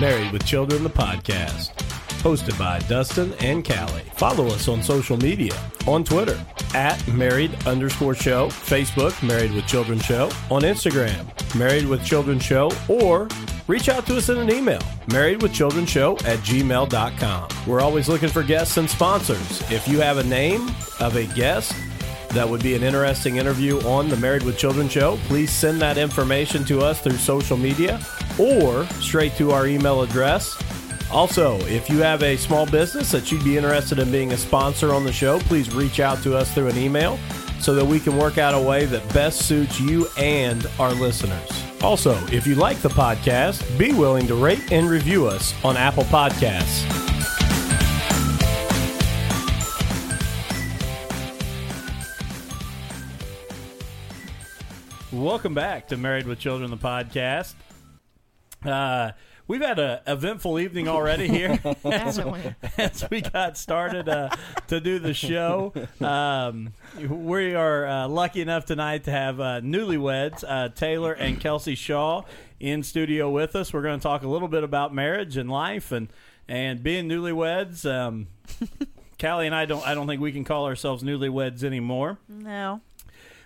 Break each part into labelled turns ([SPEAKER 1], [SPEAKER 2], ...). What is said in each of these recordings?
[SPEAKER 1] Married with Children, the podcast, hosted by Dustin and Callie. Follow us on social media on Twitter at married underscore show, Facebook, Married with Children Show, on Instagram, Married with Children Show, or reach out to us in an email, married with children show at gmail.com. We're always looking for guests and sponsors. If you have a name of a guest, that would be an interesting interview on the Married with Children show, please send that information to us through social media or straight to our email address. Also, if you have a small business that you'd be interested in being a sponsor on the show, please reach out to us through an email so that we can work out a way that best suits you and our listeners. Also, if you like the podcast, be willing to rate and review us on Apple Podcasts. Welcome back to Married with Children, the podcast. Uh, we've had an eventful evening already here as,
[SPEAKER 2] Haven't we?
[SPEAKER 1] as we got started uh, to do the show. Um, we are uh, lucky enough tonight to have uh, newlyweds, uh, Taylor and Kelsey Shaw, in studio with us. We're going to talk a little bit about marriage and life and, and being newlyweds. Um, Callie and I don't I don't think we can call ourselves newlyweds anymore.
[SPEAKER 2] No.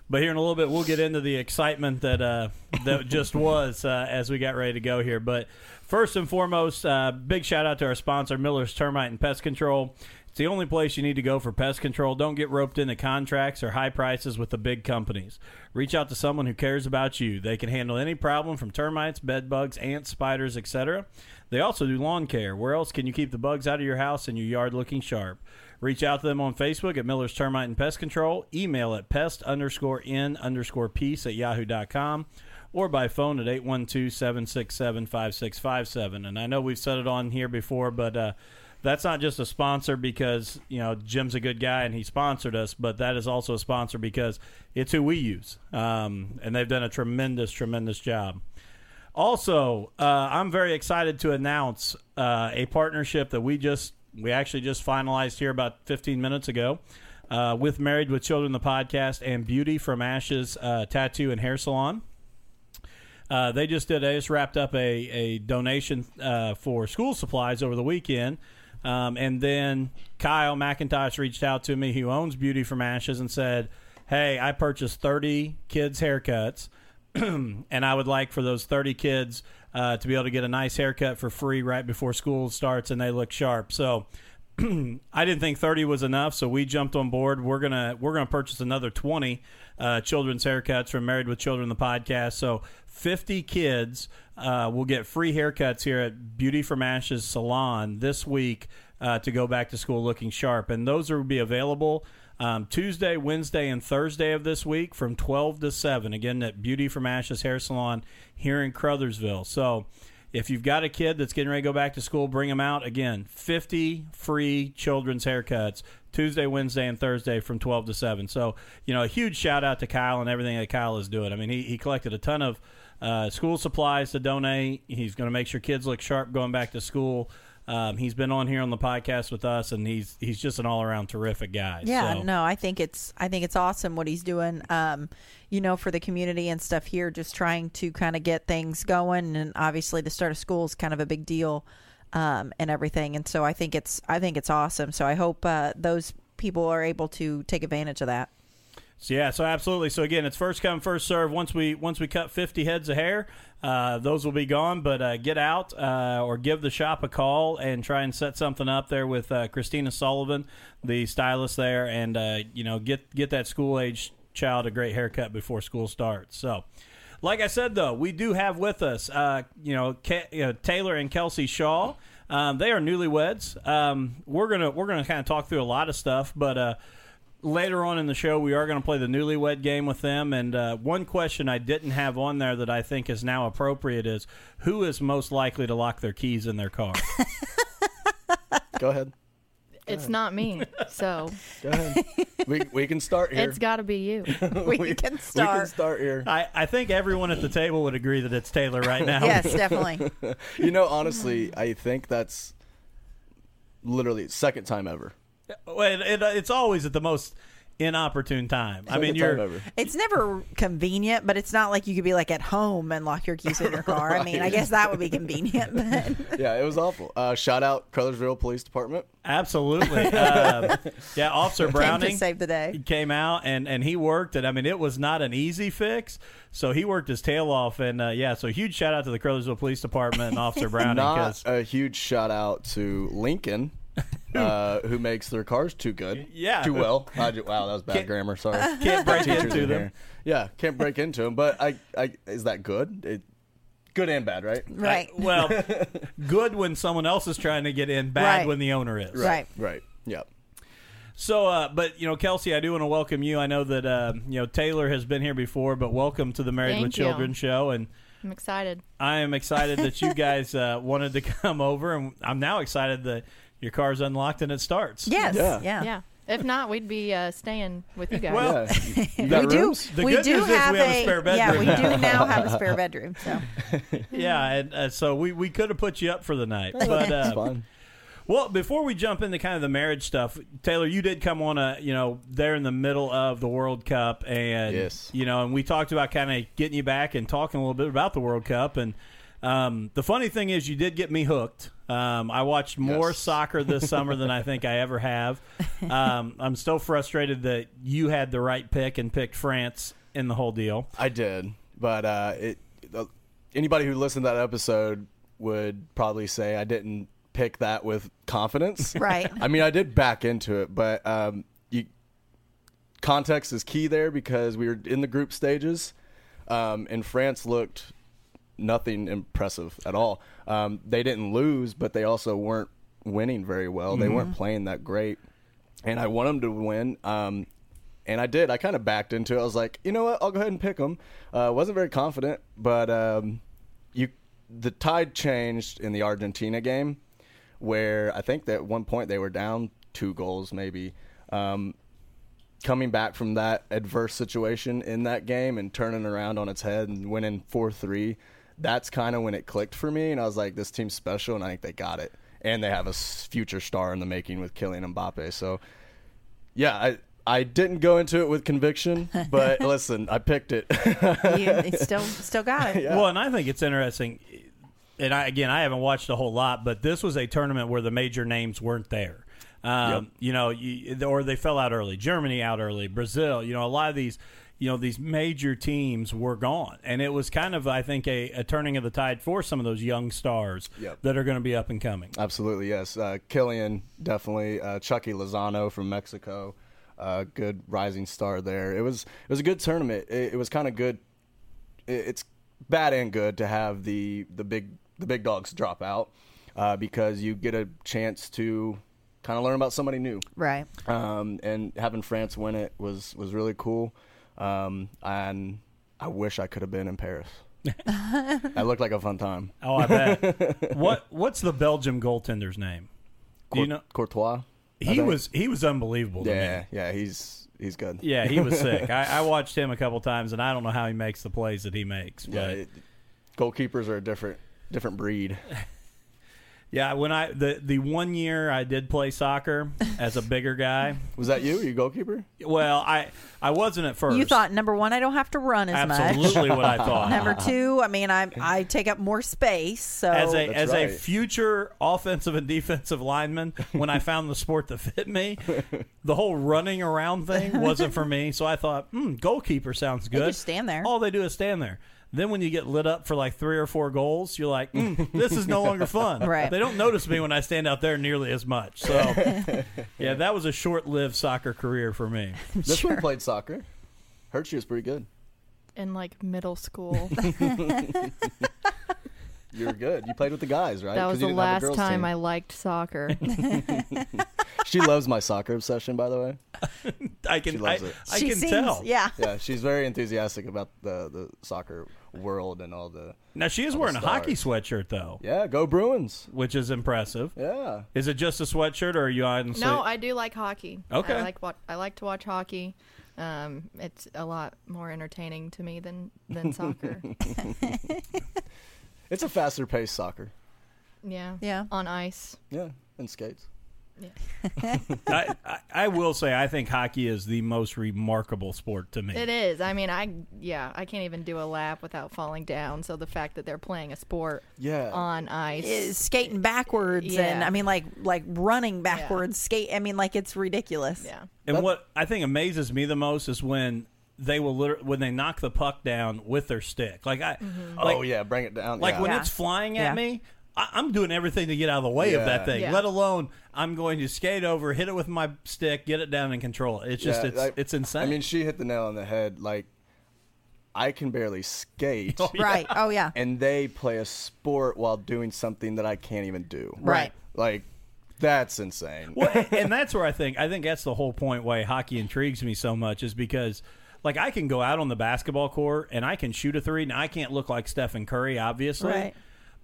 [SPEAKER 1] But here in a little bit, we'll get into the excitement that uh, that just was uh, as we got ready to go here. But first and foremost, uh, big shout out to our sponsor, Miller's Termite and Pest Control. It's the only place you need to go for pest control. Don't get roped into contracts or high prices with the big companies. Reach out to someone who cares about you. They can handle any problem from termites, bed bugs, ants, spiders, etc. They also do lawn care. Where else can you keep the bugs out of your house and your yard looking sharp? Reach out to them on Facebook at Miller's Termite and Pest Control, email at pest underscore in underscore peace at yahoo.com, or by phone at 812 767 5657. And I know we've said it on here before, but uh, that's not just a sponsor because, you know, Jim's a good guy and he sponsored us, but that is also a sponsor because it's who we use. Um, and they've done a tremendous, tremendous job. Also, uh, I'm very excited to announce uh, a partnership that we just we actually just finalized here about 15 minutes ago uh, with Married with Children, the podcast, and Beauty from Ashes uh, Tattoo and Hair Salon. Uh, they just did. They just wrapped up a a donation uh, for school supplies over the weekend, um, and then Kyle McIntosh reached out to me, who owns Beauty from Ashes, and said, "Hey, I purchased thirty kids' haircuts, and I would like for those thirty kids uh, to be able to get a nice haircut for free right before school starts, and they look sharp." So. I didn't think 30 was enough, so we jumped on board. We're gonna we're gonna purchase another 20 uh, children's haircuts from Married with Children, the podcast. So 50 kids uh, will get free haircuts here at Beauty from Ashes Salon this week uh, to go back to school looking sharp, and those will be available. Um, Tuesday, Wednesday, and Thursday of this week from 12 to 7. Again, at Beauty from Ashes Hair Salon here in Crothersville. So, if you've got a kid that's getting ready to go back to school, bring them out. Again, 50 free children's haircuts Tuesday, Wednesday, and Thursday from 12 to 7. So, you know, a huge shout out to Kyle and everything that Kyle is doing. I mean, he, he collected a ton of uh, school supplies to donate. He's going to make sure kids look sharp going back to school. Um, he's been on here on the podcast with us, and he's he's just an all around terrific guy.
[SPEAKER 2] Yeah,
[SPEAKER 1] so,
[SPEAKER 2] no, I think it's I think it's awesome what he's doing um, you know, for the community and stuff here, just trying to kind of get things going and obviously the start of school is kind of a big deal um and everything. And so I think it's I think it's awesome. So I hope uh those people are able to take advantage of that.
[SPEAKER 1] So yeah, so absolutely. So again, it's first come, first serve. Once we once we cut fifty heads of hair, uh, those will be gone. But uh, get out uh, or give the shop a call and try and set something up there with uh, Christina Sullivan, the stylist there, and uh, you know get get that school age child a great haircut before school starts. So. Like I said, though, we do have with us, uh, you, know, Ke- you know, Taylor and Kelsey Shaw. Um, they are newlyweds. Um, we're gonna we're gonna kind of talk through a lot of stuff, but uh, later on in the show, we are going to play the newlywed game with them. And uh, one question I didn't have on there that I think is now appropriate is who is most likely to lock their keys in their car?
[SPEAKER 3] Go ahead.
[SPEAKER 4] It's not me. So
[SPEAKER 3] Go ahead. we, we can start here.
[SPEAKER 4] it's got to be you.
[SPEAKER 2] We, can
[SPEAKER 3] We can
[SPEAKER 2] start.
[SPEAKER 3] start here.
[SPEAKER 1] I, I think everyone at the table would agree that it's Taylor right now.
[SPEAKER 2] Yes, definitely.
[SPEAKER 3] You know, honestly, I think that's literally second time ever.
[SPEAKER 1] Well, It, it, it's uh, always at the most inopportune time. I
[SPEAKER 3] Second
[SPEAKER 1] mean,
[SPEAKER 3] time
[SPEAKER 1] you're
[SPEAKER 3] ever.
[SPEAKER 2] It's never convenient, but it's not like you could be like at home and lock your keys in your car. I mean, I guess that would be convenient, but
[SPEAKER 3] Yeah, it was awful. Uh, shout out Crothersville Police Department.
[SPEAKER 1] absolutely, uh, yeah, Officer
[SPEAKER 2] to
[SPEAKER 1] Browning.
[SPEAKER 2] save the
[SPEAKER 1] He
[SPEAKER 2] day.
[SPEAKER 1] came out and and he worked and I mean it was not an easy fix so he worked his tail off and uh, yeah so huge shout out to the Crothersville Police Department and Officer Browning
[SPEAKER 3] Not
[SPEAKER 1] 'cause-
[SPEAKER 3] a huge shout out to Lincoln, uh, who makes their cars too good.
[SPEAKER 1] Yeah.
[SPEAKER 3] Too well. I ju- wow, that was bad
[SPEAKER 1] Can't-
[SPEAKER 3] grammar. Sorry.
[SPEAKER 1] can't break
[SPEAKER 3] Teachers
[SPEAKER 1] into
[SPEAKER 3] in
[SPEAKER 1] them
[SPEAKER 3] here. Yeah, can't break into them. But I, I is that good? It, good and bad, right?
[SPEAKER 2] Right.
[SPEAKER 1] I- well good when someone else is trying to get in bad
[SPEAKER 2] Right.
[SPEAKER 1] when the owner is
[SPEAKER 2] Right.
[SPEAKER 3] Right. Yeah.
[SPEAKER 1] So, uh, but you know, Kelsey, I do want to welcome you. I know that uh, you know Taylor has been here before, but welcome to the Married
[SPEAKER 4] Thank
[SPEAKER 1] with
[SPEAKER 4] you.
[SPEAKER 1] Children show, and
[SPEAKER 4] I'm excited.
[SPEAKER 1] I am excited that you guys uh, wanted to come over, and I'm now excited that your car's unlocked and it starts.
[SPEAKER 2] Yes.
[SPEAKER 3] Yeah.
[SPEAKER 2] Yeah.
[SPEAKER 4] Yeah. If not, we'd be uh, staying with you guys.
[SPEAKER 1] Well,
[SPEAKER 3] Yeah. You- You got
[SPEAKER 2] We do.
[SPEAKER 3] rooms?
[SPEAKER 1] The
[SPEAKER 2] we
[SPEAKER 1] good
[SPEAKER 2] do
[SPEAKER 1] news is we
[SPEAKER 2] have,
[SPEAKER 1] have a spare
[SPEAKER 2] Yeah,
[SPEAKER 1] bedroom
[SPEAKER 2] we do now have a spare bedroom. So
[SPEAKER 1] yeah, and uh, so we we could have put you up for the night, but
[SPEAKER 3] It's
[SPEAKER 1] uh,
[SPEAKER 3] fun.
[SPEAKER 1] well, before we jump into kind of the marriage stuff, Taylor, you did come on a you know there in the middle of the World Cup, and
[SPEAKER 3] Yes.
[SPEAKER 1] you know, and we talked about kind of getting you back and talking a little bit about the World Cup. And um, the funny thing is, you did get me hooked. Um, I watched more
[SPEAKER 3] Yes.
[SPEAKER 1] soccer this summer than I think I ever have. Um, I'm still frustrated that you had the right pick and picked France in the whole deal.
[SPEAKER 3] I did, but uh, it uh, anybody who listened to that episode would probably say I didn't pick that with confidence.
[SPEAKER 2] Right.
[SPEAKER 3] I mean, I did back into it, but um, you context is key there because we were in the group stages, um, and France looked nothing impressive at all. Um, they didn't lose, but they also weren't winning very well. They weren't playing that great, and I want them to win. Um, and I did. I kind of backed into it. I was like, you know what? I'll go ahead and pick them. Uh, wasn't very confident, but um, you, the tide changed in the Argentina game, where I think that at one point they were down two goals, maybe. Um, coming back from that adverse situation in that game and turning around on its head and winning 4-3 that's kind of when it clicked for me and i was like this team's special and i think they got it and they have a s- future star in the making with Kylian Mbappe so yeah i I didn't go into it with conviction, but listen, I picked it.
[SPEAKER 2] you it's still still got it.
[SPEAKER 3] Yeah.
[SPEAKER 1] Well, and I think it's interesting. And I, again, I haven't watched a whole lot, but this was a tournament where the major names weren't there. Um,
[SPEAKER 3] Yep.
[SPEAKER 1] You know, you, or they fell out early. Germany out early. Brazil. You know, a lot of these. You know, these major teams were gone, and it was kind of, I think, a, a turning of the tide for some of those young stars
[SPEAKER 3] Yep.
[SPEAKER 1] that are going to be up and coming.
[SPEAKER 3] Absolutely, yes. Uh, Killian, definitely. Uh, Chucky Lozano from Mexico, uh, good rising star there. It was it was a good tournament. It, it was kind of good. It, it's bad and good to have the the big the big dogs drop out uh, because you get a chance to kind of learn about somebody new
[SPEAKER 2] Right.
[SPEAKER 3] um, and having France win it was was really cool. Um, and I wish I could have been in Paris. that looked like a fun time.
[SPEAKER 1] Oh, I bet. what What's the Belgium goaltender's name? Do you know?
[SPEAKER 3] Courtois. I
[SPEAKER 1] He
[SPEAKER 3] think.
[SPEAKER 1] was he was unbelievable. to me.
[SPEAKER 3] Yeah, yeah, he's he's good.
[SPEAKER 1] Yeah, he was sick. I, I watched him a couple times, and I don't know how he makes the plays that he makes. But
[SPEAKER 3] yeah.
[SPEAKER 1] yeah,
[SPEAKER 3] it- goalkeepers are a different different breed.
[SPEAKER 1] when I the the one year I did play soccer as a bigger guy,
[SPEAKER 3] Was that you? Are you a goalkeeper?
[SPEAKER 1] well, I I wasn't at first.
[SPEAKER 2] You thought number one, I don't have to run as much.
[SPEAKER 1] absolutely what I thought.
[SPEAKER 2] Number two, I mean, I I take up more space. So
[SPEAKER 1] as a
[SPEAKER 3] Oh, That's
[SPEAKER 1] as a
[SPEAKER 3] right.
[SPEAKER 1] future offensive and defensive lineman, when I found the sport that fit me, the whole running around thing wasn't for me. So I thought, hmm, goalkeeper sounds good.
[SPEAKER 2] just stand there.
[SPEAKER 1] All they do is stand there. Then when you get lit up for like three or four goals, you're like, "Hmm, this is no longer fun.
[SPEAKER 2] Right.
[SPEAKER 1] They don't notice me when I stand out there nearly as much. So, yeah, that was a short-lived soccer career for me.
[SPEAKER 3] This one played soccer. Hurt you was pretty good.
[SPEAKER 4] In like middle school.
[SPEAKER 3] You were good. You played with the guys, right?
[SPEAKER 4] that
[SPEAKER 3] 'Cause
[SPEAKER 4] was
[SPEAKER 3] you
[SPEAKER 4] the
[SPEAKER 3] didn't
[SPEAKER 4] last
[SPEAKER 3] have a girls'
[SPEAKER 4] time
[SPEAKER 3] team.
[SPEAKER 4] I liked soccer.
[SPEAKER 3] She loves my soccer obsession, by the way.
[SPEAKER 1] I can
[SPEAKER 3] She loves
[SPEAKER 1] I,
[SPEAKER 3] it.
[SPEAKER 1] I
[SPEAKER 2] she
[SPEAKER 1] can
[SPEAKER 2] seems,
[SPEAKER 1] tell.
[SPEAKER 2] yeah.
[SPEAKER 3] Yeah, she's very enthusiastic about the the soccer world and all the.
[SPEAKER 1] Now she is
[SPEAKER 3] I'm a
[SPEAKER 1] wearing a
[SPEAKER 3] star.
[SPEAKER 1] hockey sweatshirt though,
[SPEAKER 3] Yeah, go Bruins.
[SPEAKER 1] which is impressive.
[SPEAKER 3] Yeah.
[SPEAKER 1] Is it just a sweatshirt, or are you honestly?
[SPEAKER 4] no, I do like hockey.
[SPEAKER 1] Okay.
[SPEAKER 4] I like what I like to watch hockey. Um, it's a lot more entertaining to me than than soccer.
[SPEAKER 3] It's a faster paced soccer.
[SPEAKER 4] yeah.
[SPEAKER 2] Yeah.
[SPEAKER 4] On ice.
[SPEAKER 3] Yeah, and skates.
[SPEAKER 4] Yeah.
[SPEAKER 1] I, I, I will say I think hockey is the most remarkable sport to me.
[SPEAKER 4] It is. I mean, I yeah, I can't even do a lap without falling down. So the fact that they're playing a sport
[SPEAKER 3] Yeah.
[SPEAKER 4] on ice,
[SPEAKER 2] Is skating backwards and
[SPEAKER 4] Yeah.
[SPEAKER 2] I mean like like running backwards, skate I mean like it's ridiculous.
[SPEAKER 4] yeah,
[SPEAKER 1] And
[SPEAKER 3] That-
[SPEAKER 1] what I think amazes me the most is when they will liter- when they knock the puck down with their stick. Like I,
[SPEAKER 4] Mm-hmm.
[SPEAKER 1] like,
[SPEAKER 3] oh yeah, bring it down.
[SPEAKER 1] like
[SPEAKER 3] yeah.
[SPEAKER 1] when
[SPEAKER 2] Yeah.
[SPEAKER 1] it's flying at
[SPEAKER 2] Yeah.
[SPEAKER 1] me. I- I'm doing everything to get out of the way of that
[SPEAKER 3] Yeah.
[SPEAKER 1] thing.
[SPEAKER 4] Yeah.
[SPEAKER 1] Let alone I'm going to skate over, hit it with my stick, get it down, and control it. It's just
[SPEAKER 3] Yeah,
[SPEAKER 1] it's
[SPEAKER 3] like-
[SPEAKER 1] it's insane.
[SPEAKER 3] I mean, she hit the nail on the head. Like, I can barely skate,
[SPEAKER 2] Right. Oh yeah.
[SPEAKER 3] and they play a sport while doing something that I can't even do.
[SPEAKER 2] Right.
[SPEAKER 3] Like, that's insane.
[SPEAKER 1] well, and that's where I think I think that's the whole point why hockey intrigues me so much is because like I can go out on the basketball court and I can shoot a three. Now I can't look like Stephen Curry, obviously,
[SPEAKER 2] Right.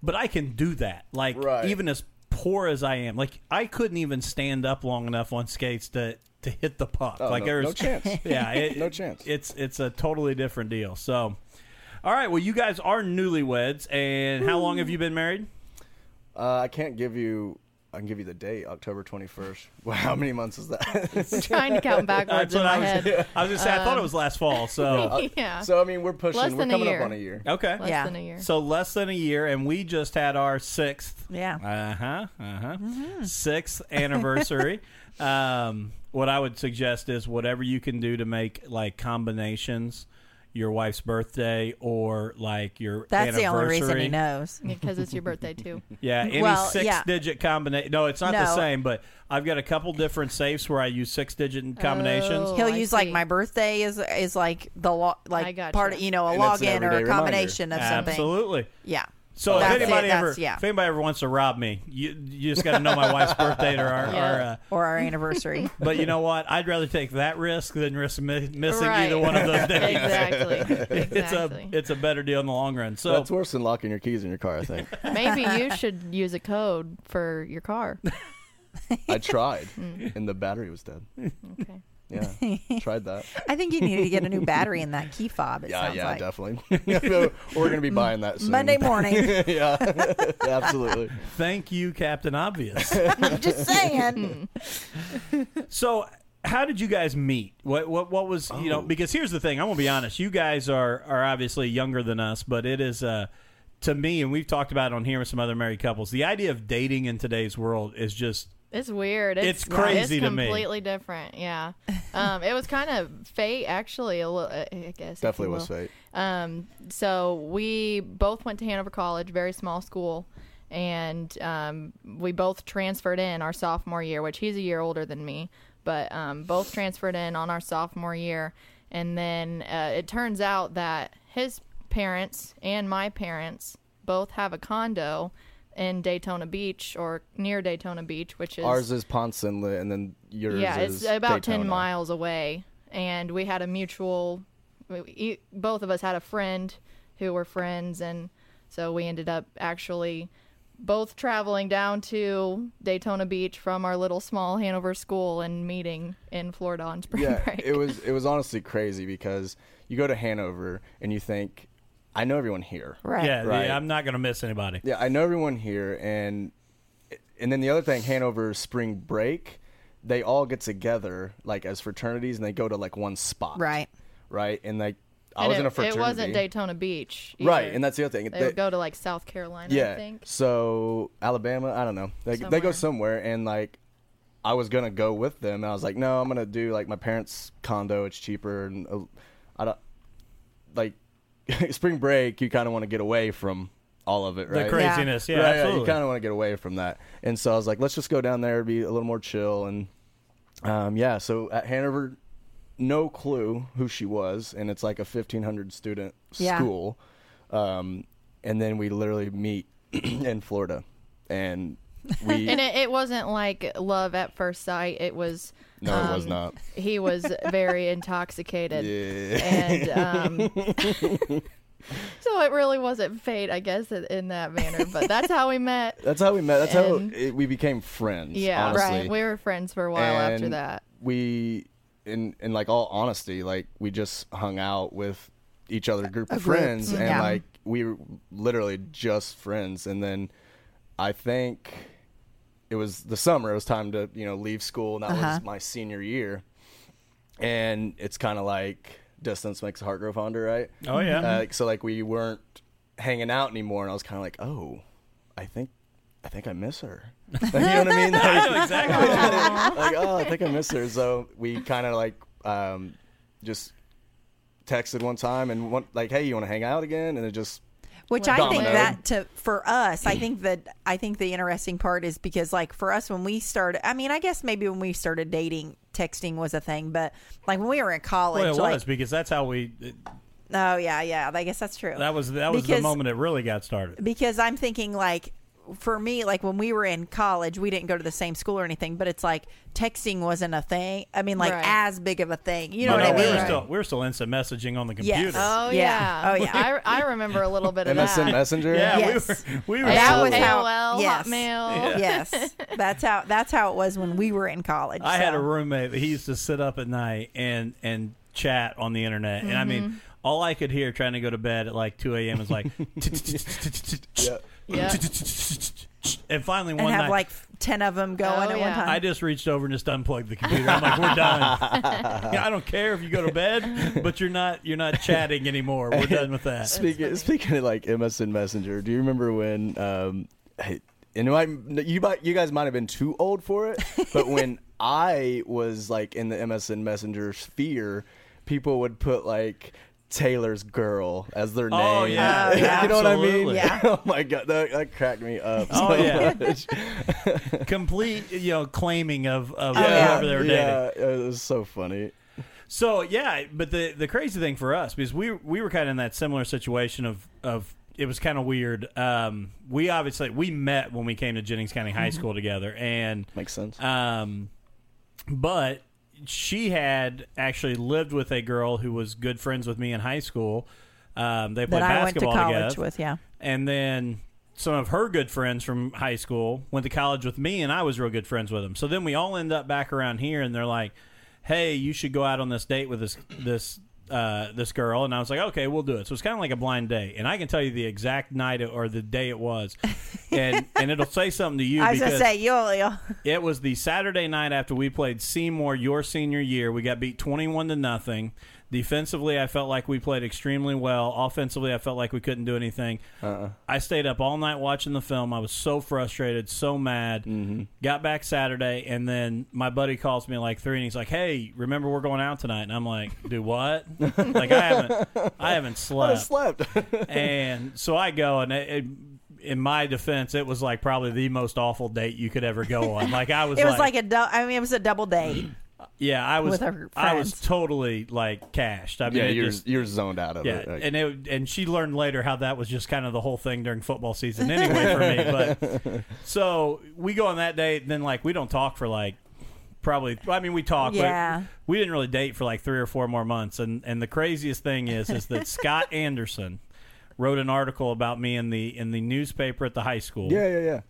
[SPEAKER 1] but I can do that. Like
[SPEAKER 3] Right.
[SPEAKER 1] even as poor as I am, like I couldn't even stand up long enough on skates to to hit the puck.
[SPEAKER 3] Oh,
[SPEAKER 1] like
[SPEAKER 3] no-
[SPEAKER 1] there's
[SPEAKER 3] no chance.
[SPEAKER 1] Yeah, it,
[SPEAKER 3] No chance.
[SPEAKER 1] It's it's a totally different deal. So, all right. Well, you guys are newlyweds, and how long have you been married?
[SPEAKER 3] Uh, I can't give you. I can give you the date, October twenty first. Wow, how many months is that?
[SPEAKER 4] trying to count
[SPEAKER 1] That's
[SPEAKER 4] backwards in
[SPEAKER 1] what
[SPEAKER 4] my
[SPEAKER 1] I was.
[SPEAKER 4] head.
[SPEAKER 1] I was gonna say. I thought it was last fall. So
[SPEAKER 4] yeah,
[SPEAKER 3] so I mean, we're pushing.
[SPEAKER 4] Less
[SPEAKER 3] we're
[SPEAKER 4] than a
[SPEAKER 3] coming
[SPEAKER 4] year.
[SPEAKER 3] up on a year.
[SPEAKER 1] okay.
[SPEAKER 4] less
[SPEAKER 2] Yeah.
[SPEAKER 4] than a year.
[SPEAKER 1] So less than a year, and we just had our sixth.
[SPEAKER 2] Yeah. Mm-hmm.
[SPEAKER 1] Uh huh. Uh huh. Sixth anniversary. um, what I would suggest is whatever you can do to make like combinations, your wife's birthday or like your
[SPEAKER 2] That's the only
[SPEAKER 1] anniversary.
[SPEAKER 2] reason he knows.
[SPEAKER 4] because it's your birthday too.
[SPEAKER 1] Yeah, any
[SPEAKER 2] Well,
[SPEAKER 1] six
[SPEAKER 2] yeah.
[SPEAKER 1] digit combination. No, it's not the
[SPEAKER 2] No.
[SPEAKER 1] same, but I've got a couple different safes where I use six digit combinations.
[SPEAKER 4] Oh,
[SPEAKER 2] He'll
[SPEAKER 4] I
[SPEAKER 2] use like
[SPEAKER 4] see.
[SPEAKER 2] my birthday is is like the lo-
[SPEAKER 4] I
[SPEAKER 2] like
[SPEAKER 4] gotcha.
[SPEAKER 2] part of you know a
[SPEAKER 3] And it's an
[SPEAKER 2] login or a
[SPEAKER 3] everyday
[SPEAKER 2] combination of something.
[SPEAKER 1] Absolutely.
[SPEAKER 2] Yeah.
[SPEAKER 1] So
[SPEAKER 2] That's
[SPEAKER 1] if
[SPEAKER 2] it,
[SPEAKER 1] anybody
[SPEAKER 2] that's-
[SPEAKER 1] ever,
[SPEAKER 2] yeah.
[SPEAKER 1] if anybody ever wants to rob me, you, you just got to know my wife's birthday or our,
[SPEAKER 4] Yeah.
[SPEAKER 1] our uh,
[SPEAKER 2] Or our anniversary.
[SPEAKER 1] But you know what? I'd rather take that risk than risk mi- missing
[SPEAKER 4] Right.
[SPEAKER 1] either one of those days.
[SPEAKER 4] exactly.
[SPEAKER 1] It's
[SPEAKER 4] Exactly.
[SPEAKER 1] a it's a better deal in the long run. So
[SPEAKER 3] That's worse than locking your keys in your car. I think
[SPEAKER 4] Maybe you should use a code for your car.
[SPEAKER 3] I tried, and the battery was dead.
[SPEAKER 4] Hmm. Okay.
[SPEAKER 3] Yeah, tried that.
[SPEAKER 2] I think you needed to get a new battery in that key fob. It
[SPEAKER 3] Yeah,
[SPEAKER 2] sounds
[SPEAKER 3] yeah,
[SPEAKER 2] like
[SPEAKER 3] definitely. We're gonna be buying that soon.
[SPEAKER 2] Monday morning.
[SPEAKER 3] yeah, absolutely.
[SPEAKER 1] thank you, Captain Obvious.
[SPEAKER 2] I'm just saying.
[SPEAKER 1] so how did you guys meet? What what what was you know?
[SPEAKER 3] Oh.
[SPEAKER 1] Because here's the thing. I'm gonna be honest. You guys are are obviously younger than us, but it is uh to me, and we've talked about it on here with some other married couples. The idea of dating in today's world is just
[SPEAKER 4] It's weird. It's,
[SPEAKER 1] It's crazy
[SPEAKER 4] it's
[SPEAKER 1] to me.
[SPEAKER 4] Completely different. Yeah. Um, it was kind of fate, actually. A little, I guess. if
[SPEAKER 3] Definitely
[SPEAKER 4] you
[SPEAKER 3] was
[SPEAKER 4] will.
[SPEAKER 3] fate.
[SPEAKER 4] Um, so we both went to Hanover College, very small school, and um, we both transferred in our sophomore year, which he's a year older than me, but um, both transferred in on our sophomore year. And then uh, it turns out that his parents and my parents both have a condo in Daytona Beach or near Daytona Beach, which is
[SPEAKER 3] Ours is Ponsonlet, and then yours
[SPEAKER 4] yeah,
[SPEAKER 3] is
[SPEAKER 4] it's about
[SPEAKER 3] Daytona.
[SPEAKER 4] ten miles away, and we had a mutual. We, e- both of us had a friend who were friends, and so we ended up actually both traveling down to Daytona Beach from our little small Hanover school and meeting in Florida on spring
[SPEAKER 3] yeah,
[SPEAKER 4] break.
[SPEAKER 3] it was it was honestly crazy because you go to Hanover and you think, I know everyone here.
[SPEAKER 2] Right.
[SPEAKER 1] Hmm. yeah.
[SPEAKER 3] Right.
[SPEAKER 1] yeah I'm not gonna miss anybody.
[SPEAKER 3] Yeah, I know everyone here, and and then the other thing, Hanover spring break, they all get together like as fraternities, and they go to like one spot.
[SPEAKER 2] Right.
[SPEAKER 3] Right, and like I
[SPEAKER 4] And
[SPEAKER 3] was
[SPEAKER 4] it,
[SPEAKER 3] in a
[SPEAKER 4] It
[SPEAKER 3] fraternity.
[SPEAKER 4] wasn't Daytona Beach,
[SPEAKER 3] Right,
[SPEAKER 4] either.
[SPEAKER 3] and that's the other thing.
[SPEAKER 4] they,
[SPEAKER 3] They-
[SPEAKER 4] would go to like South Carolina, I
[SPEAKER 3] yeah.
[SPEAKER 4] think.
[SPEAKER 3] So Alabama, I don't know. They they
[SPEAKER 4] Somewhere.
[SPEAKER 3] go somewhere, and like I was gonna go with them, and I was like, no, I'm gonna do like my parents' condo. It's cheaper, and uh, I don't like spring break. You kind of want to get away from all of it,
[SPEAKER 1] The
[SPEAKER 3] right?
[SPEAKER 1] craziness. Yeah,
[SPEAKER 3] Right, right,
[SPEAKER 1] absolutely.
[SPEAKER 3] you kind of want to get away from that. And so I was like, let's just go down there, be a little more chill, and um, yeah. So at Hanover, no clue who she was, and it's like a fifteen hundred student
[SPEAKER 2] Yeah.
[SPEAKER 3] school. Um, and then we literally meet in Florida, and we
[SPEAKER 4] And it, it wasn't like love at first sight. It was
[SPEAKER 3] no, it was
[SPEAKER 4] um,
[SPEAKER 3] not.
[SPEAKER 4] He was very intoxicated.
[SPEAKER 3] Yeah.
[SPEAKER 4] and um, so it really wasn't fate, I guess, in- in that manner. But that's how we met.
[SPEAKER 3] That's how we met. That's how
[SPEAKER 4] and-
[SPEAKER 3] it, we became friends.
[SPEAKER 4] Yeah,
[SPEAKER 3] honestly.
[SPEAKER 4] right. We were friends for a while after
[SPEAKER 3] And
[SPEAKER 4] that.
[SPEAKER 3] We, in in like all honesty, like we just hung out with each other group of
[SPEAKER 2] group,
[SPEAKER 3] friends, and
[SPEAKER 2] yeah.
[SPEAKER 3] like we were literally just friends. And then I think it was the summer. It was time to you know leave school, and that
[SPEAKER 2] Uh-huh.
[SPEAKER 3] was my senior year. And it's kind of like distance makes the heart grow fonder, right?
[SPEAKER 1] Oh yeah.
[SPEAKER 3] Uh, so like we weren't hanging out anymore, and I was kind of like, oh, I think, I think I miss her. Like, you know what I mean?
[SPEAKER 1] I
[SPEAKER 3] Like,
[SPEAKER 1] know exactly.
[SPEAKER 3] like, oh, I think I miss her. So we kind of like um, just texted one time and one like, hey, you want to hang out again? And it just
[SPEAKER 2] Which I think
[SPEAKER 3] Domino.
[SPEAKER 2] that to for us, I think that I think the interesting part is because like for us when we started, I mean, I guess maybe when we started dating, texting was a thing, but like when we were in college,
[SPEAKER 1] Well, it
[SPEAKER 2] like
[SPEAKER 1] was because that's how we.
[SPEAKER 2] oh yeah, yeah, I guess that's true.
[SPEAKER 1] That was that was the
[SPEAKER 2] Because-
[SPEAKER 1] moment it really got started.
[SPEAKER 2] because I'm thinking like for me like when we were in college we didn't go to the same school or anything but it's like texting wasn't a thing i mean like
[SPEAKER 4] Right.
[SPEAKER 2] as big of a thing you know
[SPEAKER 1] But
[SPEAKER 2] what i
[SPEAKER 1] no,
[SPEAKER 2] mean
[SPEAKER 1] we were still we were still instant messaging on the
[SPEAKER 2] Yes.
[SPEAKER 1] computer.
[SPEAKER 4] Oh
[SPEAKER 2] Yeah.
[SPEAKER 4] yeah.
[SPEAKER 2] Oh, yeah.
[SPEAKER 4] I, I remember a little bit of
[SPEAKER 3] MSN
[SPEAKER 4] that.
[SPEAKER 3] Messenger.
[SPEAKER 1] yeah,
[SPEAKER 2] Yes.
[SPEAKER 1] we were. We were.
[SPEAKER 2] That
[SPEAKER 4] AOL,
[SPEAKER 2] was how-
[SPEAKER 4] AOL,
[SPEAKER 2] yes.
[SPEAKER 4] Hotmail.
[SPEAKER 2] yes that's how that's how it was when we were in college
[SPEAKER 1] I had
[SPEAKER 2] so.
[SPEAKER 1] a roommate that he used to sit up at night and and chat on the internet, and I
[SPEAKER 2] Mm-hmm.
[SPEAKER 1] mean, all I could hear trying to go to bed at like two a.m. is like,
[SPEAKER 3] Yeah.
[SPEAKER 4] Yeah.
[SPEAKER 1] and finally
[SPEAKER 2] and
[SPEAKER 1] one
[SPEAKER 2] have
[SPEAKER 1] night.
[SPEAKER 2] like 10 of them going
[SPEAKER 4] Oh,
[SPEAKER 2] at one
[SPEAKER 4] yeah.
[SPEAKER 2] time
[SPEAKER 1] I just reached over and just unplugged the computer. I'm like, we're done. Yeah, I don't care if you go to bed, but you're not you're not chatting anymore. We're done with that.
[SPEAKER 3] Speaking speaking of like MSN Messenger, do you remember when? Um, I- and you might, you might you guys might have been too old for it, but when I was like in the MSN Messenger sphere, people would put like Taylor's girl as their
[SPEAKER 1] Oh,
[SPEAKER 3] name.
[SPEAKER 1] yeah.
[SPEAKER 2] Oh, yeah.
[SPEAKER 3] you know
[SPEAKER 1] Absolutely.
[SPEAKER 3] what I mean?
[SPEAKER 2] Yeah.
[SPEAKER 3] oh my god, that, that cracked me up.
[SPEAKER 1] Oh,
[SPEAKER 3] so
[SPEAKER 1] yeah.
[SPEAKER 3] much.
[SPEAKER 1] Complete, you know, claiming of of
[SPEAKER 2] yeah.
[SPEAKER 1] whoever they were dating.
[SPEAKER 3] Oh, yeah, it was so funny.
[SPEAKER 1] So yeah, but the the crazy thing for us because we we were kind of in that similar situation of of it was kind of weird. Um, we obviously we met when we came to Jennings County High School together, and
[SPEAKER 3] Mm-hmm. Makes sense.
[SPEAKER 1] um, but she had actually lived with a girl who was good friends with me in high school. Um, they played
[SPEAKER 2] that i went to
[SPEAKER 1] basketball
[SPEAKER 2] college
[SPEAKER 1] together,
[SPEAKER 2] with yeah
[SPEAKER 1] and then some of her good friends from high school went to college with me, and I was real good friends with them. So then we all end up back around here, and they're like, "Hey, you should go out on this date with this this." Uh, this girl and I was like, okay, we'll do it. So it's kind of like a blind date, and I can tell you the exact night it- or the day it was, and and it'll say something to you.
[SPEAKER 2] i was gonna
[SPEAKER 1] because
[SPEAKER 2] say you'll, you'll
[SPEAKER 1] it was the Saturday night after we played Seymour your senior year. We got beat 21 to nothing. Defensively, I felt like we played extremely well. Offensively, I felt like we couldn't do anything. I stayed up all night watching the film. I was so frustrated, so mad. Mm-hmm. Got back Saturday, and then my buddy calls me at like three, and he's like, "Hey, remember we're going out tonight?" And I'm like, "Do what?" like I haven't, I haven't
[SPEAKER 3] I
[SPEAKER 1] slept
[SPEAKER 3] slept.
[SPEAKER 1] and so I go, and it, it, in my defense, it was like probably the most awful date you could ever go on. Like I was,
[SPEAKER 2] it was
[SPEAKER 1] like,
[SPEAKER 2] like a dou- i mean it was a double date
[SPEAKER 1] Mm-hmm. yeah, I was,
[SPEAKER 2] with her
[SPEAKER 1] I was
[SPEAKER 2] friends.
[SPEAKER 1] totally like cashed. I mean,
[SPEAKER 3] yeah,
[SPEAKER 1] it
[SPEAKER 3] you're
[SPEAKER 1] just.
[SPEAKER 3] you're zoned out of
[SPEAKER 1] Yeah,
[SPEAKER 3] it. Like,
[SPEAKER 1] and it, and she learned later how that was just kind of the whole thing during football season anyway for me. But so we go on that date, and then like we don't talk for like probably. I mean, we talk,
[SPEAKER 2] Yeah.
[SPEAKER 1] but we didn't really date for like three or four more months. And and the craziest thing is is that Scott Anderson wrote an article about me in the in the newspaper at the high school
[SPEAKER 3] yeah, yeah, yeah.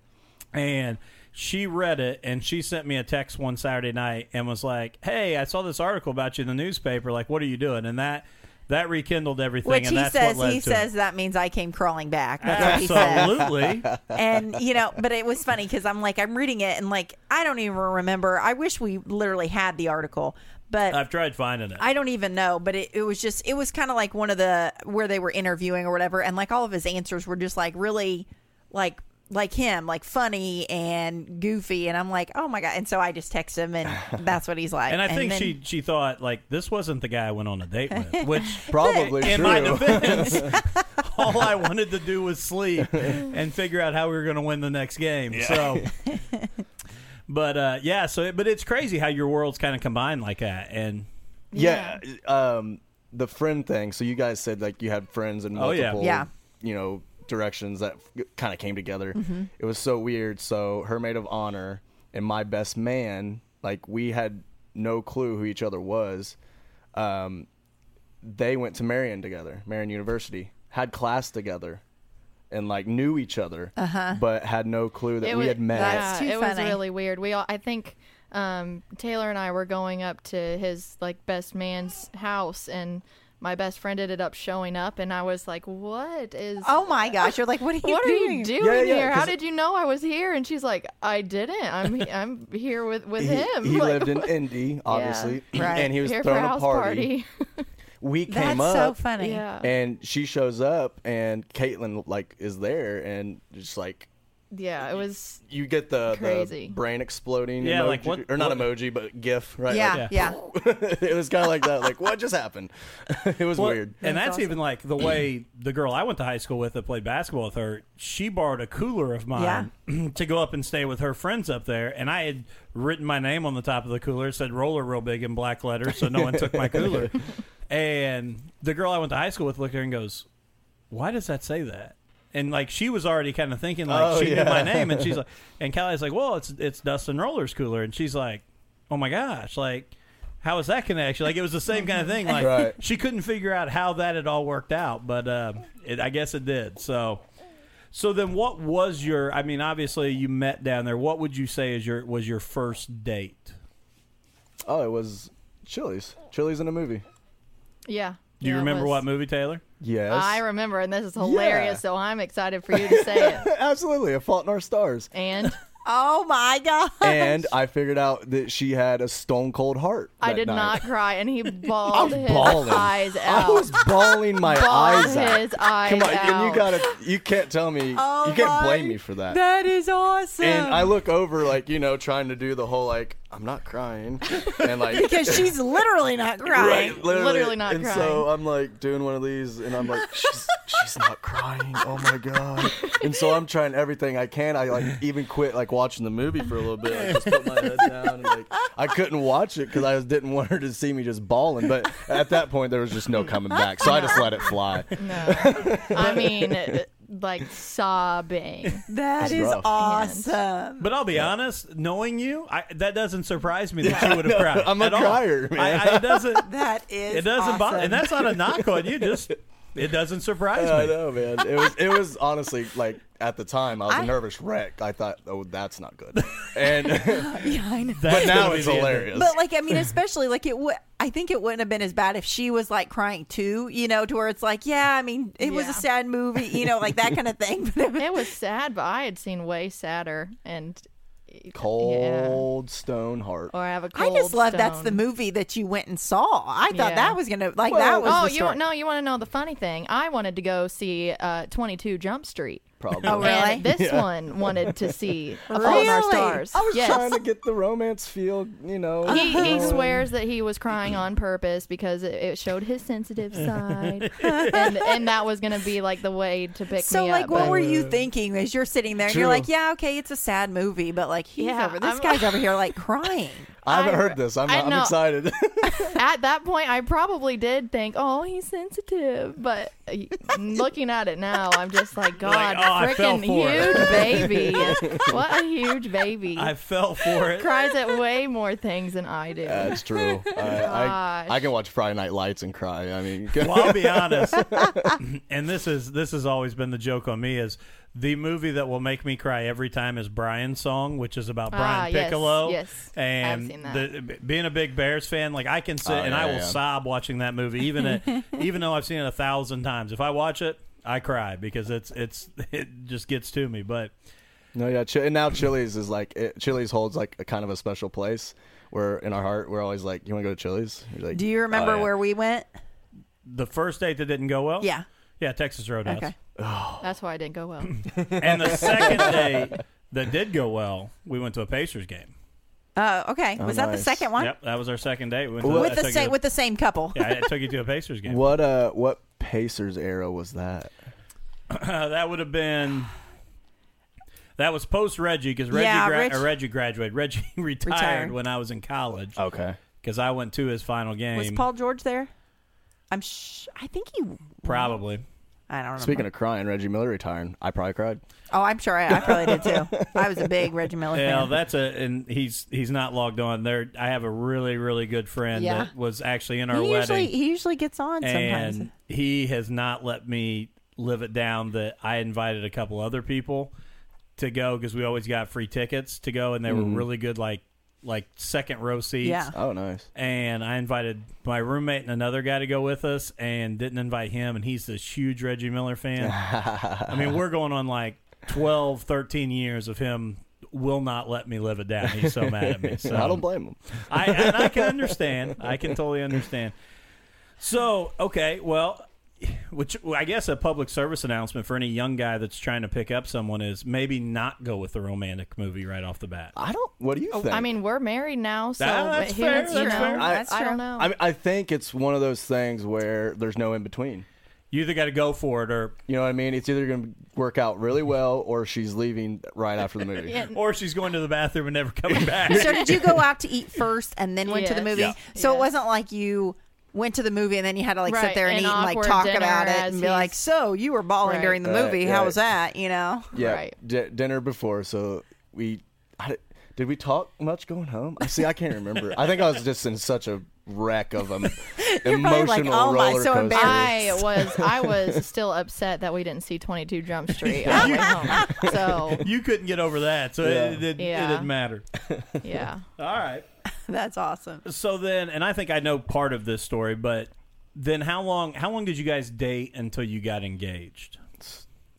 [SPEAKER 1] and she read it and she sent me a text one Saturday night and was like, "Hey, I saw this article about you in the newspaper. Like, what are you doing?" And that that rekindled everything.
[SPEAKER 2] which
[SPEAKER 1] and
[SPEAKER 2] he
[SPEAKER 1] that's
[SPEAKER 2] says
[SPEAKER 1] what led
[SPEAKER 2] he
[SPEAKER 1] to
[SPEAKER 2] says
[SPEAKER 1] it.
[SPEAKER 2] that means i came crawling back that's what he says
[SPEAKER 1] absolutely.
[SPEAKER 2] and you know but it was funny because i'm like i'm reading it and like i don't even remember i wish we literally had the article but
[SPEAKER 1] I've tried finding it.
[SPEAKER 2] I don't even know, but it, it was just it was kind of like one of the where they were interviewing or whatever, and like all of his answers were just like really like like him, like funny and goofy, and I'm like, oh my god! And so I just text him, and that's what he's like.
[SPEAKER 1] and I think
[SPEAKER 2] then-
[SPEAKER 1] she she thought like this wasn't the guy I went on a date with, which.
[SPEAKER 3] Probably
[SPEAKER 1] In
[SPEAKER 3] true.
[SPEAKER 1] my defense, all I wanted to do was sleep and figure out how we were going to win the next game. So, but uh, yeah, so it, but it's crazy how your worlds kind of combine like that, and
[SPEAKER 3] Yeah. Um, the friend thing. So you guys said like you had friends in
[SPEAKER 1] Oh, yeah.
[SPEAKER 3] multiple,
[SPEAKER 2] Yeah.
[SPEAKER 3] you know, directions that kind of came together. It was so weird. So her maid of honor and my best man, like we had no clue who each other was. Um, they went to Marion together, Marion University, had class together, and like knew each other, but had no clue that
[SPEAKER 4] It
[SPEAKER 3] we
[SPEAKER 4] was-
[SPEAKER 3] had met.
[SPEAKER 2] That's too
[SPEAKER 4] it was
[SPEAKER 2] funny.
[SPEAKER 4] really weird. We all, I think um, Taylor and I were going up to his like best man's house and my best friend ended up showing up, and I was like, "What is?
[SPEAKER 2] Oh my gosh! You're like, what are you
[SPEAKER 4] what are
[SPEAKER 2] doing?
[SPEAKER 4] you doing
[SPEAKER 3] Yeah, yeah,
[SPEAKER 4] here? How
[SPEAKER 3] 'cause-
[SPEAKER 4] did you know I was here?" And she's like, "I didn't. I'm I'm here with with
[SPEAKER 3] He,
[SPEAKER 4] him.
[SPEAKER 3] he
[SPEAKER 4] Like,
[SPEAKER 3] lived in Indy, obviously,
[SPEAKER 2] right.
[SPEAKER 3] and he was
[SPEAKER 4] here for
[SPEAKER 3] throwing
[SPEAKER 4] a
[SPEAKER 3] a
[SPEAKER 4] house
[SPEAKER 3] party.
[SPEAKER 4] party.
[SPEAKER 3] We came
[SPEAKER 2] That's so
[SPEAKER 3] up,
[SPEAKER 2] funny.
[SPEAKER 4] yeah.
[SPEAKER 3] and she shows up, and Caitlin like is there, and just like
[SPEAKER 4] yeah. It was
[SPEAKER 3] you get the, the
[SPEAKER 4] Crazy.
[SPEAKER 3] brain exploding,
[SPEAKER 1] Yeah,
[SPEAKER 3] emoji,
[SPEAKER 1] like, what-
[SPEAKER 3] or not
[SPEAKER 1] what-
[SPEAKER 3] emoji, but GIF, right?
[SPEAKER 2] Yeah,
[SPEAKER 1] Yeah.
[SPEAKER 2] yeah.
[SPEAKER 3] Like, it was kind of like that. Like what just happened? it was
[SPEAKER 1] Well,
[SPEAKER 3] weird.
[SPEAKER 1] And that's,
[SPEAKER 2] That's awesome.
[SPEAKER 1] even like the way the girl I went to high school with that played basketball with her, she borrowed a cooler of mine to go up and stay with her friends up there. And I had written my name on the top of the cooler, it said roller real big in black letters, so no one took my cooler. And the girl I went to high school with looked at her and goes, Why does that say that? And like she was already kind of thinking like
[SPEAKER 3] Oh,
[SPEAKER 1] she
[SPEAKER 3] yeah.
[SPEAKER 1] knew my name, and she's like, and Callie's like, well, it's it's Dustin Roller's cooler, and she's like, oh my gosh, like, how is that connection? Like it was the same kind of thing. Like
[SPEAKER 3] Right.
[SPEAKER 1] she couldn't figure out how that had all worked out, but uh, it, I guess it did. So, so then what was your? I mean, obviously you met down there. What would you say is your was your first date?
[SPEAKER 3] Oh, it was Chili's. Chili's in a movie.
[SPEAKER 4] yeah.
[SPEAKER 1] Do you
[SPEAKER 4] yeah, it
[SPEAKER 1] remember
[SPEAKER 4] was.
[SPEAKER 1] what movie, Taylor?
[SPEAKER 3] Yes,
[SPEAKER 4] I remember, and this is hilarious.
[SPEAKER 3] Yeah.
[SPEAKER 4] So I'm excited for you to say it.
[SPEAKER 3] absolutely. A Fault in Our Stars.
[SPEAKER 4] And
[SPEAKER 2] Oh my god!
[SPEAKER 3] and I figured out that she had a stone cold heart.
[SPEAKER 4] I
[SPEAKER 3] that
[SPEAKER 4] did
[SPEAKER 3] night.
[SPEAKER 4] not cry, and he bawled his
[SPEAKER 3] bawling.
[SPEAKER 4] eyes out.
[SPEAKER 3] I was bawling my
[SPEAKER 4] Bawled
[SPEAKER 3] eyes out.
[SPEAKER 4] his eyes
[SPEAKER 3] Come on, and
[SPEAKER 4] out.
[SPEAKER 3] you gotta, you can't tell me,
[SPEAKER 2] Oh
[SPEAKER 3] you can't
[SPEAKER 2] my-
[SPEAKER 3] blame me for that.
[SPEAKER 2] that is awesome.
[SPEAKER 3] And I look over, like you know, trying to do the whole like I'm not crying, and like
[SPEAKER 2] because she's literally not crying.
[SPEAKER 3] right,
[SPEAKER 4] Literally not
[SPEAKER 3] and
[SPEAKER 4] crying.
[SPEAKER 3] so I'm like doing one of these, and I'm like, she's, she's not crying. Oh my god! And so I'm trying everything I can. I like even quit like watching the movie for a little bit. I just put my head down. And, like I couldn't watch it because I was- didn't want her to see me just bawling. But at that point, there was just no coming back, so I just let it fly.
[SPEAKER 4] No. I mean, like sobbing.
[SPEAKER 2] That
[SPEAKER 3] That's
[SPEAKER 2] is
[SPEAKER 3] rough.
[SPEAKER 2] awesome.
[SPEAKER 1] But I'll be honest, knowing you, I, that doesn't surprise me that you would have cried.
[SPEAKER 3] I'm a
[SPEAKER 1] at all.
[SPEAKER 3] crier, man.
[SPEAKER 1] I, I, it doesn't.
[SPEAKER 2] That is.
[SPEAKER 1] It doesn't
[SPEAKER 2] awesome.
[SPEAKER 1] bother, and that's not a knock on you. Just it doesn't surprise
[SPEAKER 3] I
[SPEAKER 1] me.
[SPEAKER 3] know, man. It was it was honestly like at the time I was a
[SPEAKER 2] I-
[SPEAKER 3] nervous wreck. I thought, oh, that's not good, and
[SPEAKER 2] yeah, I know.
[SPEAKER 1] That's
[SPEAKER 3] but now
[SPEAKER 1] gonna be
[SPEAKER 3] it's
[SPEAKER 1] the end.
[SPEAKER 3] hilarious.
[SPEAKER 2] But like, I mean, especially like it would. I think it wouldn't have been as bad if she was like crying too, you know, to where it's like, yeah, I mean, it was
[SPEAKER 4] Yeah.
[SPEAKER 2] a sad movie, you know, like that kind of thing. But it was-
[SPEAKER 4] It was sad, but I had seen way sadder. And
[SPEAKER 3] Cold stone heart.
[SPEAKER 4] Or have a
[SPEAKER 2] I
[SPEAKER 4] cold.
[SPEAKER 2] just love that's
[SPEAKER 4] stone.
[SPEAKER 2] the movie that you went and saw. I thought
[SPEAKER 4] Yeah.
[SPEAKER 2] that was gonna like
[SPEAKER 3] Well,
[SPEAKER 2] that was.
[SPEAKER 4] Oh,
[SPEAKER 2] the
[SPEAKER 4] you
[SPEAKER 2] story.
[SPEAKER 4] no! You want to know the funny thing? I wanted to go see uh, 22 Jump Street.
[SPEAKER 3] Probably.
[SPEAKER 2] Oh, really?
[SPEAKER 4] And this one wanted to see A Fault in Our
[SPEAKER 2] Really?
[SPEAKER 4] Stars.
[SPEAKER 2] I
[SPEAKER 3] was
[SPEAKER 4] yes.
[SPEAKER 3] trying to get the romance feel, you know.
[SPEAKER 4] he, he
[SPEAKER 3] going.
[SPEAKER 4] swears that he was crying on purpose because it, it showed his sensitive side, and, and that was going to be like the way to pick
[SPEAKER 2] So
[SPEAKER 4] me
[SPEAKER 2] like,
[SPEAKER 4] up.
[SPEAKER 2] what
[SPEAKER 4] but-
[SPEAKER 2] were you thinking as you're sitting there? and You're
[SPEAKER 3] True.
[SPEAKER 2] like, yeah, okay, it's a sad movie, but like, he's
[SPEAKER 4] Yeah,
[SPEAKER 2] over. This
[SPEAKER 4] I'm-
[SPEAKER 2] guy's over here like crying.
[SPEAKER 3] I haven't
[SPEAKER 4] I-
[SPEAKER 3] heard this. I'm,
[SPEAKER 4] I
[SPEAKER 3] I'm
[SPEAKER 4] know.
[SPEAKER 3] excited.
[SPEAKER 4] at that point, I probably did think, "Oh, he's sensitive," but uh, looking at it now, I'm just like, "God,
[SPEAKER 1] Like, oh, I fell
[SPEAKER 4] freaking
[SPEAKER 1] for it."
[SPEAKER 4] huge baby! what a huge baby!"
[SPEAKER 1] I fell for it.
[SPEAKER 4] Cries at way more things than I do.
[SPEAKER 3] That's true. I, I,
[SPEAKER 4] Gosh.
[SPEAKER 3] I can watch Friday Night Lights and cry. I mean,
[SPEAKER 1] Well, I'll be honest, and this is this has always been the joke on me is the movie that will make me cry every time is Brian's song, which is about
[SPEAKER 4] Ah,
[SPEAKER 1] Brian
[SPEAKER 4] yes,
[SPEAKER 1] Piccolo.
[SPEAKER 4] yes. I've
[SPEAKER 1] and
[SPEAKER 4] seen that.
[SPEAKER 1] the- b- being a big Bears fan, like I can sit
[SPEAKER 3] Oh,
[SPEAKER 1] and
[SPEAKER 3] yeah,
[SPEAKER 1] I will
[SPEAKER 3] yeah.
[SPEAKER 1] sob watching that movie, even at, even though I've seen it a thousand times. If I watch it, I cry because it's it's it just gets to me. But
[SPEAKER 3] no, yeah. Chi- and now Chili's is like, it, Chili's holds like a kind of a special place where in our heart, we're always like, you want to go to Chili's? You're like,
[SPEAKER 2] Do you remember
[SPEAKER 3] "Oh, yeah."
[SPEAKER 2] where we went?
[SPEAKER 1] the first date that didn't go well,
[SPEAKER 4] Oh.
[SPEAKER 2] Yeah.
[SPEAKER 1] yeah, Texas Roadhouse.
[SPEAKER 2] Okay.
[SPEAKER 4] That's why I didn't go well.
[SPEAKER 1] And the second date that did go well, we went to a Pacers game.
[SPEAKER 2] Uh, okay.
[SPEAKER 3] Oh,
[SPEAKER 2] Was that the
[SPEAKER 3] nice.
[SPEAKER 2] second one?
[SPEAKER 1] Yep, that was our second date. We went to- I
[SPEAKER 2] With the
[SPEAKER 1] took
[SPEAKER 2] same
[SPEAKER 1] you-
[SPEAKER 2] with the same couple.
[SPEAKER 1] yeah, I took you to a Pacers game.
[SPEAKER 3] What, uh, what Pacers era was that?
[SPEAKER 1] Uh, that would have been. That was post Reggie because Reggie,
[SPEAKER 2] Yeah,
[SPEAKER 1] gra-
[SPEAKER 2] Reg-
[SPEAKER 1] uh, Reggie graduated. Reggie retired,
[SPEAKER 2] Retired.
[SPEAKER 1] when I was in college
[SPEAKER 3] Okay.
[SPEAKER 1] because I went to his final game.
[SPEAKER 2] Was Paul George there? I'm. Sh- I think he.
[SPEAKER 1] probably.
[SPEAKER 2] I don't remember.
[SPEAKER 3] Speaking of crying, Reggie Miller retiring. I probably cried.
[SPEAKER 2] oh, I'm sure I, I probably did too. I was a big Reggie Miller
[SPEAKER 1] Yeah,
[SPEAKER 2] fan.
[SPEAKER 1] that's a and he's he's not logged on there. I have a really really good friend
[SPEAKER 4] Yeah.
[SPEAKER 1] that was actually in our
[SPEAKER 2] he
[SPEAKER 1] wedding.
[SPEAKER 2] usually he usually gets on sometimes.
[SPEAKER 1] and he has not let me live it down that I invited a couple other people to go because we always got free tickets to go, and they were really good, like like second row seats.
[SPEAKER 2] Yeah.
[SPEAKER 3] Oh, nice.
[SPEAKER 1] And I invited my roommate and another guy to go with us, and didn't invite him. And he's this huge Reggie Miller fan. I mean, we're going on like 12, 13 years of him will not let me live it down. He's so mad at me. So
[SPEAKER 3] I don't blame him.
[SPEAKER 1] I and I can understand. I can totally understand. So okay, well, which well, I guess a public service announcement for any young guy that's trying to pick up someone is maybe not go with the romantic movie right off the bat.
[SPEAKER 3] I don't. What
[SPEAKER 2] Oh,
[SPEAKER 3] do you think?
[SPEAKER 4] I mean, we're married now, so
[SPEAKER 1] That- that's
[SPEAKER 4] who-
[SPEAKER 1] fair, that's
[SPEAKER 4] you know,
[SPEAKER 1] fair.
[SPEAKER 2] I-
[SPEAKER 4] I don't know.
[SPEAKER 3] I, mean, I think it's one of those things where there's no in between.
[SPEAKER 1] You either got to go for it or
[SPEAKER 3] You know what I mean? It's either going to work out really well or she's leaving right after the movie.
[SPEAKER 4] Yeah.
[SPEAKER 1] or she's going to the bathroom and never coming back.
[SPEAKER 2] So did you go out to eat first and then went to the
[SPEAKER 4] Yes.
[SPEAKER 2] movie?
[SPEAKER 4] Yeah.
[SPEAKER 2] So it
[SPEAKER 4] Yes.
[SPEAKER 2] wasn't like you went to the movie and then you had to like sit
[SPEAKER 4] Right,
[SPEAKER 2] there and,
[SPEAKER 4] an
[SPEAKER 2] eat and like
[SPEAKER 4] awkward
[SPEAKER 2] talk
[SPEAKER 4] dinner
[SPEAKER 2] about it
[SPEAKER 4] as
[SPEAKER 2] and be
[SPEAKER 4] he's-
[SPEAKER 2] like, so you were bawling
[SPEAKER 4] Right.
[SPEAKER 2] during the
[SPEAKER 3] Right,
[SPEAKER 2] movie. How
[SPEAKER 3] right.
[SPEAKER 2] was that? You know.
[SPEAKER 3] Yeah,
[SPEAKER 4] Right.
[SPEAKER 3] di- dinner before. So we I, did we talk much going home? I see. I can't remember. I think I was just in such a wreck of an
[SPEAKER 2] probably
[SPEAKER 3] emotional
[SPEAKER 2] like, "Oh
[SPEAKER 3] roller
[SPEAKER 2] my, so
[SPEAKER 3] coaster.
[SPEAKER 4] I
[SPEAKER 2] embarrassed."
[SPEAKER 4] was I was still upset that we didn't see 22 Jump Street on the way home. So
[SPEAKER 1] You couldn't get over that, so
[SPEAKER 3] Yeah.
[SPEAKER 1] it, it, didn't- it
[SPEAKER 4] Yeah.
[SPEAKER 1] didn't matter.
[SPEAKER 4] yeah,
[SPEAKER 1] All right.
[SPEAKER 2] That's awesome.
[SPEAKER 1] So then, and I think I know part of this story, but then how long? How long did you guys date until you got engaged?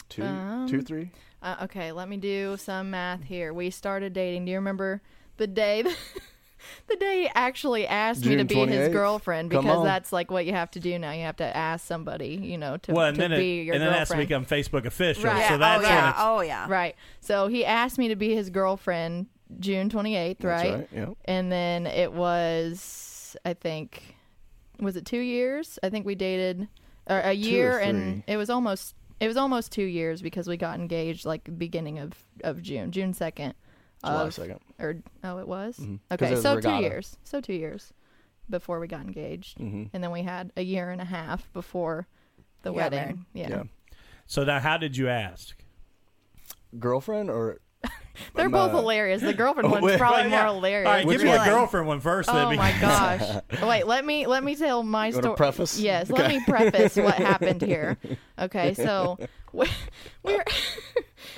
[SPEAKER 3] Two,
[SPEAKER 2] Um,
[SPEAKER 3] two, three.
[SPEAKER 4] uh, okay. Let me do some math here. We started dating. Do you remember the day? The day he actually asked me to
[SPEAKER 3] June
[SPEAKER 4] be his
[SPEAKER 3] 28th.
[SPEAKER 4] girlfriend
[SPEAKER 3] Come
[SPEAKER 4] because
[SPEAKER 3] on.
[SPEAKER 4] that's like what you have to do now. You have to ask somebody, you know, to,
[SPEAKER 1] Well, and
[SPEAKER 4] to
[SPEAKER 1] then
[SPEAKER 4] be
[SPEAKER 1] it,
[SPEAKER 4] your
[SPEAKER 1] and then it has to
[SPEAKER 4] girlfriend.
[SPEAKER 1] become Facebook official.
[SPEAKER 4] Right.
[SPEAKER 1] So that's
[SPEAKER 2] oh
[SPEAKER 1] when
[SPEAKER 2] yeah.
[SPEAKER 1] it's-
[SPEAKER 2] Oh yeah.
[SPEAKER 4] Right. So he asked me to be his girlfriend June 28th,
[SPEAKER 3] That's
[SPEAKER 4] right?
[SPEAKER 3] right, yeah.
[SPEAKER 4] And then it was, I think, was it two years? I think we dated or a year, and
[SPEAKER 3] three.
[SPEAKER 4] it was almost it was almost two years because we got engaged like beginning of of June, June 2nd.
[SPEAKER 3] July
[SPEAKER 4] of-
[SPEAKER 3] 2nd.
[SPEAKER 4] Or oh, it was
[SPEAKER 3] 'Cause
[SPEAKER 4] okay.
[SPEAKER 3] it was
[SPEAKER 4] so
[SPEAKER 3] regatta.
[SPEAKER 4] two years. So two years before we got engaged,
[SPEAKER 3] Mm-hmm.
[SPEAKER 4] and then we had a year and a half before the
[SPEAKER 2] You got married.
[SPEAKER 4] wedding. Yeah.
[SPEAKER 3] Yeah.
[SPEAKER 1] So now, how did you ask?
[SPEAKER 3] Girlfriend or
[SPEAKER 4] They're
[SPEAKER 3] I'm,
[SPEAKER 4] both
[SPEAKER 3] uh,
[SPEAKER 4] hilarious. The girlfriend one's
[SPEAKER 3] wait.
[SPEAKER 4] probably
[SPEAKER 1] Well,
[SPEAKER 4] more
[SPEAKER 1] yeah.
[SPEAKER 4] hilarious.
[SPEAKER 1] All right,
[SPEAKER 3] Which
[SPEAKER 1] give me
[SPEAKER 2] one?
[SPEAKER 1] a girlfriend one first. then
[SPEAKER 4] Oh
[SPEAKER 1] because-
[SPEAKER 4] my gosh! Wait, let me let me tell my
[SPEAKER 3] You wanna
[SPEAKER 4] story.
[SPEAKER 3] preface?
[SPEAKER 4] Yes, let me preface what happened here. Okay, so we- we're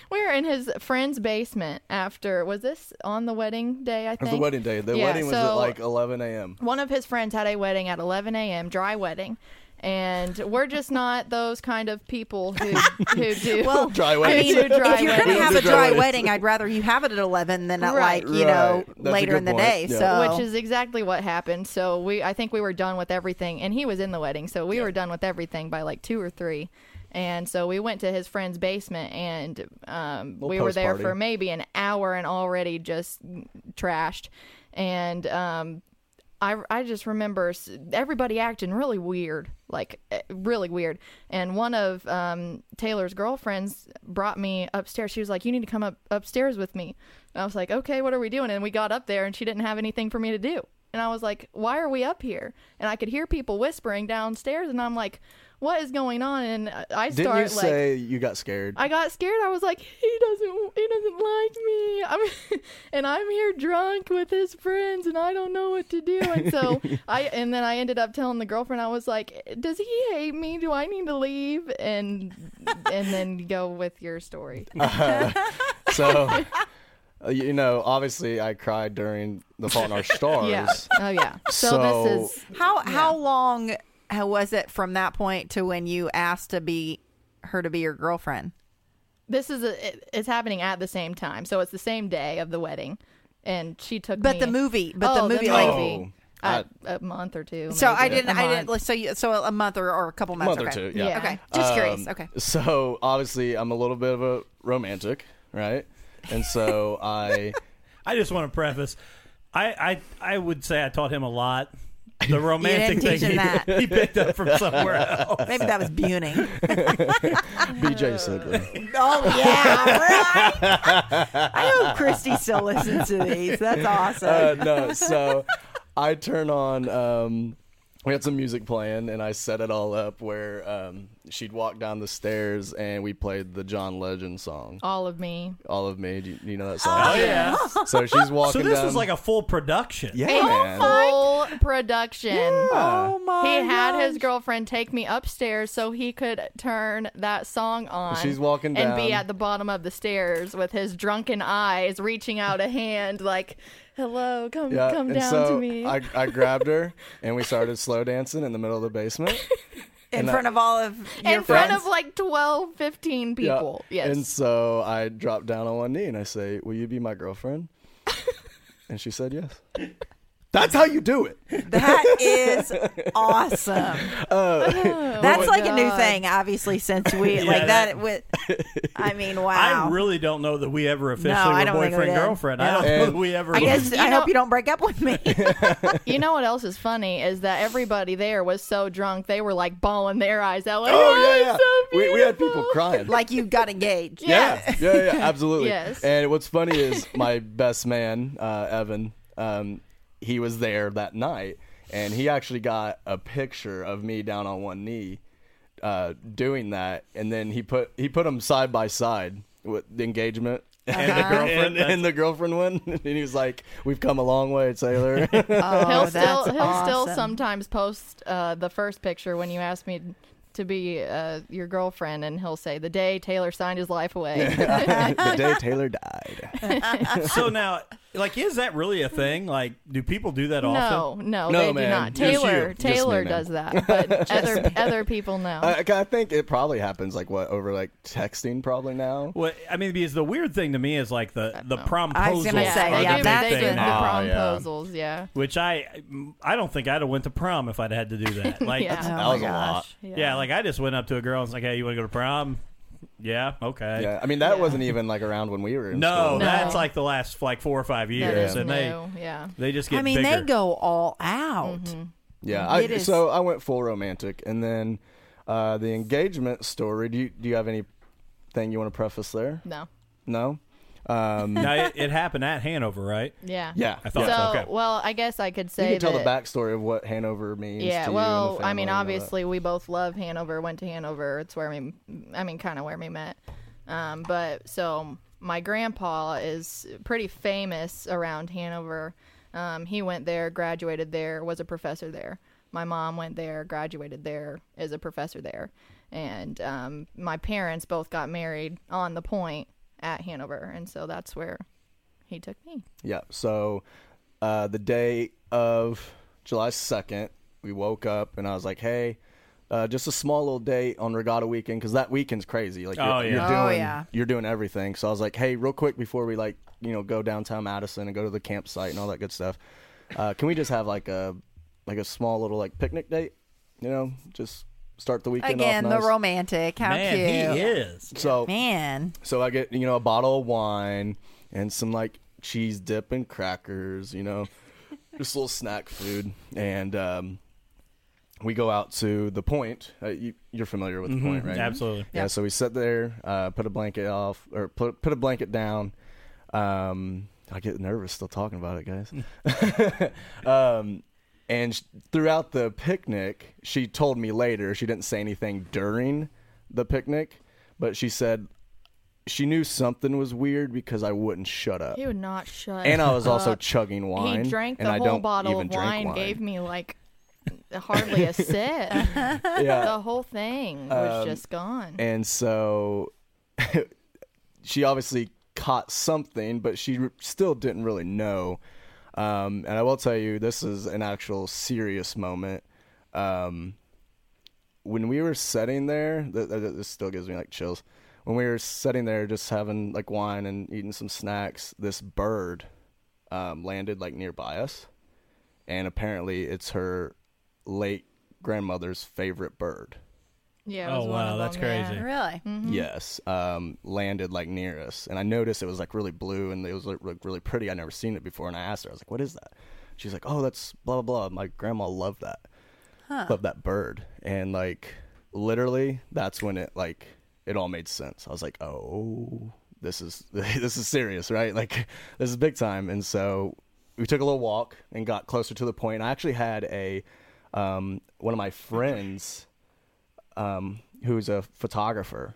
[SPEAKER 4] we're in his friend's basement after. Was this on the wedding day? I
[SPEAKER 3] it was
[SPEAKER 4] think
[SPEAKER 3] the wedding day. The
[SPEAKER 4] Yeah,
[SPEAKER 3] wedding was at
[SPEAKER 4] so-
[SPEAKER 3] like uh, 11 a.m.
[SPEAKER 4] one of his friends had a wedding at 11 a.m. dry wedding, and we're just not those kind of people who who do.
[SPEAKER 2] Well,
[SPEAKER 3] Dry
[SPEAKER 2] I
[SPEAKER 3] wedding.
[SPEAKER 2] mean,
[SPEAKER 4] We do
[SPEAKER 2] if
[SPEAKER 4] a dry
[SPEAKER 2] you're
[SPEAKER 4] wedding.
[SPEAKER 2] going
[SPEAKER 4] We
[SPEAKER 2] to
[SPEAKER 4] do
[SPEAKER 2] have
[SPEAKER 3] a
[SPEAKER 2] a
[SPEAKER 3] dry
[SPEAKER 2] dry
[SPEAKER 3] wedding.
[SPEAKER 2] wedding, I'd rather you have it at 11 than at
[SPEAKER 4] Right.
[SPEAKER 2] like, you know,
[SPEAKER 3] Right. That's a
[SPEAKER 2] later
[SPEAKER 3] good
[SPEAKER 2] in the
[SPEAKER 3] point.
[SPEAKER 2] day.
[SPEAKER 3] Yeah.
[SPEAKER 2] So
[SPEAKER 4] which is exactly what happened. So we, I think we were done with everything, and he was in the wedding, so we were done with everything by like two or three. And so we went to his friend's basement, and um, we were there
[SPEAKER 3] post-party.
[SPEAKER 4] for maybe an hour, and already just trashed. And um, I, I just remember s- everybody acting really weird, like eh, really weird. And one of um, Taylor's girlfriends brought me upstairs. She was like, "You need to come up upstairs with me." And I was like, "Okay, what are we doing?" And we got up there, and she didn't have anything for me to do. And I was like, "Why are we up here?" And I could hear people whispering downstairs, and I'm like, "What is going on?" And I- I
[SPEAKER 3] Didn't
[SPEAKER 4] start
[SPEAKER 3] you
[SPEAKER 4] like.
[SPEAKER 3] say you got scared?
[SPEAKER 4] I got scared. I was like, he doesn't, he doesn't like me. I'm, and I'm here drunk with his friends, and I don't know what to do. And so I, and then I ended up telling the girlfriend, I was like, does he hate me? Do I need to leave? And and then go with your story.
[SPEAKER 3] Oh, so, uh, you know, obviously I cried during The Fault in Our Stars.
[SPEAKER 4] Yeah. Oh yeah. So,
[SPEAKER 3] So-
[SPEAKER 4] this is
[SPEAKER 2] how how long how was it from that point to when you asked to be her to be your girlfriend?
[SPEAKER 4] this is a, it- it's happening at the same time. So it's the same day of the wedding, and she took.
[SPEAKER 2] But
[SPEAKER 4] me-
[SPEAKER 2] the movie, but
[SPEAKER 4] Oh,
[SPEAKER 2] the movie, like.
[SPEAKER 3] movie. Oh,
[SPEAKER 4] uh, a month or two.
[SPEAKER 2] So I
[SPEAKER 4] maybe.
[SPEAKER 2] didn't.
[SPEAKER 4] A
[SPEAKER 2] I
[SPEAKER 4] month.
[SPEAKER 2] didn't. So you, so a month or, or a couple months.
[SPEAKER 3] Month or
[SPEAKER 2] okay.
[SPEAKER 3] two,
[SPEAKER 4] Yeah.
[SPEAKER 2] Okay. Just curious.
[SPEAKER 3] Um,
[SPEAKER 2] Okay.
[SPEAKER 3] So obviously, I'm a little bit of a romantic, right? And so I,
[SPEAKER 1] I just want to preface. I, I I would say I taught him a lot. The romantic
[SPEAKER 2] teach
[SPEAKER 1] thing
[SPEAKER 2] him
[SPEAKER 1] he,
[SPEAKER 2] that.
[SPEAKER 1] he picked up from somewhere else.
[SPEAKER 2] Maybe that was Buning.
[SPEAKER 3] BJ Sibley.
[SPEAKER 2] oh yeah, right. I hope Christy still listens to these. That's awesome.
[SPEAKER 3] Uh, no, so I turn on. Um, we had some music playing, and I set it all up where um, she'd walk down the stairs, and we played the John Legend song,
[SPEAKER 4] all of me.
[SPEAKER 3] "All of Me." Do you, do you know that
[SPEAKER 1] Oh
[SPEAKER 3] song?
[SPEAKER 1] yeah.
[SPEAKER 3] So she's
[SPEAKER 1] So
[SPEAKER 3] walking.
[SPEAKER 1] this
[SPEAKER 3] down,
[SPEAKER 1] was like a full production.
[SPEAKER 3] yeah,
[SPEAKER 4] a
[SPEAKER 3] man.
[SPEAKER 4] full production.
[SPEAKER 2] oh my.
[SPEAKER 4] He had his
[SPEAKER 2] gosh.
[SPEAKER 4] girlfriend take me upstairs so he could turn that song on.
[SPEAKER 3] She's walking
[SPEAKER 4] and be
[SPEAKER 3] down.
[SPEAKER 4] at the bottom of the stairs with his drunken eyes, reaching out a hand like hello, come
[SPEAKER 3] Yeah,
[SPEAKER 4] come
[SPEAKER 3] and
[SPEAKER 4] down
[SPEAKER 3] so
[SPEAKER 4] to me.
[SPEAKER 3] I, I grabbed her and we started slow dancing in the middle of the basement.
[SPEAKER 2] in
[SPEAKER 3] And uh, I-
[SPEAKER 2] front of all of your
[SPEAKER 4] in front
[SPEAKER 2] friends.
[SPEAKER 4] of like 12, 15
[SPEAKER 3] Yeah.
[SPEAKER 4] people. Yes.
[SPEAKER 3] And so I dropped down on one knee and I say, "Will you be my girlfriend?" and she said yes. That's how you do it.
[SPEAKER 2] that is awesome.
[SPEAKER 4] Oh.
[SPEAKER 2] That's like a new thing, obviously. Since we
[SPEAKER 1] Yeah,
[SPEAKER 2] like
[SPEAKER 1] that-
[SPEAKER 2] that. With, I mean, wow.
[SPEAKER 1] I really don't know that we ever officially
[SPEAKER 2] No, I
[SPEAKER 1] were
[SPEAKER 2] don't think we
[SPEAKER 1] boyfriend
[SPEAKER 2] did.
[SPEAKER 1] girlfriend. I
[SPEAKER 2] Yeah.
[SPEAKER 1] don't know
[SPEAKER 3] And-
[SPEAKER 1] that we ever.
[SPEAKER 2] I
[SPEAKER 1] were.
[SPEAKER 2] guess
[SPEAKER 4] You
[SPEAKER 2] I
[SPEAKER 4] know-
[SPEAKER 2] hope you don't break up with me.
[SPEAKER 4] You know what else is funny is that everybody there was so drunk they were like bawling their eyes out. Like, oh,
[SPEAKER 3] Oh yeah, yeah.
[SPEAKER 4] it's so
[SPEAKER 3] we, we had people
[SPEAKER 4] beautiful."
[SPEAKER 3] crying.
[SPEAKER 2] like you got engaged.
[SPEAKER 4] Yeah.
[SPEAKER 3] Yeah, yeah, yeah, absolutely.
[SPEAKER 4] Yes.
[SPEAKER 3] And what's funny is my best man, uh, Evan, um, he was there that night, and he actually got a picture of me down on one knee, uh, doing that, and then he put he put them side by side with the engagement.
[SPEAKER 1] And the girlfriend,
[SPEAKER 3] And, and the girlfriend one, and he was like, "We've come a long way, Taylor."
[SPEAKER 2] Oh,
[SPEAKER 4] he'll
[SPEAKER 2] that's
[SPEAKER 4] still he'll still
[SPEAKER 2] awesome.
[SPEAKER 4] sometimes post uh, the first picture when you ask me to be uh, your girlfriend, and he'll say the day Taylor signed his life away.
[SPEAKER 3] the day Taylor died.
[SPEAKER 1] so now, like, is that really a thing? Like, do people do that often?
[SPEAKER 4] no, no,
[SPEAKER 3] No,
[SPEAKER 4] they
[SPEAKER 3] man.
[SPEAKER 4] do not.
[SPEAKER 3] Just
[SPEAKER 4] Taylor
[SPEAKER 3] you. Just me,
[SPEAKER 4] Taylor
[SPEAKER 3] man. Uh,
[SPEAKER 4] does that, but other other people know.
[SPEAKER 3] I, I think it probably happens like what over like texting probably now.
[SPEAKER 1] Well, I mean, because the weird thing to me is like the the promposals
[SPEAKER 2] I was gonna say,
[SPEAKER 1] are
[SPEAKER 4] they
[SPEAKER 2] yeah,
[SPEAKER 1] the
[SPEAKER 4] do,
[SPEAKER 1] big
[SPEAKER 2] that's
[SPEAKER 4] they do
[SPEAKER 1] thing
[SPEAKER 4] the
[SPEAKER 1] now.
[SPEAKER 3] Oh, yeah.
[SPEAKER 4] promposals, yeah.
[SPEAKER 1] Which I I don't think I'd have went to prom if I'd had to do that. Like,
[SPEAKER 4] Yeah.
[SPEAKER 2] Oh
[SPEAKER 3] that
[SPEAKER 2] my
[SPEAKER 3] was a lot.
[SPEAKER 2] gosh.
[SPEAKER 1] yeah, like I just went up to a girl and was like, "Hey, you want to go to prom?" Yeah, okay.
[SPEAKER 3] Yeah, I mean that
[SPEAKER 4] Yeah.
[SPEAKER 3] wasn't even like around when we were in
[SPEAKER 1] No,
[SPEAKER 3] school.
[SPEAKER 4] No.
[SPEAKER 1] that's like the last like four or five
[SPEAKER 4] That
[SPEAKER 1] years,
[SPEAKER 4] is
[SPEAKER 1] and they
[SPEAKER 4] new, yeah.
[SPEAKER 1] they just get
[SPEAKER 2] I mean,
[SPEAKER 1] bigger.
[SPEAKER 2] they go all out.
[SPEAKER 4] Mm-hmm.
[SPEAKER 3] Yeah,
[SPEAKER 2] It
[SPEAKER 3] I,
[SPEAKER 2] is-
[SPEAKER 3] so I went full romantic, and then uh, the engagement story. Do you do you have anything you want to preface there?
[SPEAKER 4] No,
[SPEAKER 3] No. Um,
[SPEAKER 1] now, it, it happened at Hanover, right?
[SPEAKER 4] yeah,
[SPEAKER 3] yeah,
[SPEAKER 1] I thought
[SPEAKER 3] yeah.
[SPEAKER 1] so.
[SPEAKER 4] So,
[SPEAKER 1] okay.
[SPEAKER 4] well, I guess I could
[SPEAKER 3] You
[SPEAKER 4] say
[SPEAKER 3] can tell
[SPEAKER 4] that,
[SPEAKER 3] the backstory of what Hanover means.
[SPEAKER 4] Yeah,
[SPEAKER 3] to you and
[SPEAKER 4] well,
[SPEAKER 3] the
[SPEAKER 4] I mean,
[SPEAKER 3] family and all that.
[SPEAKER 4] obviously, we both love Hanover. Went to Hanover. It's where we, I mean, kind of where we met. Um, but so my grandpa is pretty famous around Hanover. Um, he went there, graduated there, was a professor there. My mom went there, graduated there, is a professor there, and um, my parents both got married on the point at Hanover, and so that's where he took me.
[SPEAKER 3] Yeah. So uh, the day of July 2nd, we woke up and I was like, hey, uh, just a small little date on regatta weekend because that weekend's crazy. Like you're,
[SPEAKER 1] Oh, yeah.
[SPEAKER 3] you're
[SPEAKER 2] Oh,
[SPEAKER 3] doing,
[SPEAKER 2] yeah.
[SPEAKER 3] you're doing everything. So I was like, hey, real quick before we like you know go downtown Madison and go to the campsite and all that good stuff, uh, can we just have like a like a small little like picnic date? You know, just start the weekend
[SPEAKER 2] Again,
[SPEAKER 3] off
[SPEAKER 2] the
[SPEAKER 3] nice.
[SPEAKER 2] romantic. How
[SPEAKER 1] Man,
[SPEAKER 2] cute,
[SPEAKER 1] he is.
[SPEAKER 3] So
[SPEAKER 2] man.
[SPEAKER 3] so I get you know a bottle of wine and some like cheese dip and crackers, you know, just a little snack food, and um, we go out to the point. Uh, you, you're familiar with the point, right?
[SPEAKER 1] Absolutely.
[SPEAKER 3] Yeah. So we sit there, uh, put a blanket off or put put a blanket down. Um, I get nervous still talking about it, guys.
[SPEAKER 4] Mm.
[SPEAKER 3] um, and sh- throughout the picnic, she told me later she didn't say anything during the picnic, but she said she knew something was weird because I wouldn't shut up,
[SPEAKER 4] He would not shut.
[SPEAKER 3] and I was also
[SPEAKER 4] up.
[SPEAKER 3] chugging wine.
[SPEAKER 4] He drank
[SPEAKER 3] and
[SPEAKER 4] the
[SPEAKER 3] I
[SPEAKER 4] whole
[SPEAKER 3] don't
[SPEAKER 4] bottle
[SPEAKER 3] even
[SPEAKER 4] of
[SPEAKER 3] drink
[SPEAKER 4] wine, Gave me like hardly a sip.
[SPEAKER 3] Yeah.
[SPEAKER 4] the whole thing was just gone.
[SPEAKER 3] Um, and so she obviously caught something, but she r- still didn't really know. Um, and I will tell you, this is an actual serious moment. Um, when we were sitting there, th- th- th- this still gives me like chills. When we were sitting there, just having like wine and eating some snacks, this bird um, landed like nearby us, and apparently it's her late grandmother's favorite bird.
[SPEAKER 4] yeah. it
[SPEAKER 1] Oh
[SPEAKER 4] was one
[SPEAKER 1] wow,
[SPEAKER 4] of
[SPEAKER 1] that's
[SPEAKER 4] them, yeah.
[SPEAKER 1] crazy.
[SPEAKER 2] Really?
[SPEAKER 3] Yes, um, landed like near us, and I noticed it was like really blue and it was like like, really pretty. I'd never seen it before, and I asked her, I was like, "What is that?" She's like, "Oh, that's blah blah blah." My grandma loved that, loved that bird, and like literally, that's when it like it all made sense. I was like, "Oh, this is this is serious, right? Like this is big time." And so we took a little walk and got closer to the point. I actually had a um, one of my friends um, who's a photographer,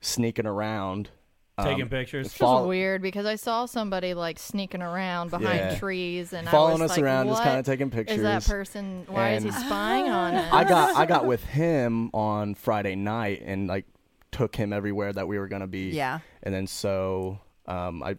[SPEAKER 3] sneaking around, um,
[SPEAKER 1] Taking pictures.
[SPEAKER 4] Which was
[SPEAKER 3] Follow-
[SPEAKER 4] weird because I saw somebody like sneaking around behind
[SPEAKER 3] Yeah.
[SPEAKER 4] trees and I
[SPEAKER 3] following
[SPEAKER 4] was
[SPEAKER 3] us
[SPEAKER 4] like,
[SPEAKER 3] around,
[SPEAKER 4] what
[SPEAKER 3] just kind of taking
[SPEAKER 4] Is
[SPEAKER 3] pictures.
[SPEAKER 4] that person? Why is he
[SPEAKER 3] And-
[SPEAKER 4] spying on us?
[SPEAKER 3] I got I got with him on Friday night and like took him everywhere that we were gonna be.
[SPEAKER 2] Yeah.
[SPEAKER 3] And then so um, I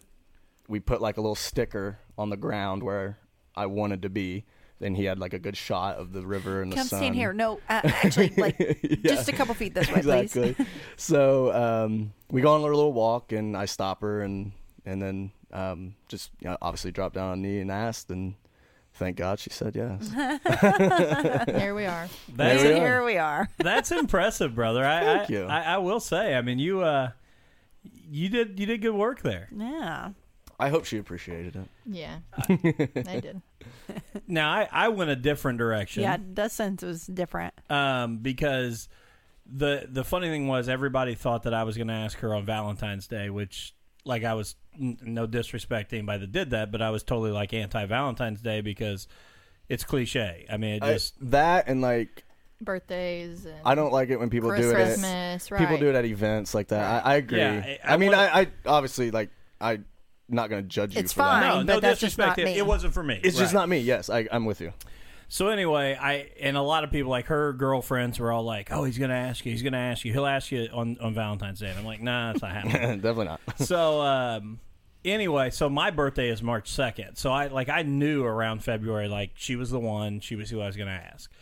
[SPEAKER 3] we put like a little sticker on the ground where I wanted to be. Then he had like a good shot of the river and the
[SPEAKER 5] Come
[SPEAKER 3] sun.
[SPEAKER 5] stand here. No, uh, actually, like just a couple feet this way, please.
[SPEAKER 3] exactly. so um, we go on a little walk, and I stop her, and and then um, just you know, obviously dropped down on a knee and asked, and thank God she said yes.
[SPEAKER 4] there we are.
[SPEAKER 1] That's
[SPEAKER 3] There
[SPEAKER 2] so
[SPEAKER 3] we are.
[SPEAKER 2] here we are.
[SPEAKER 1] That's impressive, brother. I,
[SPEAKER 3] Thank
[SPEAKER 1] I,
[SPEAKER 3] you.
[SPEAKER 1] I, I will say. I mean, you uh, you did you did good work there.
[SPEAKER 2] Yeah.
[SPEAKER 3] I hope she appreciated it.
[SPEAKER 4] Yeah, they did.
[SPEAKER 1] Now I, I went a different direction.
[SPEAKER 2] Yeah, Dustin's was different.
[SPEAKER 1] Um, because the the funny thing was everybody thought that I was going to ask her on Valentine's Day, which like I was n- no disrespect to anybody that did that, but I was totally like anti Valentine's Day because it's cliche. I mean, it
[SPEAKER 3] I-
[SPEAKER 1] just
[SPEAKER 3] that and like
[SPEAKER 4] Birthdays. And
[SPEAKER 3] I don't like it when people do it. At,
[SPEAKER 4] Christmas, right?
[SPEAKER 3] People do it at events like that. I, I agree.
[SPEAKER 1] Yeah, I-
[SPEAKER 3] I,
[SPEAKER 1] I
[SPEAKER 3] mean,
[SPEAKER 1] wanna-
[SPEAKER 3] I, I obviously like I not gonna judge you.
[SPEAKER 5] It's
[SPEAKER 3] for that.
[SPEAKER 5] fine. but
[SPEAKER 1] no no
[SPEAKER 5] that's just not
[SPEAKER 1] disrespect. It,
[SPEAKER 5] me.
[SPEAKER 1] it wasn't for me.
[SPEAKER 3] It's just
[SPEAKER 1] Right.
[SPEAKER 3] not me. Yes, I, I'm with you.
[SPEAKER 1] So anyway, I and a lot of people like her girlfriends were all like, "Oh, he's gonna ask you. He's gonna ask you. He'll ask you on on Valentine's Day." And I'm like, "Nah, that's not happening."
[SPEAKER 3] Definitely not.
[SPEAKER 1] so um, anyway, so my birthday is March second. So I like I knew around February, like she was the one. She was who I was gonna ask.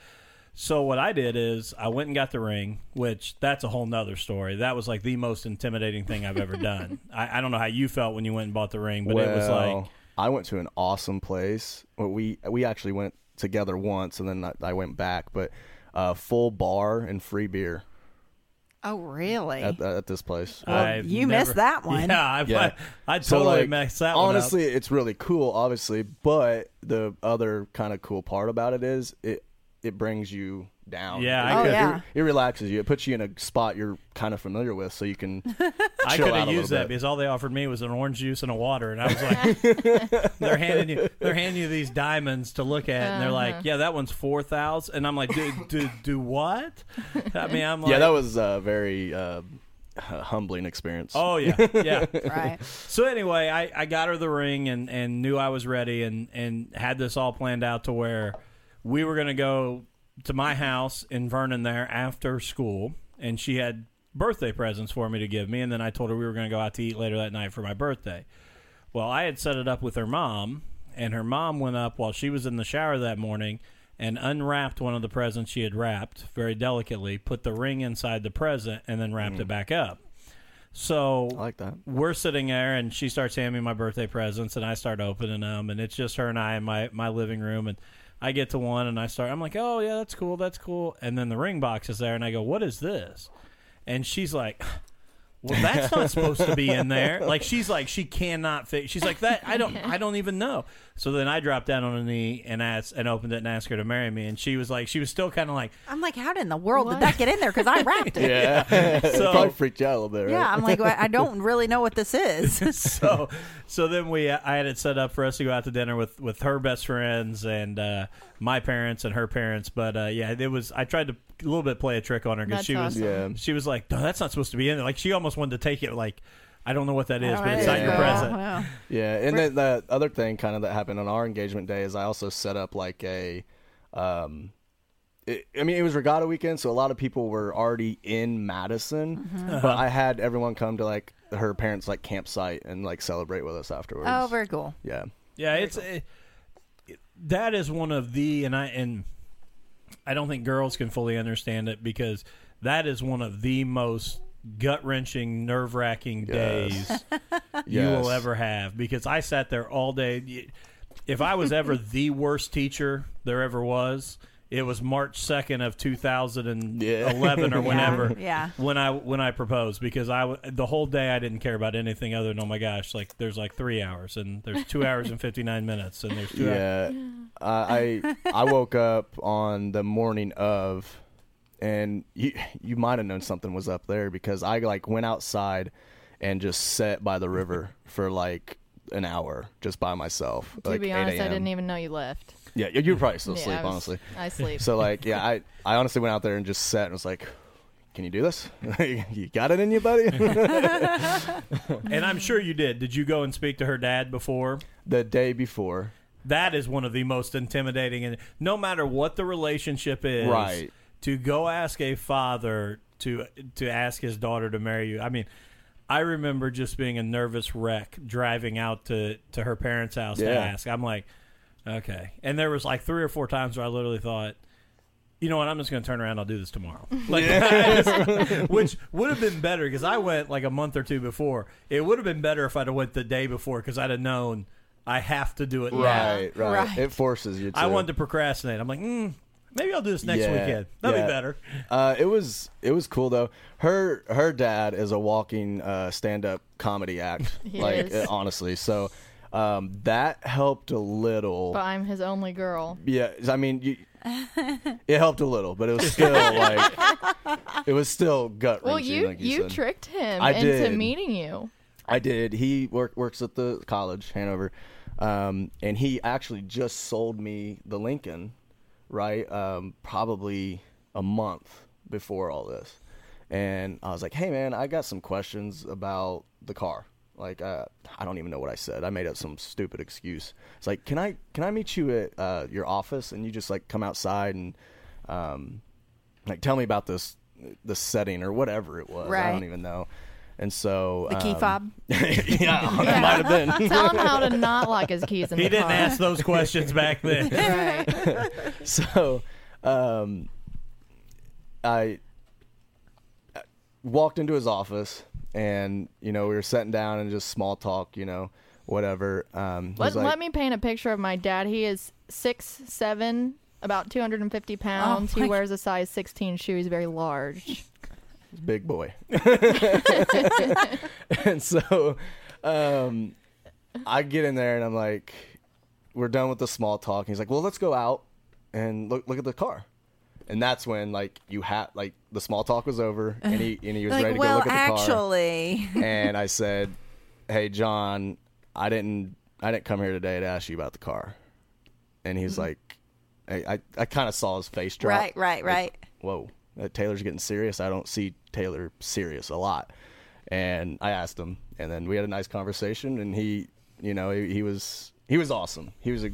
[SPEAKER 1] So what I did is I went and got the ring, which that's a whole nother story. That was like the most intimidating thing I've ever done. I, I don't know how you felt when you went and bought the ring, but it was like
[SPEAKER 3] I went to an awesome place. Well, we we actually went together once, and then I, I went back. But uh, full bar and free beer
[SPEAKER 5] Oh, really?
[SPEAKER 3] at, at this place.
[SPEAKER 2] Well,
[SPEAKER 1] I've
[SPEAKER 2] you
[SPEAKER 1] never-
[SPEAKER 2] missed that one.
[SPEAKER 1] Yeah, I,
[SPEAKER 3] Yeah.
[SPEAKER 1] I, I
[SPEAKER 3] So,
[SPEAKER 1] totally
[SPEAKER 3] like,
[SPEAKER 1] messed that one up.
[SPEAKER 3] honestly, it's really cool, obviously. But the other kind of cool part about it is it it brings you down.
[SPEAKER 1] Yeah,
[SPEAKER 3] it,
[SPEAKER 1] I
[SPEAKER 3] it-
[SPEAKER 1] could-
[SPEAKER 3] it-
[SPEAKER 5] yeah.
[SPEAKER 3] it relaxes you. It puts you in a spot you're kind of familiar with, so you can.
[SPEAKER 1] I
[SPEAKER 3] chill
[SPEAKER 1] could have
[SPEAKER 3] out a little
[SPEAKER 1] used that
[SPEAKER 3] bit.
[SPEAKER 1] because all they offered me was an orange juice and a water, and I was like, "They're handing you, they're handing you these diamonds to look at," and they're like, "Yeah, that one's four thousand. and I'm like, "Do do do what?" I mean, I'm like,
[SPEAKER 3] yeah, that was a very uh, humbling experience.
[SPEAKER 1] "Oh yeah, yeah."
[SPEAKER 2] Right.
[SPEAKER 1] So anyway, I, I got her the ring and, and knew I was ready and, and had this all planned out to where we were going to go to my house in Vernon there after school, and she had birthday presents for me to give me, and then I told her we were going to go out to eat later that night for my birthday. Well, I had set it up with her mom, and her mom went up while she was in the shower that morning and unwrapped one of the presents she had wrapped very delicately, put the ring inside the present, and then wrapped it back up. So
[SPEAKER 3] Mm. I like that.
[SPEAKER 1] we're sitting there and she starts handing me my birthday presents and I start opening them and it's just her and I in my, my living room and I get to one and I start I'm like, "Oh, yeah, that's cool. That's cool." And then the ring box is there and I go, "What is this?" And she's like, "Well, that's not supposed to be in there." Like she's like she cannot fit. She's like, "That I don't I don't even know." So then I dropped down on a knee and asked and opened it and asked her to marry me and she was like she was still kind of like
[SPEAKER 2] I'm like, how did in the world
[SPEAKER 4] What?
[SPEAKER 2] did that get in there? Because I wrapped it.
[SPEAKER 3] Yeah,
[SPEAKER 1] So-
[SPEAKER 3] probably freaked you out a little bit, right?
[SPEAKER 2] Yeah, I'm like, well, I don't really know what this is.
[SPEAKER 1] so so then we uh, I had it set up for us to go out to dinner with with her best friends and uh, my parents and her parents. But uh, yeah, it was I tried to a little bit play a trick on her because
[SPEAKER 4] That's
[SPEAKER 1] she was
[SPEAKER 4] awesome.
[SPEAKER 3] Yeah.
[SPEAKER 1] she was like, no, that's not supposed to be in there. Like she almost wanted to take it. Like I don't know what that is,
[SPEAKER 2] All
[SPEAKER 1] but it's
[SPEAKER 2] right.
[SPEAKER 1] not your
[SPEAKER 3] Yeah.
[SPEAKER 1] present.
[SPEAKER 2] Wow.
[SPEAKER 3] Yeah, and then the other thing kind of that happened on our engagement day is I also set up like a um it, I mean it was regatta weekend so a lot of people were already in Madison
[SPEAKER 1] Uh-huh.
[SPEAKER 3] but I had everyone come to like her parents like campsite and like celebrate with us afterwards.
[SPEAKER 2] Oh, very cool.
[SPEAKER 3] yeah.
[SPEAKER 1] Yeah, it's it, that is one of the and I and I don't think girls can fully understand it because that is one of the most gut wrenching, nerve wracking
[SPEAKER 3] Yes.
[SPEAKER 1] days you
[SPEAKER 3] Yes.
[SPEAKER 1] will ever have because I sat there all day. If I was ever the worst teacher there ever was, it was March second of two thousand and eleven or whenever.
[SPEAKER 2] Yeah.
[SPEAKER 1] When I when I proposed because I w- the whole day I didn't care about anything other than oh my gosh like there's like three hours and there's two hours and fifty nine minutes and there's two hours.
[SPEAKER 3] Yeah. I I I woke up on the morning of and you you might have known something was up there because I like went outside and just sat by the river for like an hour just by myself.
[SPEAKER 4] To
[SPEAKER 3] like
[SPEAKER 4] be honest,
[SPEAKER 3] 8
[SPEAKER 4] I
[SPEAKER 3] a.m..
[SPEAKER 4] didn't even know you left.
[SPEAKER 3] Yeah, you- you were probably still
[SPEAKER 4] Yeah,
[SPEAKER 3] asleep,
[SPEAKER 4] I was-
[SPEAKER 3] honestly.
[SPEAKER 4] I sleep.
[SPEAKER 3] So like, yeah, I I honestly went out there and just sat and was like, "Can you do this? you got it in you, buddy?"
[SPEAKER 1] and I'm sure you did. Did you go and speak to her dad before?
[SPEAKER 3] the day before,
[SPEAKER 1] That is one of the most intimidating, and no matter what the relationship is,
[SPEAKER 3] Right.
[SPEAKER 1] To go ask a father to to ask his daughter to marry you. I mean, I remember just being a nervous wreck driving out to to her parents' house to
[SPEAKER 3] Yeah.
[SPEAKER 1] ask. I'm like, okay. And there was like three or four times where I literally thought, you know what, I'm just going to turn around. I'll do this tomorrow. Like, which would have been better because I went like a month or two before. It would have been better if I'd have went the day before because I'd have known I have to do it. now.
[SPEAKER 3] Right, right,
[SPEAKER 5] Right.
[SPEAKER 3] It forces you to.
[SPEAKER 1] I wanted to procrastinate. I'm like, mm, maybe I'll do this next
[SPEAKER 3] Yeah,
[SPEAKER 1] weekend. That'll
[SPEAKER 3] yeah.
[SPEAKER 1] be better.
[SPEAKER 3] Uh, it was it was cool though. Her her dad is a walking uh, stand up comedy act.
[SPEAKER 4] He
[SPEAKER 3] like
[SPEAKER 4] is.
[SPEAKER 3] uh, honestly, so um, that helped a little.
[SPEAKER 4] But I'm his only girl.
[SPEAKER 3] Yeah, I mean, you, it helped a little, but it was still like it was still gut wrenching.
[SPEAKER 4] Well, you
[SPEAKER 3] like
[SPEAKER 4] you
[SPEAKER 3] said.
[SPEAKER 4] tricked him
[SPEAKER 3] I
[SPEAKER 4] into
[SPEAKER 3] did.
[SPEAKER 4] meeting you.
[SPEAKER 3] I did. He work, works at the college, Hanover, um, and he actually just sold me the Lincoln, right? Um, probably a month before all this, and I was like, "Hey, man, I got some questions about the car. Like, uh, I don't even know what I said. I made up some stupid excuse. It's like, can I can I meet you at uh, your office and you just like come outside and um, like tell me about this this setting or whatever it was. I
[SPEAKER 5] Right.
[SPEAKER 3] don't even know." And so
[SPEAKER 5] The key
[SPEAKER 3] um,
[SPEAKER 5] fob.
[SPEAKER 3] yeah, it might have been.
[SPEAKER 4] Tell him how to not lock his keys in
[SPEAKER 1] He
[SPEAKER 4] the
[SPEAKER 1] didn't
[SPEAKER 4] car.
[SPEAKER 1] ask those questions back then.
[SPEAKER 4] Right.
[SPEAKER 3] So, um, I I walked into his office, and you know we were sitting down and just small talk, you know, whatever. Um, he
[SPEAKER 4] Let,
[SPEAKER 3] was like-
[SPEAKER 4] let me paint a picture of my dad. He is six seven, about 250 pounds.
[SPEAKER 5] my-
[SPEAKER 4] he wears a size 16 shoe. He's very large.
[SPEAKER 3] big boy. and so um, I get in there and I'm like, we're done with the small talk. And he's like, well, let's go out and look look at the car. And that's when like you had like the small talk was over and he and he was ready
[SPEAKER 5] Like,
[SPEAKER 3] to go
[SPEAKER 5] well,
[SPEAKER 3] look at the car.
[SPEAKER 5] actually,
[SPEAKER 3] And I said, hey John, I didn't I didn't come here today to ask you about the car. And he's like, I I, I kind of saw his face drop
[SPEAKER 5] Mm-hmm. right, right, right.
[SPEAKER 3] whoa, uh, Taylor's getting serious. I don't see Taylor serious a lot. And I asked him, and then we had a nice conversation. And he, you know, he, he was he was awesome. He was a,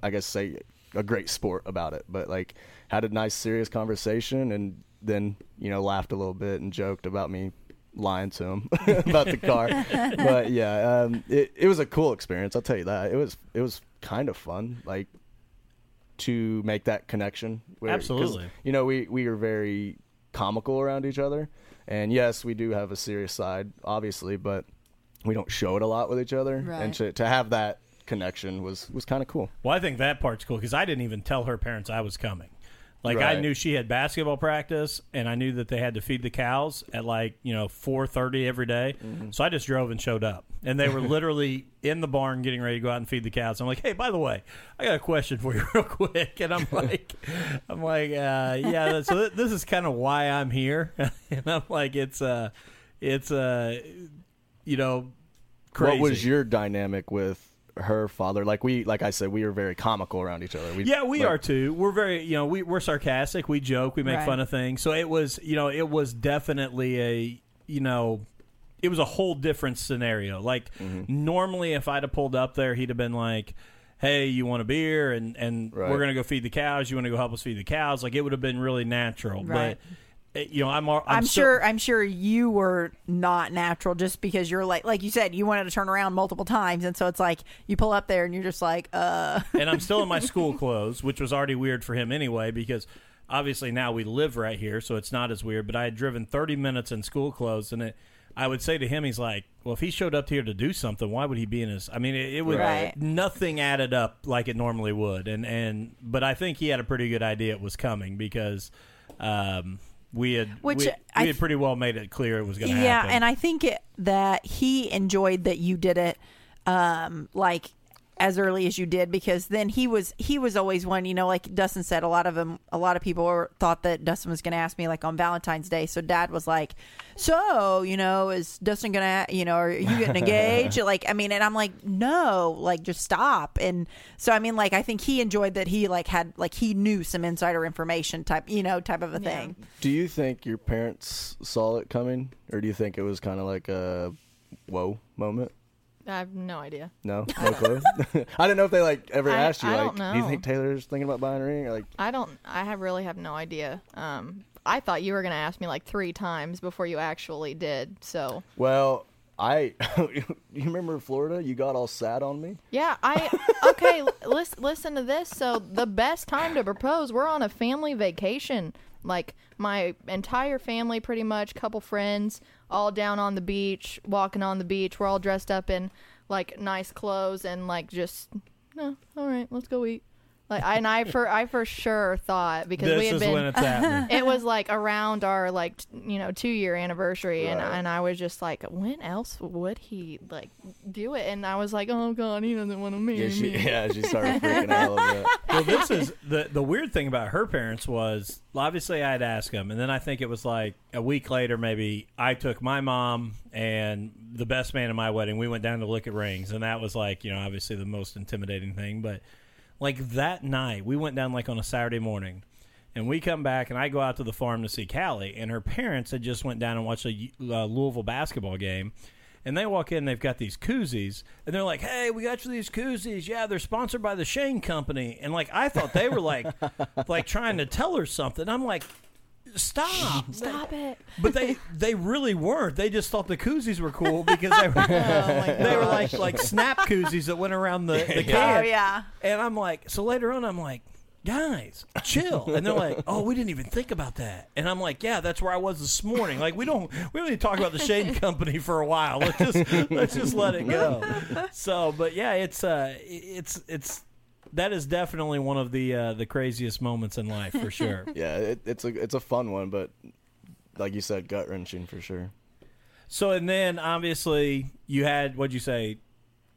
[SPEAKER 3] I guess say a great sport about it, but like had a nice serious conversation, and then you know laughed a little bit and joked about me lying to him about the car. but yeah, um, it it was a cool experience. I'll tell you that. It was it was kind of fun. Like to make that connection. where- 'cause,
[SPEAKER 1] Absolutely.
[SPEAKER 3] You know, we we are very comical around each other, and yes, we do have a serious side, obviously, but we don't show it a lot with each other.
[SPEAKER 5] Right.
[SPEAKER 3] And to to have that connection was was kind of cool.
[SPEAKER 1] Well, I think that part's cool because I didn't even tell her parents I was coming. Like I
[SPEAKER 3] Right.
[SPEAKER 1] knew she had basketball practice, and I knew that they had to feed the cows at like you know four thirty every day.
[SPEAKER 3] Mm-hmm.
[SPEAKER 1] So I just drove and showed up, and they were literally in the barn getting ready to go out and feed the cows. I'm like, hey, by the way, I got a question for you real quick, and I'm like, I'm like, uh, yeah. that- So th- this is kind of why I'm here, and I'm like, it's uh, it's uh, you know, crazy.
[SPEAKER 3] What was your dynamic with her father? Like we, like I said, we are very comical around each other. We,
[SPEAKER 1] Yeah, we
[SPEAKER 3] like-
[SPEAKER 1] are too. We're very, you know, we, we're sarcastic. We joke. We make
[SPEAKER 5] Right.
[SPEAKER 1] fun of things. So it was, you know, it was definitely a, you know, it was a whole different scenario. Like
[SPEAKER 3] Mm-hmm.
[SPEAKER 1] normally, if I'd have pulled up there, he'd have been like, "Hey, you want a beer?" and and
[SPEAKER 3] Right.
[SPEAKER 1] we're gonna go feed the cows. You want to go help us feed the cows? Like it would have been really natural.
[SPEAKER 5] Right.
[SPEAKER 1] But eh, you know, I'm al-
[SPEAKER 2] I'm,
[SPEAKER 1] I'm, still-
[SPEAKER 2] sure. I'm sure you were not natural, just because you're like, like you said, you wanted to turn around multiple times, and so it's like you pull up there and you're just like, uh,
[SPEAKER 1] and I'm still in my school clothes, which was already weird for him anyway, because obviously now we live right here, so it's not as weird. But I had driven 30 minutes in school clothes, and it, I would say to him, he's like, "Well, if he showed up here to do something, why would he be in his?" I mean, it, it would
[SPEAKER 2] Right.
[SPEAKER 1] nothing added up like it normally would, and and but I think he had a pretty good idea it was coming because. Um, we had
[SPEAKER 2] Which
[SPEAKER 1] we,
[SPEAKER 2] I
[SPEAKER 1] we
[SPEAKER 2] th-
[SPEAKER 1] had pretty well made it clear it was going to
[SPEAKER 2] yeah.
[SPEAKER 1] happen.
[SPEAKER 2] And I think it, that he enjoyed that you did it, um, like as early as you did, because then he was he was always one. You know, like Dustin said, a lot of them, a lot of people were, thought that Dustin was going to ask me like on Valentine's Day. So Dad was like, so you know, is Dustin going to, you know, are you getting engaged? like, I mean, and I'm like, no, like just stop. And so I mean, like I think he enjoyed that he like had like he knew some insider information type, you know, type of a thing.
[SPEAKER 3] Do you think your parents saw it coming, or do you think it was kind of like a whoa moment?
[SPEAKER 4] I have no idea.
[SPEAKER 3] No, no clue. I didn't know if they like ever
[SPEAKER 4] I-
[SPEAKER 3] asked you
[SPEAKER 4] I
[SPEAKER 3] like,
[SPEAKER 4] don't
[SPEAKER 3] do you
[SPEAKER 4] know.
[SPEAKER 3] think Taylor's thinking about buying a ring? Or, like,
[SPEAKER 4] I don't. I have really have no idea. Um, I thought you were gonna ask me like three times before you actually did. So
[SPEAKER 3] well, I, you remember Florida? You got all sad on me.
[SPEAKER 4] Yeah, I okay. listen, listen to this. So the best time to propose. We're on a family vacation. Like my entire family, pretty much, couple friends, all down on the beach, walking on the beach. We're all dressed up in like nice clothes and like just no. all right, let's go eat. Like I, and I for I for sure thought because
[SPEAKER 1] this
[SPEAKER 4] we had
[SPEAKER 1] is
[SPEAKER 4] been
[SPEAKER 1] when it's happening.
[SPEAKER 4] it was like around our like t- you know two year anniversary and
[SPEAKER 3] Right.
[SPEAKER 4] and I was just like when else would he like do it and I was like oh god he doesn't want to marry
[SPEAKER 3] Yeah, she,
[SPEAKER 4] me
[SPEAKER 3] yeah, she started freaking out a little bit.
[SPEAKER 1] well, this is the the weird thing about her parents was obviously I'd ask them, and then I think it was like a week later, maybe I took my mom and the best man at my wedding. We went down to look at rings, and that was like you know obviously the most intimidating thing. But like that night, we went down like on a Saturday morning. And we come back, and I go out to the farm to see Callie, and her parents had just went down and watched a uh, Louisville basketball game, and they walk in, they've got these koozies, and they're like, "Hey, we got you these koozies. Yeah, they're sponsored by the Shane Company." And like, I thought they were like, like trying to tell her something. I'm like, "Stop,
[SPEAKER 4] stop it
[SPEAKER 1] But they they really weren't. They just thought the koozies were cool because they were
[SPEAKER 4] oh my
[SPEAKER 1] they were
[SPEAKER 4] gosh.
[SPEAKER 1] like like snap koozies that went around the, the
[SPEAKER 2] Oh
[SPEAKER 1] can.
[SPEAKER 2] yeah.
[SPEAKER 1] And I'm like, so later on, I'm like, guys, chill. And they're like, oh, we didn't even think about that. And I'm like, yeah, that's where I was this morning. Like, we don't, we don't need to talk about the Shane Company for a while. Let's just, let's just let it go. So, but yeah, it's, uh, it's, it's, that is definitely one of the uh, the craziest moments in life for sure.
[SPEAKER 3] Yeah, it, it's a it's a fun one, but like you said, gut wrenching for sure.
[SPEAKER 1] so, and then obviously you had what'd you say?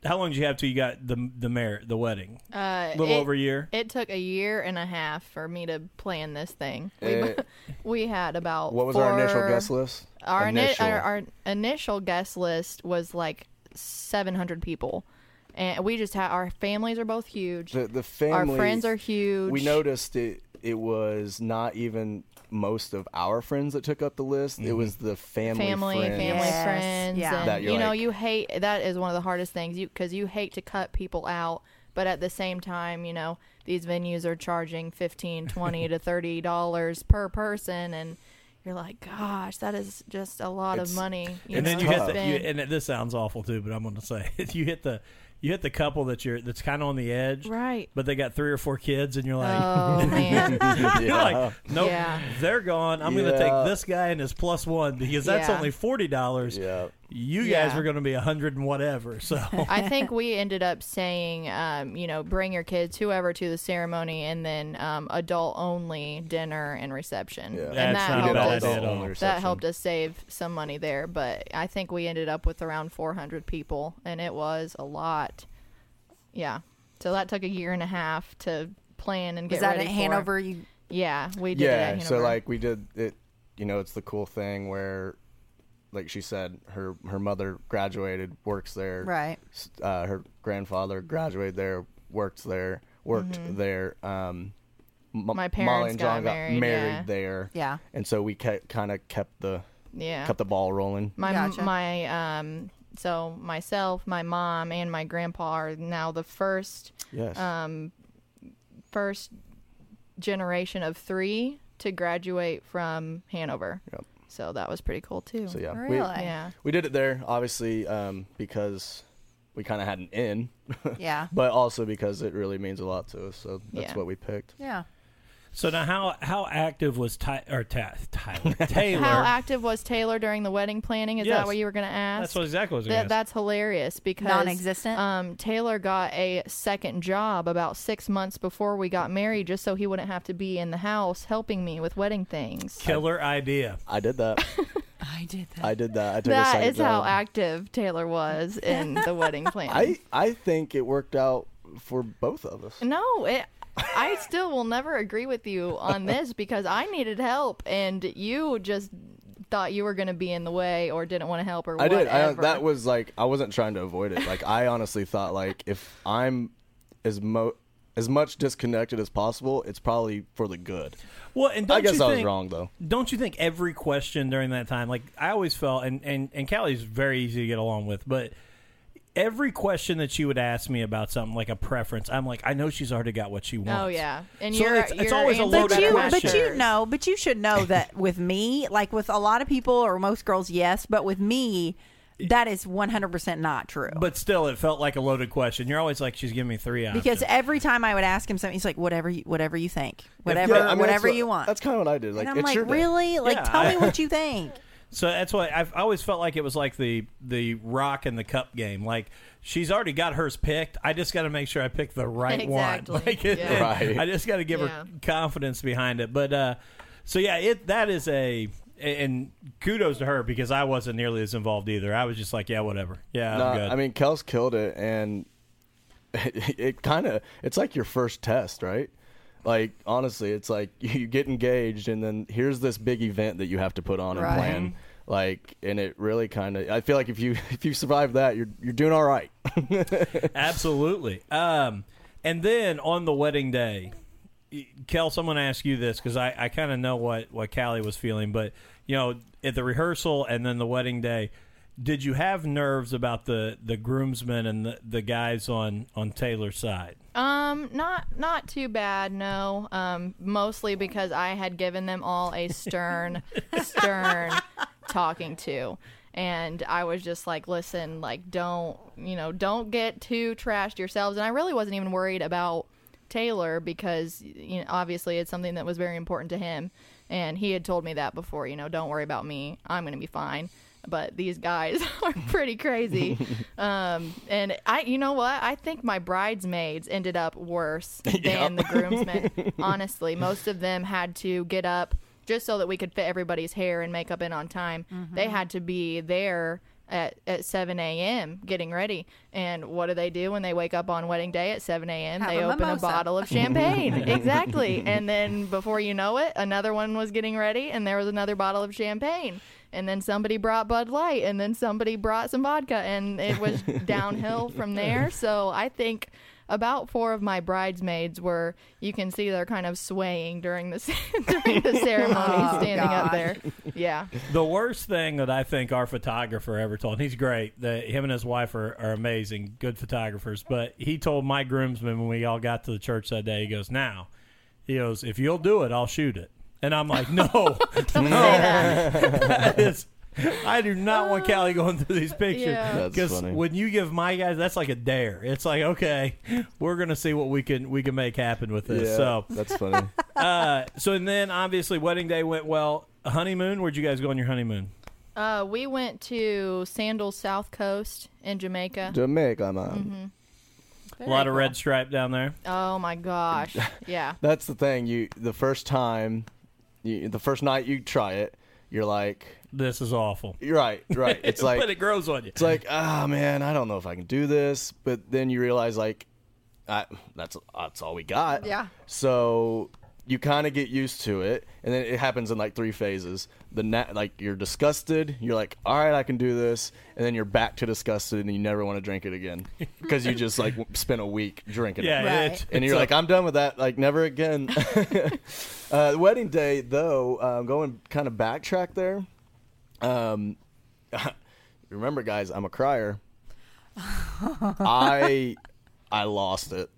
[SPEAKER 1] How long did you have till you got the the mar- the wedding?
[SPEAKER 4] uh,
[SPEAKER 1] A little
[SPEAKER 4] it,
[SPEAKER 1] over a year.
[SPEAKER 4] it took a year and a half for me to plan this thing we,
[SPEAKER 3] Eh.
[SPEAKER 4] we had about
[SPEAKER 3] What was our initial
[SPEAKER 4] four-
[SPEAKER 3] guest list?
[SPEAKER 4] our, ini-
[SPEAKER 3] initial.
[SPEAKER 4] our our initial guest list was like 700 people and we just had our families are both huge
[SPEAKER 3] the, the family.
[SPEAKER 4] our friends are huge
[SPEAKER 3] We noticed it. It was not even most of our friends that took up the list. It was the family,
[SPEAKER 4] Mm-hmm. family
[SPEAKER 3] friends.
[SPEAKER 4] family
[SPEAKER 2] Yes,
[SPEAKER 4] friends
[SPEAKER 2] yeah.
[SPEAKER 4] and
[SPEAKER 3] That you're
[SPEAKER 4] you know
[SPEAKER 3] like-
[SPEAKER 4] you hate that is one of the hardest things you because you hate to cut people out but at the same time you know these venues are charging 15 20 to 30 dollars per person and you're like gosh that is just a lot
[SPEAKER 3] It's-
[SPEAKER 4] of money you
[SPEAKER 1] and then
[SPEAKER 4] know,
[SPEAKER 1] you
[SPEAKER 4] to
[SPEAKER 1] hit the you,
[SPEAKER 4] spend.
[SPEAKER 1] and this sounds awful too, but I'm going to say it. you hit the you hit the couple that you're that's kind of on the edge,
[SPEAKER 4] right
[SPEAKER 1] but they got three or four kids, and you're like,
[SPEAKER 4] oh man
[SPEAKER 1] you're like, nope,
[SPEAKER 4] Yeah.
[SPEAKER 1] they're gone. I'm going to
[SPEAKER 3] Yeah.
[SPEAKER 1] take this guy and his plus one because that's
[SPEAKER 4] Yeah.
[SPEAKER 1] only forty dollars.
[SPEAKER 3] Yeah.
[SPEAKER 1] You guys
[SPEAKER 4] Yeah.
[SPEAKER 1] are going to be a hundred and whatever. So
[SPEAKER 4] I think we ended up saying, um, you know, bring your kids, whoever, to the ceremony, and then um, adult only dinner and reception.
[SPEAKER 3] Yeah.
[SPEAKER 4] And
[SPEAKER 1] That's
[SPEAKER 4] that
[SPEAKER 1] not a
[SPEAKER 4] helped
[SPEAKER 1] bad
[SPEAKER 4] us.
[SPEAKER 1] idea at all.
[SPEAKER 4] That helped us save some money there, but I think we ended up with around 400 people, and it was a lot. Yeah, so that took a year and a half to plan and get
[SPEAKER 5] Was that
[SPEAKER 4] ready
[SPEAKER 5] at
[SPEAKER 4] for.
[SPEAKER 5] Hanover? You
[SPEAKER 4] Yeah, we did. it at
[SPEAKER 3] Yeah.
[SPEAKER 4] Hanover.
[SPEAKER 3] So like we did it. You know, it's the cool thing where, like she said, her her mother graduated, works there.
[SPEAKER 2] Right.
[SPEAKER 3] s- uh, her grandfather graduated there, worked there, worked there. Um, m-
[SPEAKER 4] Mm-hmm. My
[SPEAKER 3] Molly
[SPEAKER 4] parents
[SPEAKER 3] and
[SPEAKER 4] got
[SPEAKER 3] John
[SPEAKER 4] married, yeah.
[SPEAKER 3] there.
[SPEAKER 2] Yeah.
[SPEAKER 3] and so we kept, kind of kept the
[SPEAKER 4] yeah,
[SPEAKER 3] kept the ball rolling.
[SPEAKER 4] My
[SPEAKER 2] Gotcha.
[SPEAKER 4] my um so myself, my mom and my grandpa are now the first
[SPEAKER 3] Yes,
[SPEAKER 4] um first generation of 3 to graduate from Hanover.
[SPEAKER 3] Yep.
[SPEAKER 4] So that was pretty cool too.
[SPEAKER 3] so yeah,
[SPEAKER 5] really?
[SPEAKER 3] we
[SPEAKER 4] yeah.
[SPEAKER 3] we did it there, obviously, um, because we kind of had an in,
[SPEAKER 2] Yeah.
[SPEAKER 3] but also because it really means a lot to us. So that's
[SPEAKER 4] Yeah.
[SPEAKER 3] what we picked.
[SPEAKER 2] Yeah.
[SPEAKER 1] so now how how active was Ty or Ty, Tyler Taylor?
[SPEAKER 4] How active was Taylor during the wedding planning? Is
[SPEAKER 1] Yes.
[SPEAKER 4] that what you were going to ask?
[SPEAKER 1] that's what exactly what I was
[SPEAKER 4] That,
[SPEAKER 1] going to
[SPEAKER 4] that's hilarious because
[SPEAKER 5] Non-existent?
[SPEAKER 4] Um, Taylor got a second job about six months before we got married, just so he wouldn't have to be in the house helping me with wedding things.
[SPEAKER 1] Killer idea.
[SPEAKER 3] I did that.
[SPEAKER 2] I did that.
[SPEAKER 3] I did that. I took a
[SPEAKER 4] That
[SPEAKER 3] second
[SPEAKER 4] is how
[SPEAKER 3] job.
[SPEAKER 4] active Taylor was in the wedding plan.
[SPEAKER 3] I I think it worked out for both of us.
[SPEAKER 4] no, it, I still will never agree with you on this because I needed help and you just thought you were going to be in the way or didn't want to help or
[SPEAKER 3] I
[SPEAKER 4] whatever.
[SPEAKER 3] did. I, that was like I wasn't trying to avoid it. Like I honestly thought like if I'm as mo as much disconnected as possible, it's probably for the good.
[SPEAKER 1] Well, and don't
[SPEAKER 3] I guess
[SPEAKER 1] you
[SPEAKER 3] I was
[SPEAKER 1] think-
[SPEAKER 3] wrong though.
[SPEAKER 1] don't you think every question during that time like i always felt and and and callie's very easy to get along with but every question that she would ask me about something like a preference i'm like i know she's already got what she wants
[SPEAKER 4] Oh yeah, and
[SPEAKER 1] So
[SPEAKER 4] you're,
[SPEAKER 1] it's- it's
[SPEAKER 4] you're
[SPEAKER 1] always a
[SPEAKER 2] But
[SPEAKER 1] loaded
[SPEAKER 2] you,
[SPEAKER 1] question.
[SPEAKER 2] but you know, but you should know that with me, like with a lot of people or most girls, yes, but with me, that is 100% not true.
[SPEAKER 1] But still, it felt like a loaded question. You're always like, she's giving me three options.
[SPEAKER 2] because every time I would ask him something, he's like, "Whatever, you, whatever you think, whatever,
[SPEAKER 3] Yeah, I mean, that's
[SPEAKER 2] whatever
[SPEAKER 3] what-
[SPEAKER 2] you want."
[SPEAKER 3] That's kind of what I did. Like,
[SPEAKER 2] and I'm
[SPEAKER 3] it's
[SPEAKER 2] like,
[SPEAKER 3] your day.
[SPEAKER 2] "Really? Like,
[SPEAKER 1] Yeah,
[SPEAKER 2] tell
[SPEAKER 1] I-
[SPEAKER 2] me what you think."
[SPEAKER 1] So that's why I've I always felt like it was like the the rock and the cup game. Like she's already got hers picked. I just got to make sure I pick the right
[SPEAKER 4] Exactly.
[SPEAKER 1] one. Like and-
[SPEAKER 4] Yeah.
[SPEAKER 3] Right.
[SPEAKER 1] I just got to give
[SPEAKER 4] Yeah.
[SPEAKER 1] her confidence behind it. But uh, so yeah, it that is a and kudos to her because I wasn't nearly as involved either. I was just like, yeah, whatever. Yeah, I'm
[SPEAKER 3] Nah,
[SPEAKER 1] good.
[SPEAKER 3] I mean, Kels killed it, and it, kind of it's like your first test, right? Like honestly, it's like you get engaged, and then here's this big event that you have to put on
[SPEAKER 4] Right.
[SPEAKER 3] and plan. Like, and it really kind of I feel like if you if you survive that, you're you're doing all right.
[SPEAKER 1] Absolutely. Um, and then on the wedding day, Kel, someone asked you this because I, I kind of know what, what Callie was feeling, but you know, at the rehearsal and then the wedding day, did you have nerves about the, the groomsmen and the, the guys on, on Taylor's side?
[SPEAKER 4] Um, not not too bad, no. Um, mostly because I had given them all a stern, stern talking to, and I was just like, listen, like don't you know, don't get too trashed yourselves. And I really wasn't even worried about Taylor because you know, obviously it's something that was very important to him, and he had told me that before. You know, don't worry about me, I'm gonna be fine. But these guys are pretty crazy. Um, and I, you know what? I think my bridesmaids ended up worse than the groomsmen. Honestly, most of them had to get up just so that we could fit everybody's hair and makeup in on time. They had to be there at, at 7 a.m. getting ready. And what do they do when they wake up on wedding day at 7 a.m.?
[SPEAKER 5] Have
[SPEAKER 4] They
[SPEAKER 5] a
[SPEAKER 4] open
[SPEAKER 5] mimosa.
[SPEAKER 4] a bottle of champagne. exactly. And then before you know it, another one was getting ready and there was another bottle of champagne. And then somebody brought Bud Light and then somebody brought some vodka and it was downhill from there. So I think about four of my bridesmaids were you can see they're kind of swaying during the ce- during the ceremony
[SPEAKER 5] Oh,
[SPEAKER 4] standing up
[SPEAKER 5] God.
[SPEAKER 4] there. Yeah.
[SPEAKER 1] The worst thing that I think our photographer ever told, and he's great, that him and his wife are, are amazing, good photographers, but he told my groomsmen when we all got to the church that day, he goes, Now, he goes, if you'll do it, I'll shoot it. And I'm like, No,
[SPEAKER 4] Don't say that.
[SPEAKER 1] that is, I do not want Callie going through these pictures.
[SPEAKER 4] Yeah.
[SPEAKER 3] That's funny.
[SPEAKER 1] when you give my guys, that's like a dare. It's like, okay, we're gonna see what we can we can make happen with this. So,
[SPEAKER 3] that's funny.
[SPEAKER 1] uh, so and then obviously wedding day went well. Honeymoon, where'd you guys go on your honeymoon?
[SPEAKER 4] Uh, we went to Sandals South Coast in Jamaica.
[SPEAKER 3] Jamaica, man.
[SPEAKER 1] a lot of red stripe down there.
[SPEAKER 4] Oh my gosh. Yeah.
[SPEAKER 3] That's the thing. You the first time, you, the first night you try it, you're like,
[SPEAKER 1] This is awful.
[SPEAKER 3] you're right, right. It's like
[SPEAKER 1] but it grows on you.
[SPEAKER 3] it's like ah man i don't know if i can do this but then you realize like I, that's that's all we got
[SPEAKER 5] Yeah.
[SPEAKER 3] so you kind of get used to it and then it happens in like three phases the na- like you're disgusted you're like all right i can do this and then you're back to disgusted and you never want to drink it again because you just like w- spent a week drinking
[SPEAKER 1] yeah,
[SPEAKER 3] it
[SPEAKER 5] Right.
[SPEAKER 1] it-
[SPEAKER 3] and
[SPEAKER 1] it's
[SPEAKER 3] you're
[SPEAKER 1] a-
[SPEAKER 3] like, I'm done with that. Like, never again. uh, wedding day, though, um, going kind of backtrack there. Um, remember, guys, I'm a crier. I I lost it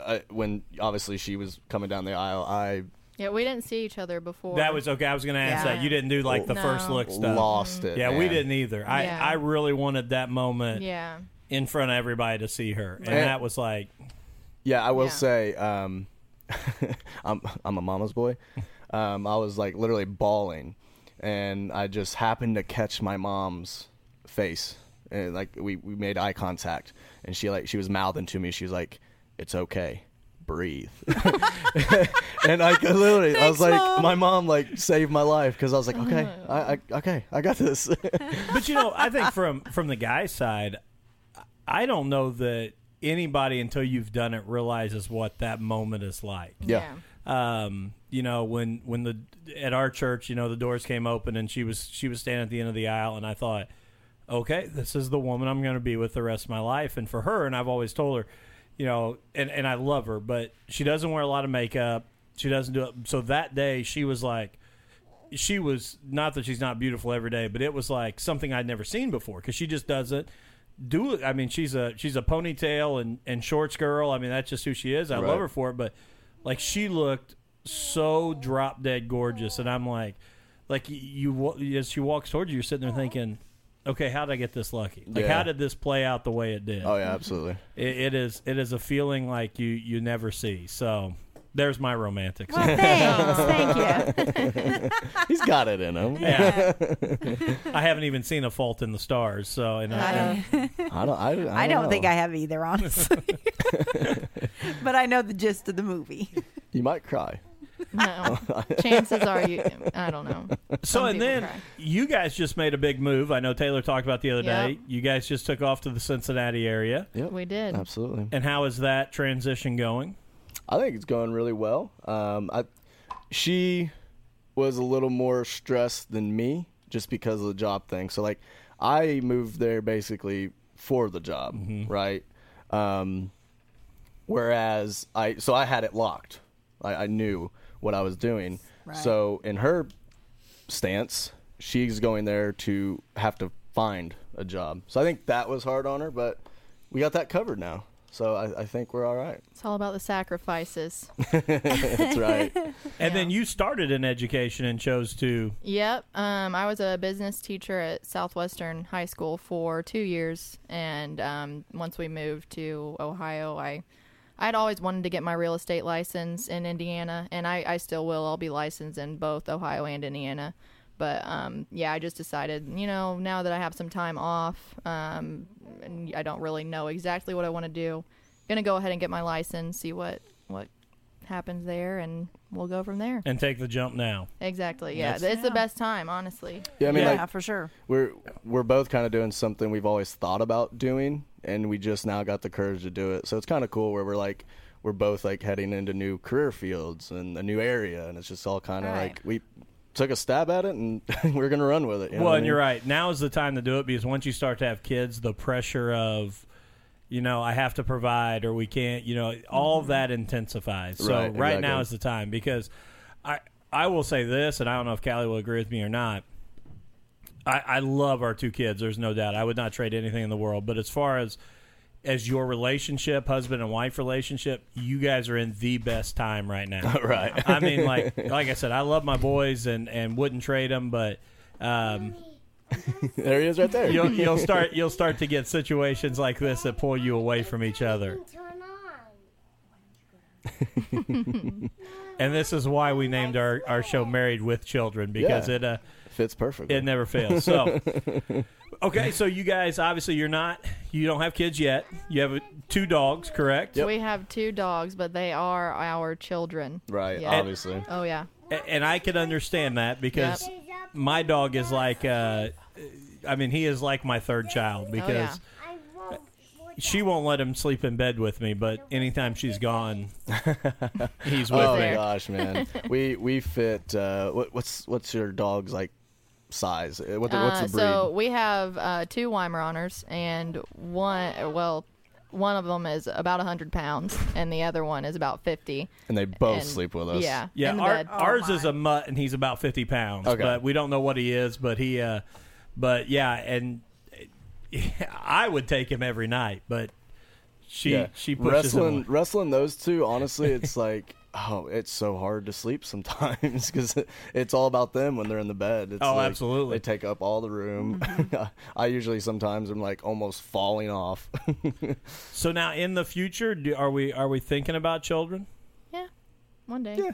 [SPEAKER 3] uh, when obviously she was coming down the aisle. I
[SPEAKER 4] Yeah, we didn't see each other before.
[SPEAKER 1] that was okay. I was gonna ask
[SPEAKER 4] Yeah.
[SPEAKER 1] that. You didn't do like the
[SPEAKER 4] No.
[SPEAKER 1] first look stuff.
[SPEAKER 3] lost it.
[SPEAKER 1] yeah, we
[SPEAKER 3] man.
[SPEAKER 1] didn't either. I,
[SPEAKER 4] Yeah.
[SPEAKER 1] I really wanted that moment
[SPEAKER 4] Yeah.
[SPEAKER 1] in front of everybody to see her, and
[SPEAKER 3] And-
[SPEAKER 1] that was like
[SPEAKER 3] Yeah, I will
[SPEAKER 4] Yeah.
[SPEAKER 3] say, um, I'm I'm a mama's boy. Um, I was like literally bawling, and I just happened to catch my mom's face, and like we we made eye contact, and she like she was mouthing to me. She was like, "It's okay." breathe and i literally i was like my mom like saved my life because i was like okay I, I okay i got this
[SPEAKER 1] but you know, I think from from the guy's side, I don't know that anybody until you've done it realizes what that moment is like.
[SPEAKER 3] Yeah.
[SPEAKER 1] Um, you know, when when the at our church, you know, the doors came open and she was she was standing at the end of the aisle, and I thought, okay, this is the woman I'm going to be with the rest of my life. And for her, and I've always told her, you know, and and I love her, but she doesn't wear a lot of makeup. She doesn't do it. So that day, she was like, she was not that she's not beautiful every day, but it was like something I'd never seen before because she just doesn't do it. I mean, she's a she's a ponytail and and shorts girl. I mean, that's just who she is. I love
[SPEAKER 3] Right.
[SPEAKER 1] her for it, but like she looked so drop dead gorgeous, and I'm like, like y- you wa- as she walks towards you, you're sitting there thinking. okay, how did I get this lucky? Like,
[SPEAKER 3] Yeah.
[SPEAKER 1] how did this play out the way it did?
[SPEAKER 3] Oh yeah, absolutely.
[SPEAKER 1] It, it is it is a feeling like you you never see. So there's my romantic.
[SPEAKER 2] Well, thanks. Thank you.
[SPEAKER 3] He's got it in him.
[SPEAKER 1] Yeah. I haven't even seen a fault in the stars. So and I,
[SPEAKER 2] I don't,
[SPEAKER 3] I don't. I, I don't,
[SPEAKER 2] I don't
[SPEAKER 3] know.
[SPEAKER 2] think I have either, honestly. but I know the gist of the movie.
[SPEAKER 3] You might cry.
[SPEAKER 4] No, chances are you. I don't know.
[SPEAKER 1] so
[SPEAKER 4] Some
[SPEAKER 1] and
[SPEAKER 4] people
[SPEAKER 1] then
[SPEAKER 4] cry.
[SPEAKER 1] you guys just made a big move. I know Taylor talked about the other day.
[SPEAKER 4] Yep.
[SPEAKER 1] You guys just took off to the Cincinnati area.
[SPEAKER 3] Yep.
[SPEAKER 4] We did.
[SPEAKER 3] Absolutely.
[SPEAKER 1] And how is that transition going?
[SPEAKER 3] I think it's going really well. Um, I, she was a little more stressed than me just because of the job thing. So like, I moved there basically for the job, right? Um, whereas I, so I had it locked. I, I knew what I was doing. So in her stance, she's going there to have to find a job. So I think that was hard on her, but we got that covered now. So I, I think we're all right.
[SPEAKER 4] It's all about the sacrifices.
[SPEAKER 3] That's right.
[SPEAKER 1] And
[SPEAKER 4] Yeah.
[SPEAKER 1] then you started in education and chose to.
[SPEAKER 4] Yep. Um, I was a business teacher at Southwestern High School for two years, and um, once we moved to Ohio, I I'd always wanted to get my real estate license in Indiana, and I, I still will. I'll be licensed in both Ohio and Indiana. But um, yeah, I just decided, you know, now that I have some time off, um, and I don't really know exactly what I want to do, gonna go ahead and get my license, see what what happens there, and we'll go from there.
[SPEAKER 1] And take the jump now.
[SPEAKER 4] Exactly. Yeah,
[SPEAKER 1] That's-
[SPEAKER 4] it's the best time, honestly.
[SPEAKER 3] Yeah, I mean,
[SPEAKER 1] Yeah.
[SPEAKER 3] like,
[SPEAKER 2] for sure.
[SPEAKER 3] we're we're both kind of doing something we've always thought about doing, and we just now got the courage to do it. So it's kind of cool where we're like, we're both like heading into new career fields and a new area, and it's just all kind of
[SPEAKER 4] Right.
[SPEAKER 3] like we took a stab at it and we're gonna run with it. You know
[SPEAKER 1] well,
[SPEAKER 3] what I
[SPEAKER 1] and you're
[SPEAKER 3] mean?
[SPEAKER 1] right. Now is the time to do it because once you start to have kids, the pressure of, you know, I have to provide or we can't, you know, all
[SPEAKER 4] Mm-hmm.
[SPEAKER 1] of that intensifies. So right,
[SPEAKER 3] Right,
[SPEAKER 1] now
[SPEAKER 3] exactly.
[SPEAKER 1] is the time because I I will say this, and I don't know if Callie will agree with me or not. I, I love our two kids. There's no doubt. I would not trade anything in the world. But as far as as your relationship, husband and wife relationship, you guys are in the best time right now.
[SPEAKER 3] Right.
[SPEAKER 1] I mean, like like I said, I love my boys and and wouldn't trade them, but. Um,
[SPEAKER 3] There he is, right there.
[SPEAKER 1] you'll you'll start you'll start to get situations like this that pull you away from each other.
[SPEAKER 6] Turn on.
[SPEAKER 1] And this is why we named our, our show Married with Children because
[SPEAKER 3] Yeah.
[SPEAKER 1] it uh,
[SPEAKER 3] Fits perfectly.
[SPEAKER 1] it never fails. So Okay, so you guys obviously you're not you don't have kids yet. You have uh, two dogs, correct?
[SPEAKER 4] We have two dogs, but they are our children.
[SPEAKER 3] right.
[SPEAKER 4] Yeah.
[SPEAKER 3] Obviously.
[SPEAKER 4] Oh yeah.
[SPEAKER 1] A- And I can understand that because
[SPEAKER 6] He's up.
[SPEAKER 1] my dog is like uh, I mean he is like my third child because
[SPEAKER 4] Oh, yeah.
[SPEAKER 6] I won't. What
[SPEAKER 1] she won't let him sleep in bed with me, but anytime she's gone he's with
[SPEAKER 3] Oh
[SPEAKER 1] me.
[SPEAKER 3] my
[SPEAKER 4] there.
[SPEAKER 3] gosh, man. we we fit. Uh, what, what's what's your dog's like size? Uh, What the, what's
[SPEAKER 4] Uh,
[SPEAKER 3] the breed?
[SPEAKER 4] so we have uh, two Weimaraners, and one uh, well, one of them is about hundred pounds, and the other one is about fifty.
[SPEAKER 3] and they both
[SPEAKER 4] and-
[SPEAKER 3] Oh, sleep with us.
[SPEAKER 4] Yeah.
[SPEAKER 1] Yeah,
[SPEAKER 4] in the
[SPEAKER 1] our-
[SPEAKER 4] bed. Oh,
[SPEAKER 1] ours is a mutt, and he's about fifty pounds.
[SPEAKER 3] Okay.
[SPEAKER 1] but we don't know what he is. But he, uh, but yeah, and I would take him every night, but she
[SPEAKER 3] Yeah.
[SPEAKER 1] she pushes
[SPEAKER 3] wrestling
[SPEAKER 1] him. away.
[SPEAKER 3] wrestling those two honestly it's like oh it's so hard to sleep sometimes because it's all about them when they're in the bed it's
[SPEAKER 1] Oh,
[SPEAKER 3] like,
[SPEAKER 1] absolutely.
[SPEAKER 3] they take up all the room i usually sometimes i'm like almost falling off
[SPEAKER 1] So now, in the future, do, are we are we thinking about children?
[SPEAKER 4] Yeah. One day.
[SPEAKER 3] Yeah.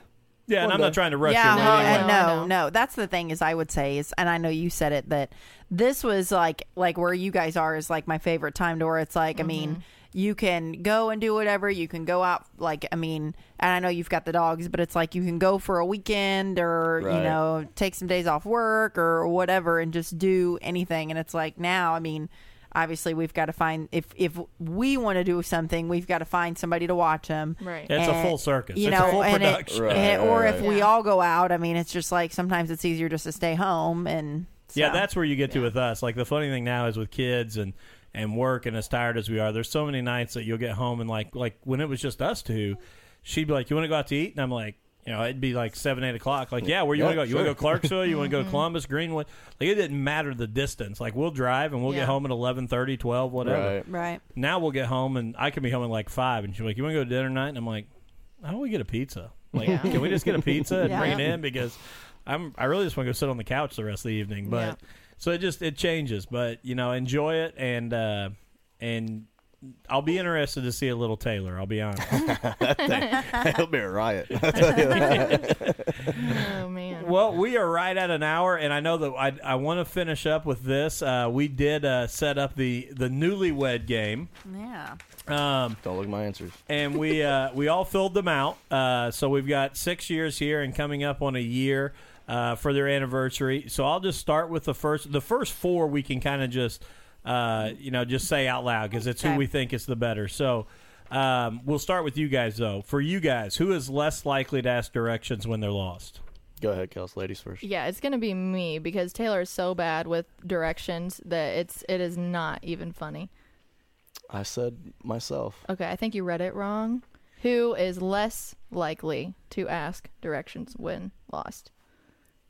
[SPEAKER 1] Yeah, and
[SPEAKER 3] One
[SPEAKER 1] I'm
[SPEAKER 3] day.
[SPEAKER 1] not trying to rush
[SPEAKER 2] yeah,
[SPEAKER 1] you.
[SPEAKER 2] well,
[SPEAKER 1] away
[SPEAKER 4] anyway.
[SPEAKER 2] and
[SPEAKER 4] No,
[SPEAKER 2] no,
[SPEAKER 4] no.
[SPEAKER 2] no. That's the thing is, I would say is, and I know you said it that this was like like where you guys are is like my favorite time to where it's like I mean you can go and do whatever you can go out like I mean and I know you've got the dogs but it's like you can go for a weekend or you
[SPEAKER 3] Right.
[SPEAKER 2] know take some days off work or whatever and just do anything and it's like now I mean. Obviously, we've got to find if if we want to do something, we've got to find somebody to watch them.
[SPEAKER 4] Right.
[SPEAKER 1] It's a
[SPEAKER 2] And,
[SPEAKER 1] full circus.
[SPEAKER 2] You
[SPEAKER 1] It's
[SPEAKER 2] know,
[SPEAKER 1] a full
[SPEAKER 2] and it-
[SPEAKER 1] production.
[SPEAKER 3] Right,
[SPEAKER 2] and- or
[SPEAKER 3] right,
[SPEAKER 2] if
[SPEAKER 3] right.
[SPEAKER 2] we
[SPEAKER 4] Yeah.
[SPEAKER 2] all go out, I mean, it's just like sometimes it's easier just to stay home and. So.
[SPEAKER 1] Yeah, that's where you get to with us. Like the funny thing now is with kids and and work and as tired as we are, there's so many nights that you'll get home and like like when it was just us two, she'd be like, "You want to go out to eat?" And I'm like. You know, it'd be like seven, eight o'clock. Like, yeah, where you
[SPEAKER 3] Yeah,
[SPEAKER 1] want to go? You want to
[SPEAKER 3] sure.
[SPEAKER 1] go Clarksville? You want to go to Columbus, Greenwood? Like, it didn't matter the distance. Like, we'll drive and we'll
[SPEAKER 4] Yeah.
[SPEAKER 1] get home at 11, 12, whatever.
[SPEAKER 3] right
[SPEAKER 2] right.
[SPEAKER 1] Now we'll get home and I can be home at like five. And she's like, you want to go to dinner tonight? And I'm like, how do we get a pizza? Like,
[SPEAKER 4] Yeah.
[SPEAKER 1] can we just get a pizza and
[SPEAKER 2] Yeah.
[SPEAKER 1] bring it in? Because I'm, I really just want to go sit on the couch the rest of the evening. But So it just it changes, but you know, enjoy it and uh, and I'll be interested to see a little Taylor. I'll be honest.
[SPEAKER 3] It'll be a riot. I tell you that.
[SPEAKER 4] Oh man.
[SPEAKER 1] Well, we are right at an hour, and I know that I, I want to finish up with this. Uh, we did uh, set up the the newlywed game,
[SPEAKER 5] Yeah.
[SPEAKER 1] um,
[SPEAKER 3] Don't look at my answers.
[SPEAKER 1] and we uh, we all filled them out. Uh, so we've got six years here, and coming up on a year uh, for their anniversary. So I'll just start with the first the first four. We can kind of just uh, you know just say out loud because it's who
[SPEAKER 5] Okay.
[SPEAKER 1] we think is the better. So. Um, we'll start with you guys though. For you guys, who is less likely to ask directions when they're lost?
[SPEAKER 3] Go ahead, Kels. Ladies first.
[SPEAKER 4] Yeah, it's gonna be me because Taylor is so bad with directions that it's it is not even funny.
[SPEAKER 3] I said myself.
[SPEAKER 4] Okay, I think you read it wrong. Who is less likely to ask directions when lost?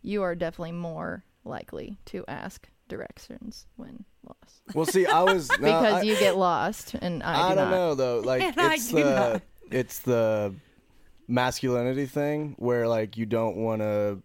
[SPEAKER 4] You are definitely more likely to ask directions when lost
[SPEAKER 3] Well, see, I was no,
[SPEAKER 4] because
[SPEAKER 3] I,
[SPEAKER 4] you get lost, and I,
[SPEAKER 3] I,
[SPEAKER 4] do
[SPEAKER 3] don't
[SPEAKER 4] not.
[SPEAKER 3] know though. Like
[SPEAKER 5] I
[SPEAKER 3] it's
[SPEAKER 5] do
[SPEAKER 3] the
[SPEAKER 5] not.
[SPEAKER 3] it's the masculinity thing where like you don't want to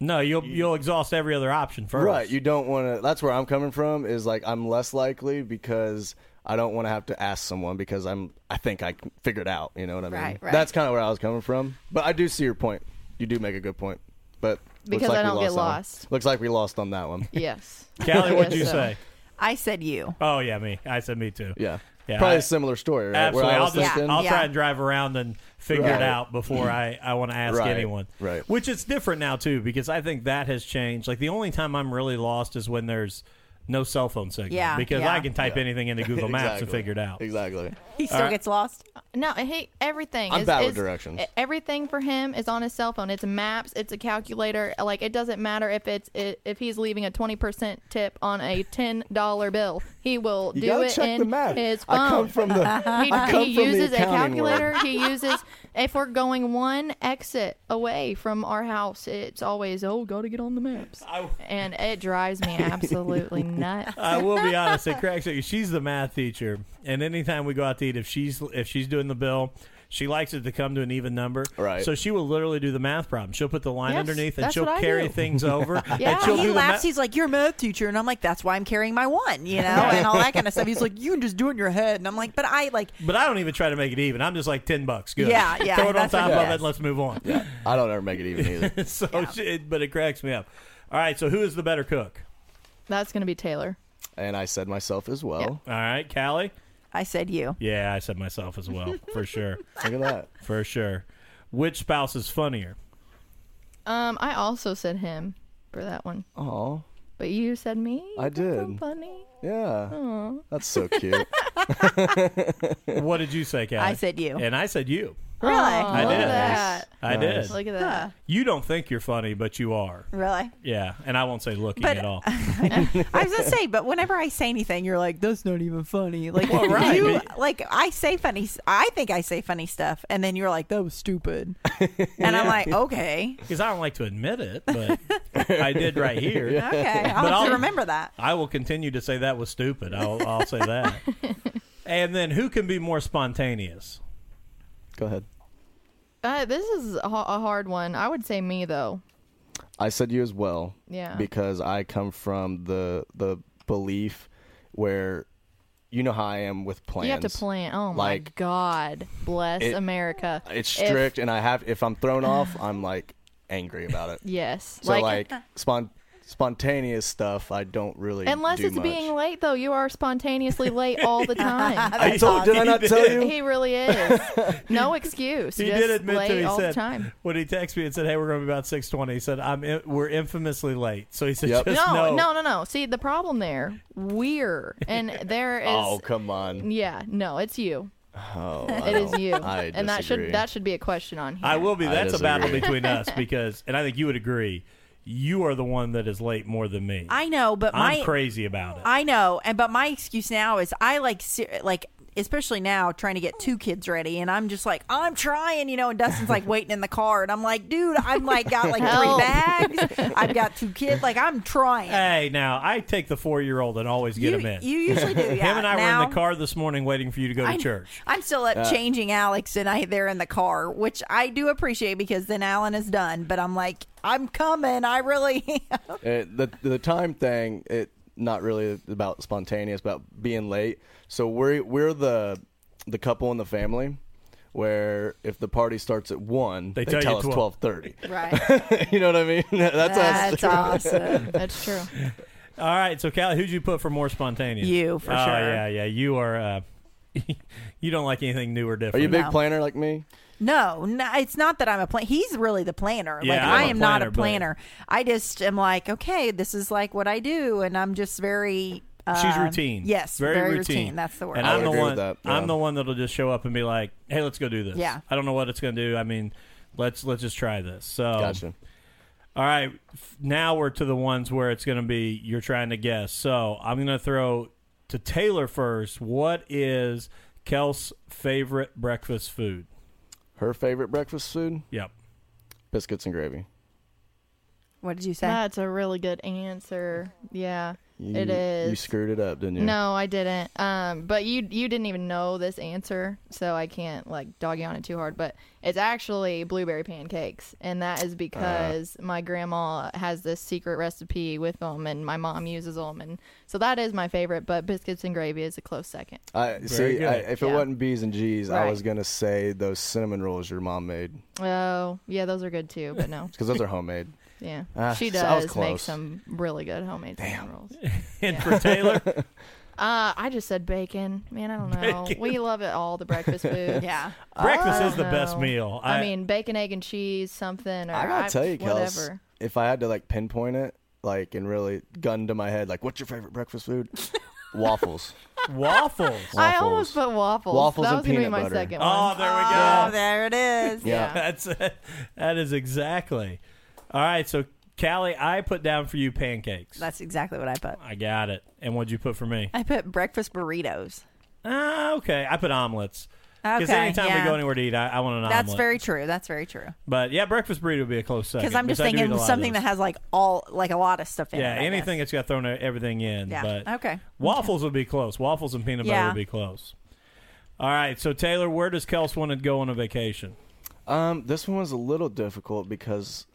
[SPEAKER 1] No, you'll you'll exhaust every other option first.
[SPEAKER 3] right. You don't want to. That's where I'm coming from. Is like I'm less likely because I don't want to have to ask someone because I'm I think I can figure it out. You know what I mean?
[SPEAKER 5] Right, right.
[SPEAKER 3] That's kind of where I was coming from. But I do see your point. You do make a good point. But looks
[SPEAKER 4] Because
[SPEAKER 3] like
[SPEAKER 4] I
[SPEAKER 3] we
[SPEAKER 4] don't get
[SPEAKER 3] lost that one.
[SPEAKER 4] lost.
[SPEAKER 3] Looks like we lost on that one.
[SPEAKER 4] Yes.
[SPEAKER 1] Callie, what'd you
[SPEAKER 4] So,
[SPEAKER 1] say?
[SPEAKER 5] I said you.
[SPEAKER 1] Oh yeah, me. I said me too.
[SPEAKER 3] Yeah.
[SPEAKER 1] Yeah,
[SPEAKER 3] Probably
[SPEAKER 1] I-
[SPEAKER 3] a similar story, right?
[SPEAKER 1] Absolutely.
[SPEAKER 3] Where I
[SPEAKER 1] I'll
[SPEAKER 3] was
[SPEAKER 1] just
[SPEAKER 3] thinking,
[SPEAKER 1] I'll try
[SPEAKER 5] Yeah.
[SPEAKER 1] and drive around and figure
[SPEAKER 3] Right.
[SPEAKER 1] it out before I, I want to ask
[SPEAKER 3] Right.
[SPEAKER 1] anyone.
[SPEAKER 3] Right.
[SPEAKER 1] Which it's different now too because I think that has changed. Like the only time I'm really lost is when there's no cell phone signal
[SPEAKER 5] Yeah,
[SPEAKER 1] because
[SPEAKER 5] yeah.
[SPEAKER 1] I can type anything into Google Maps and
[SPEAKER 3] Exactly.
[SPEAKER 1] figure it out.
[SPEAKER 3] Exactly.
[SPEAKER 5] He still gets lost.
[SPEAKER 4] No, I hate everything.
[SPEAKER 3] I'm
[SPEAKER 4] is-
[SPEAKER 3] bad with
[SPEAKER 4] is-
[SPEAKER 3] directions.
[SPEAKER 4] e- Everything for him is on his cell phone. It's maps. It's a calculator. Like it doesn't matter if it's i if he's leaving a twenty percent tip on a ten dollar bill. He will
[SPEAKER 3] You
[SPEAKER 4] do
[SPEAKER 3] gotta
[SPEAKER 4] it
[SPEAKER 3] check
[SPEAKER 4] in
[SPEAKER 3] the map.
[SPEAKER 4] his phone.
[SPEAKER 3] I come from
[SPEAKER 4] he,
[SPEAKER 3] the. I come
[SPEAKER 4] he
[SPEAKER 3] from the
[SPEAKER 4] uses a
[SPEAKER 3] accounting world.
[SPEAKER 4] calculator. he uses if we're going one exit away from our house, it's always oh gotta get on the maps,
[SPEAKER 1] I,
[SPEAKER 4] and it drives me absolutely nuts.
[SPEAKER 1] I will be honest. It cracks. me- She's the math teacher, and anytime we go out to eat, if she's if she's doing the bill, she likes it to come to an even number.
[SPEAKER 3] Right.
[SPEAKER 1] So she will literally do the math problem. She'll put the line
[SPEAKER 4] Yes,
[SPEAKER 1] underneath, and
[SPEAKER 4] that's
[SPEAKER 1] she'll
[SPEAKER 4] what I
[SPEAKER 1] carry
[SPEAKER 4] do.
[SPEAKER 1] things over.
[SPEAKER 4] Yeah.
[SPEAKER 1] and she'll
[SPEAKER 4] He'll
[SPEAKER 5] he
[SPEAKER 1] do
[SPEAKER 5] laughs.
[SPEAKER 1] the
[SPEAKER 5] He's like, "You're a math teacher," and I'm like, "That's why I'm carrying my one," you know, and all that kind of stuff. He's like, "You can just do it in your head," and I'm like, "But I like."
[SPEAKER 1] math. But I don't even try to make it even. I'm just like ten bucks. Good.
[SPEAKER 5] Yeah, yeah,
[SPEAKER 1] Throw it on
[SPEAKER 5] that's what
[SPEAKER 1] top
[SPEAKER 5] he
[SPEAKER 1] of
[SPEAKER 5] does.
[SPEAKER 1] it. and Let's move on.
[SPEAKER 3] Yeah, I don't ever make it even either.
[SPEAKER 1] so, she, it, but it cracks me up. All right. So who is the better cook?
[SPEAKER 4] That's gonna be Taylor.
[SPEAKER 3] and I said myself as well.
[SPEAKER 1] All right, Callie.
[SPEAKER 5] I said you.
[SPEAKER 1] Yeah, I said myself as well, for sure,
[SPEAKER 3] Look at that.
[SPEAKER 1] for sure. Which spouse is funnier?
[SPEAKER 4] Um, I also said him for that one.
[SPEAKER 3] Oh,
[SPEAKER 4] But you said me.
[SPEAKER 3] I
[SPEAKER 4] That's so
[SPEAKER 3] did.
[SPEAKER 4] funny.
[SPEAKER 3] yeah. That's so cute.
[SPEAKER 1] What did you say, Callie?
[SPEAKER 5] I said you.
[SPEAKER 1] And I said you.
[SPEAKER 5] Really?
[SPEAKER 4] Aw,
[SPEAKER 1] I
[SPEAKER 4] Oh, look
[SPEAKER 1] did.
[SPEAKER 4] at that.
[SPEAKER 1] I
[SPEAKER 3] Nice.
[SPEAKER 1] did.
[SPEAKER 4] Look at that.
[SPEAKER 1] you don't think you're funny, but you are.
[SPEAKER 5] Really?
[SPEAKER 1] Yeah, and I won't say looking
[SPEAKER 5] But-
[SPEAKER 1] at all.
[SPEAKER 5] I was gonna say, but whenever I say anything, you're like, "That's not even funny." Like
[SPEAKER 1] Well, right,
[SPEAKER 5] you,
[SPEAKER 1] but-
[SPEAKER 5] like I say funny. s- I think I say funny stuff, and then you're like, "That was stupid," and I'm like, "Okay,
[SPEAKER 1] Because I don't like to admit it, but I did right here.
[SPEAKER 5] okay, I'll
[SPEAKER 1] But
[SPEAKER 5] have
[SPEAKER 1] I'll-
[SPEAKER 5] to remember that."
[SPEAKER 1] I will continue to say that was stupid. I'll, I'll say that. and then who can be more spontaneous?
[SPEAKER 3] Go ahead.
[SPEAKER 4] Uh, this is a, ha- a hard one. I would say me though.
[SPEAKER 3] I said you as well.
[SPEAKER 4] Yeah.
[SPEAKER 3] Because I come from the the belief where you know how I am with plans.
[SPEAKER 4] You have to plan. Oh my
[SPEAKER 3] Like-
[SPEAKER 4] God, bless
[SPEAKER 3] It-
[SPEAKER 4] America.
[SPEAKER 3] It's
[SPEAKER 4] If-
[SPEAKER 3] strict, and I have. If I'm thrown off, I'm like angry about it.
[SPEAKER 4] yes.
[SPEAKER 3] So like, spon- spontaneous stuff, I don't really.
[SPEAKER 4] unless
[SPEAKER 3] do
[SPEAKER 4] it's
[SPEAKER 3] much.
[SPEAKER 4] being late though, you are spontaneously late all the time.
[SPEAKER 3] I told. Did I not tell you?
[SPEAKER 4] he really is. No excuse.
[SPEAKER 1] He
[SPEAKER 4] Just
[SPEAKER 1] did admit
[SPEAKER 4] late
[SPEAKER 1] to me, he
[SPEAKER 4] all
[SPEAKER 1] said,
[SPEAKER 4] the time.
[SPEAKER 1] When he texted me and said, "Hey, we're going to be about 6:20," he said, "I'm in, we're infamously late." So he said,
[SPEAKER 3] Yep.
[SPEAKER 1] "Just
[SPEAKER 4] No,
[SPEAKER 1] know."
[SPEAKER 4] no, no, no. See, the problem there, we're and there is.
[SPEAKER 3] Oh come on.
[SPEAKER 4] Yeah, no, it's you.
[SPEAKER 3] Oh,
[SPEAKER 4] It is you.
[SPEAKER 3] I
[SPEAKER 4] and that should
[SPEAKER 3] disagree.
[SPEAKER 4] that should be a question on here.
[SPEAKER 1] I will be.
[SPEAKER 3] I
[SPEAKER 1] That's a battle
[SPEAKER 3] disagree.
[SPEAKER 1] between us because, and I think you would agree, you are the one that is late more than me.
[SPEAKER 5] I know, but
[SPEAKER 1] I'm
[SPEAKER 5] my
[SPEAKER 1] crazy about it.
[SPEAKER 5] I know, and but my excuse now is I like ser- like especially now trying to get two kids ready and i'm just like i'm trying you know and dustin's like waiting in the car and i'm like dude i'm like got like
[SPEAKER 4] Help.
[SPEAKER 5] three bags i've got two kids like i'm trying
[SPEAKER 1] Hey, now I take the four year old and always get
[SPEAKER 5] you,
[SPEAKER 1] him in.
[SPEAKER 5] you usually do yeah
[SPEAKER 1] him and I
[SPEAKER 5] now,
[SPEAKER 1] were in the car this morning waiting for you to go to church.
[SPEAKER 5] I'm still up
[SPEAKER 4] Uh,
[SPEAKER 5] changing Alex and I they're in the car, which I do appreciate because then Alan is done. But I'm like, I'm coming. I really am.
[SPEAKER 3] It, the the time thing, it not really about spontaneous, about being late. So we're we're the the couple in the family where if the party starts at one,
[SPEAKER 1] They tell
[SPEAKER 3] they,
[SPEAKER 1] you
[SPEAKER 3] tell us
[SPEAKER 1] 12.
[SPEAKER 3] twelve thirty.
[SPEAKER 4] Right.
[SPEAKER 3] you know what I mean? That's, us.
[SPEAKER 5] That's awesome.
[SPEAKER 4] That's true.
[SPEAKER 1] All right, so Callie, who'd you put for more spontaneous?
[SPEAKER 5] You, for
[SPEAKER 1] oh,
[SPEAKER 5] sure.
[SPEAKER 1] yeah, yeah. You are. Uh, you don't like anything new or
[SPEAKER 3] Are
[SPEAKER 1] different.
[SPEAKER 3] you a big
[SPEAKER 5] No.
[SPEAKER 3] planner like me?
[SPEAKER 5] No, no, it's not that I'm a planner. He's really the planner.
[SPEAKER 1] Yeah,
[SPEAKER 5] like
[SPEAKER 1] I'm
[SPEAKER 5] I
[SPEAKER 1] a
[SPEAKER 5] am not
[SPEAKER 1] planner,
[SPEAKER 5] a
[SPEAKER 1] but-
[SPEAKER 5] planner. I just am like, okay, this is like what I do, and I'm just very. Uh,
[SPEAKER 1] She's routine.
[SPEAKER 5] Yes,
[SPEAKER 1] very,
[SPEAKER 5] routine. That's the word.
[SPEAKER 1] And
[SPEAKER 3] I
[SPEAKER 1] I'm
[SPEAKER 3] would
[SPEAKER 1] the
[SPEAKER 3] agree with
[SPEAKER 1] one.
[SPEAKER 3] that, yeah.
[SPEAKER 1] I'm the one that'll just show up and be like, "Hey, let's go do this."
[SPEAKER 5] Yeah.
[SPEAKER 1] I don't know what it's going to do. I mean, let's let's just try this. So,
[SPEAKER 3] Gotcha.
[SPEAKER 1] all right, f- now we're to the ones where it's going to be you're trying to guess. So I'm going to throw to Taylor first. What is Kel's favorite breakfast food?
[SPEAKER 3] Her favorite breakfast food?
[SPEAKER 1] Yep.
[SPEAKER 3] Biscuits and gravy.
[SPEAKER 5] what did you say?
[SPEAKER 4] That's a really good answer. Yeah.
[SPEAKER 3] You,
[SPEAKER 4] It
[SPEAKER 3] You
[SPEAKER 4] is.
[SPEAKER 3] screwed it up, didn't you?
[SPEAKER 4] No, I didn't. Um, but you you didn't even know this answer, so I can't like doggy on it too hard. But it's actually blueberry pancakes, and that
[SPEAKER 3] Ah.
[SPEAKER 4] is because my grandma has this secret recipe with them, and my mom uses them, and so that is my favorite. But biscuits and gravy is a close second.
[SPEAKER 3] I
[SPEAKER 1] Very
[SPEAKER 3] see. I,
[SPEAKER 1] good.
[SPEAKER 3] if it
[SPEAKER 4] Yeah.
[SPEAKER 3] wasn't B's and G's, I
[SPEAKER 4] Right.
[SPEAKER 3] was gonna say those cinnamon rolls your mom made
[SPEAKER 4] Oh, yeah, those are good too. But no,
[SPEAKER 3] because those are homemade.
[SPEAKER 4] yeah,
[SPEAKER 3] Ah,
[SPEAKER 4] she
[SPEAKER 3] so I was
[SPEAKER 4] does make
[SPEAKER 3] close.
[SPEAKER 4] some really good homemade cinnamon rolls.
[SPEAKER 1] And for Taylor,
[SPEAKER 4] Uh, I just said bacon. Man, I don't know.
[SPEAKER 1] Bacon.
[SPEAKER 4] We love it all the breakfast food.
[SPEAKER 5] yeah.
[SPEAKER 1] breakfast
[SPEAKER 5] Oh,
[SPEAKER 4] I
[SPEAKER 1] is the
[SPEAKER 4] don't
[SPEAKER 1] best
[SPEAKER 4] know.
[SPEAKER 1] meal.
[SPEAKER 4] I, mean, bacon, egg, and cheese, something. Or
[SPEAKER 3] I gotta tell you, Kels,
[SPEAKER 4] whatever.
[SPEAKER 3] if I had to like pinpoint it, like and really gun to my head, like, what's your favorite breakfast food? waffles.
[SPEAKER 1] waffles.
[SPEAKER 4] I almost put waffles.
[SPEAKER 3] Waffles
[SPEAKER 4] that
[SPEAKER 3] and
[SPEAKER 4] was gonna be
[SPEAKER 3] peanut
[SPEAKER 4] my
[SPEAKER 3] butter.
[SPEAKER 4] second
[SPEAKER 1] Oh,
[SPEAKER 4] one.
[SPEAKER 1] there we go.
[SPEAKER 5] Oh, there it is.
[SPEAKER 3] Yeah.
[SPEAKER 1] That's that is exactly. All right, so Callie, I put down for you pancakes.
[SPEAKER 5] That's exactly what I put.
[SPEAKER 1] I got it. And what'd you put for me?
[SPEAKER 5] I put breakfast burritos.
[SPEAKER 1] Ah, okay, I put omelets.
[SPEAKER 5] Okay.
[SPEAKER 1] Because anytime
[SPEAKER 5] yeah.
[SPEAKER 1] we go anywhere to eat, I, I want an omelet.
[SPEAKER 5] That's very true. That's very true.
[SPEAKER 1] But yeah, breakfast burrito would be a close second.
[SPEAKER 5] Because I'm just
[SPEAKER 1] I do eat
[SPEAKER 5] thinking
[SPEAKER 1] a lot of
[SPEAKER 5] something that
[SPEAKER 1] those.
[SPEAKER 5] has like all like a lot of stuff in
[SPEAKER 1] yeah
[SPEAKER 5] it. I
[SPEAKER 1] anything
[SPEAKER 5] guess.
[SPEAKER 1] that's got thrown e, everything in.
[SPEAKER 5] Yeah.
[SPEAKER 1] But
[SPEAKER 5] okay.
[SPEAKER 1] waffles would be close. Waffles and peanut butter
[SPEAKER 5] Yeah.
[SPEAKER 1] would be close. All right, so Taylor, where does Kels want to go on a vacation?
[SPEAKER 3] Um, this one was a little difficult because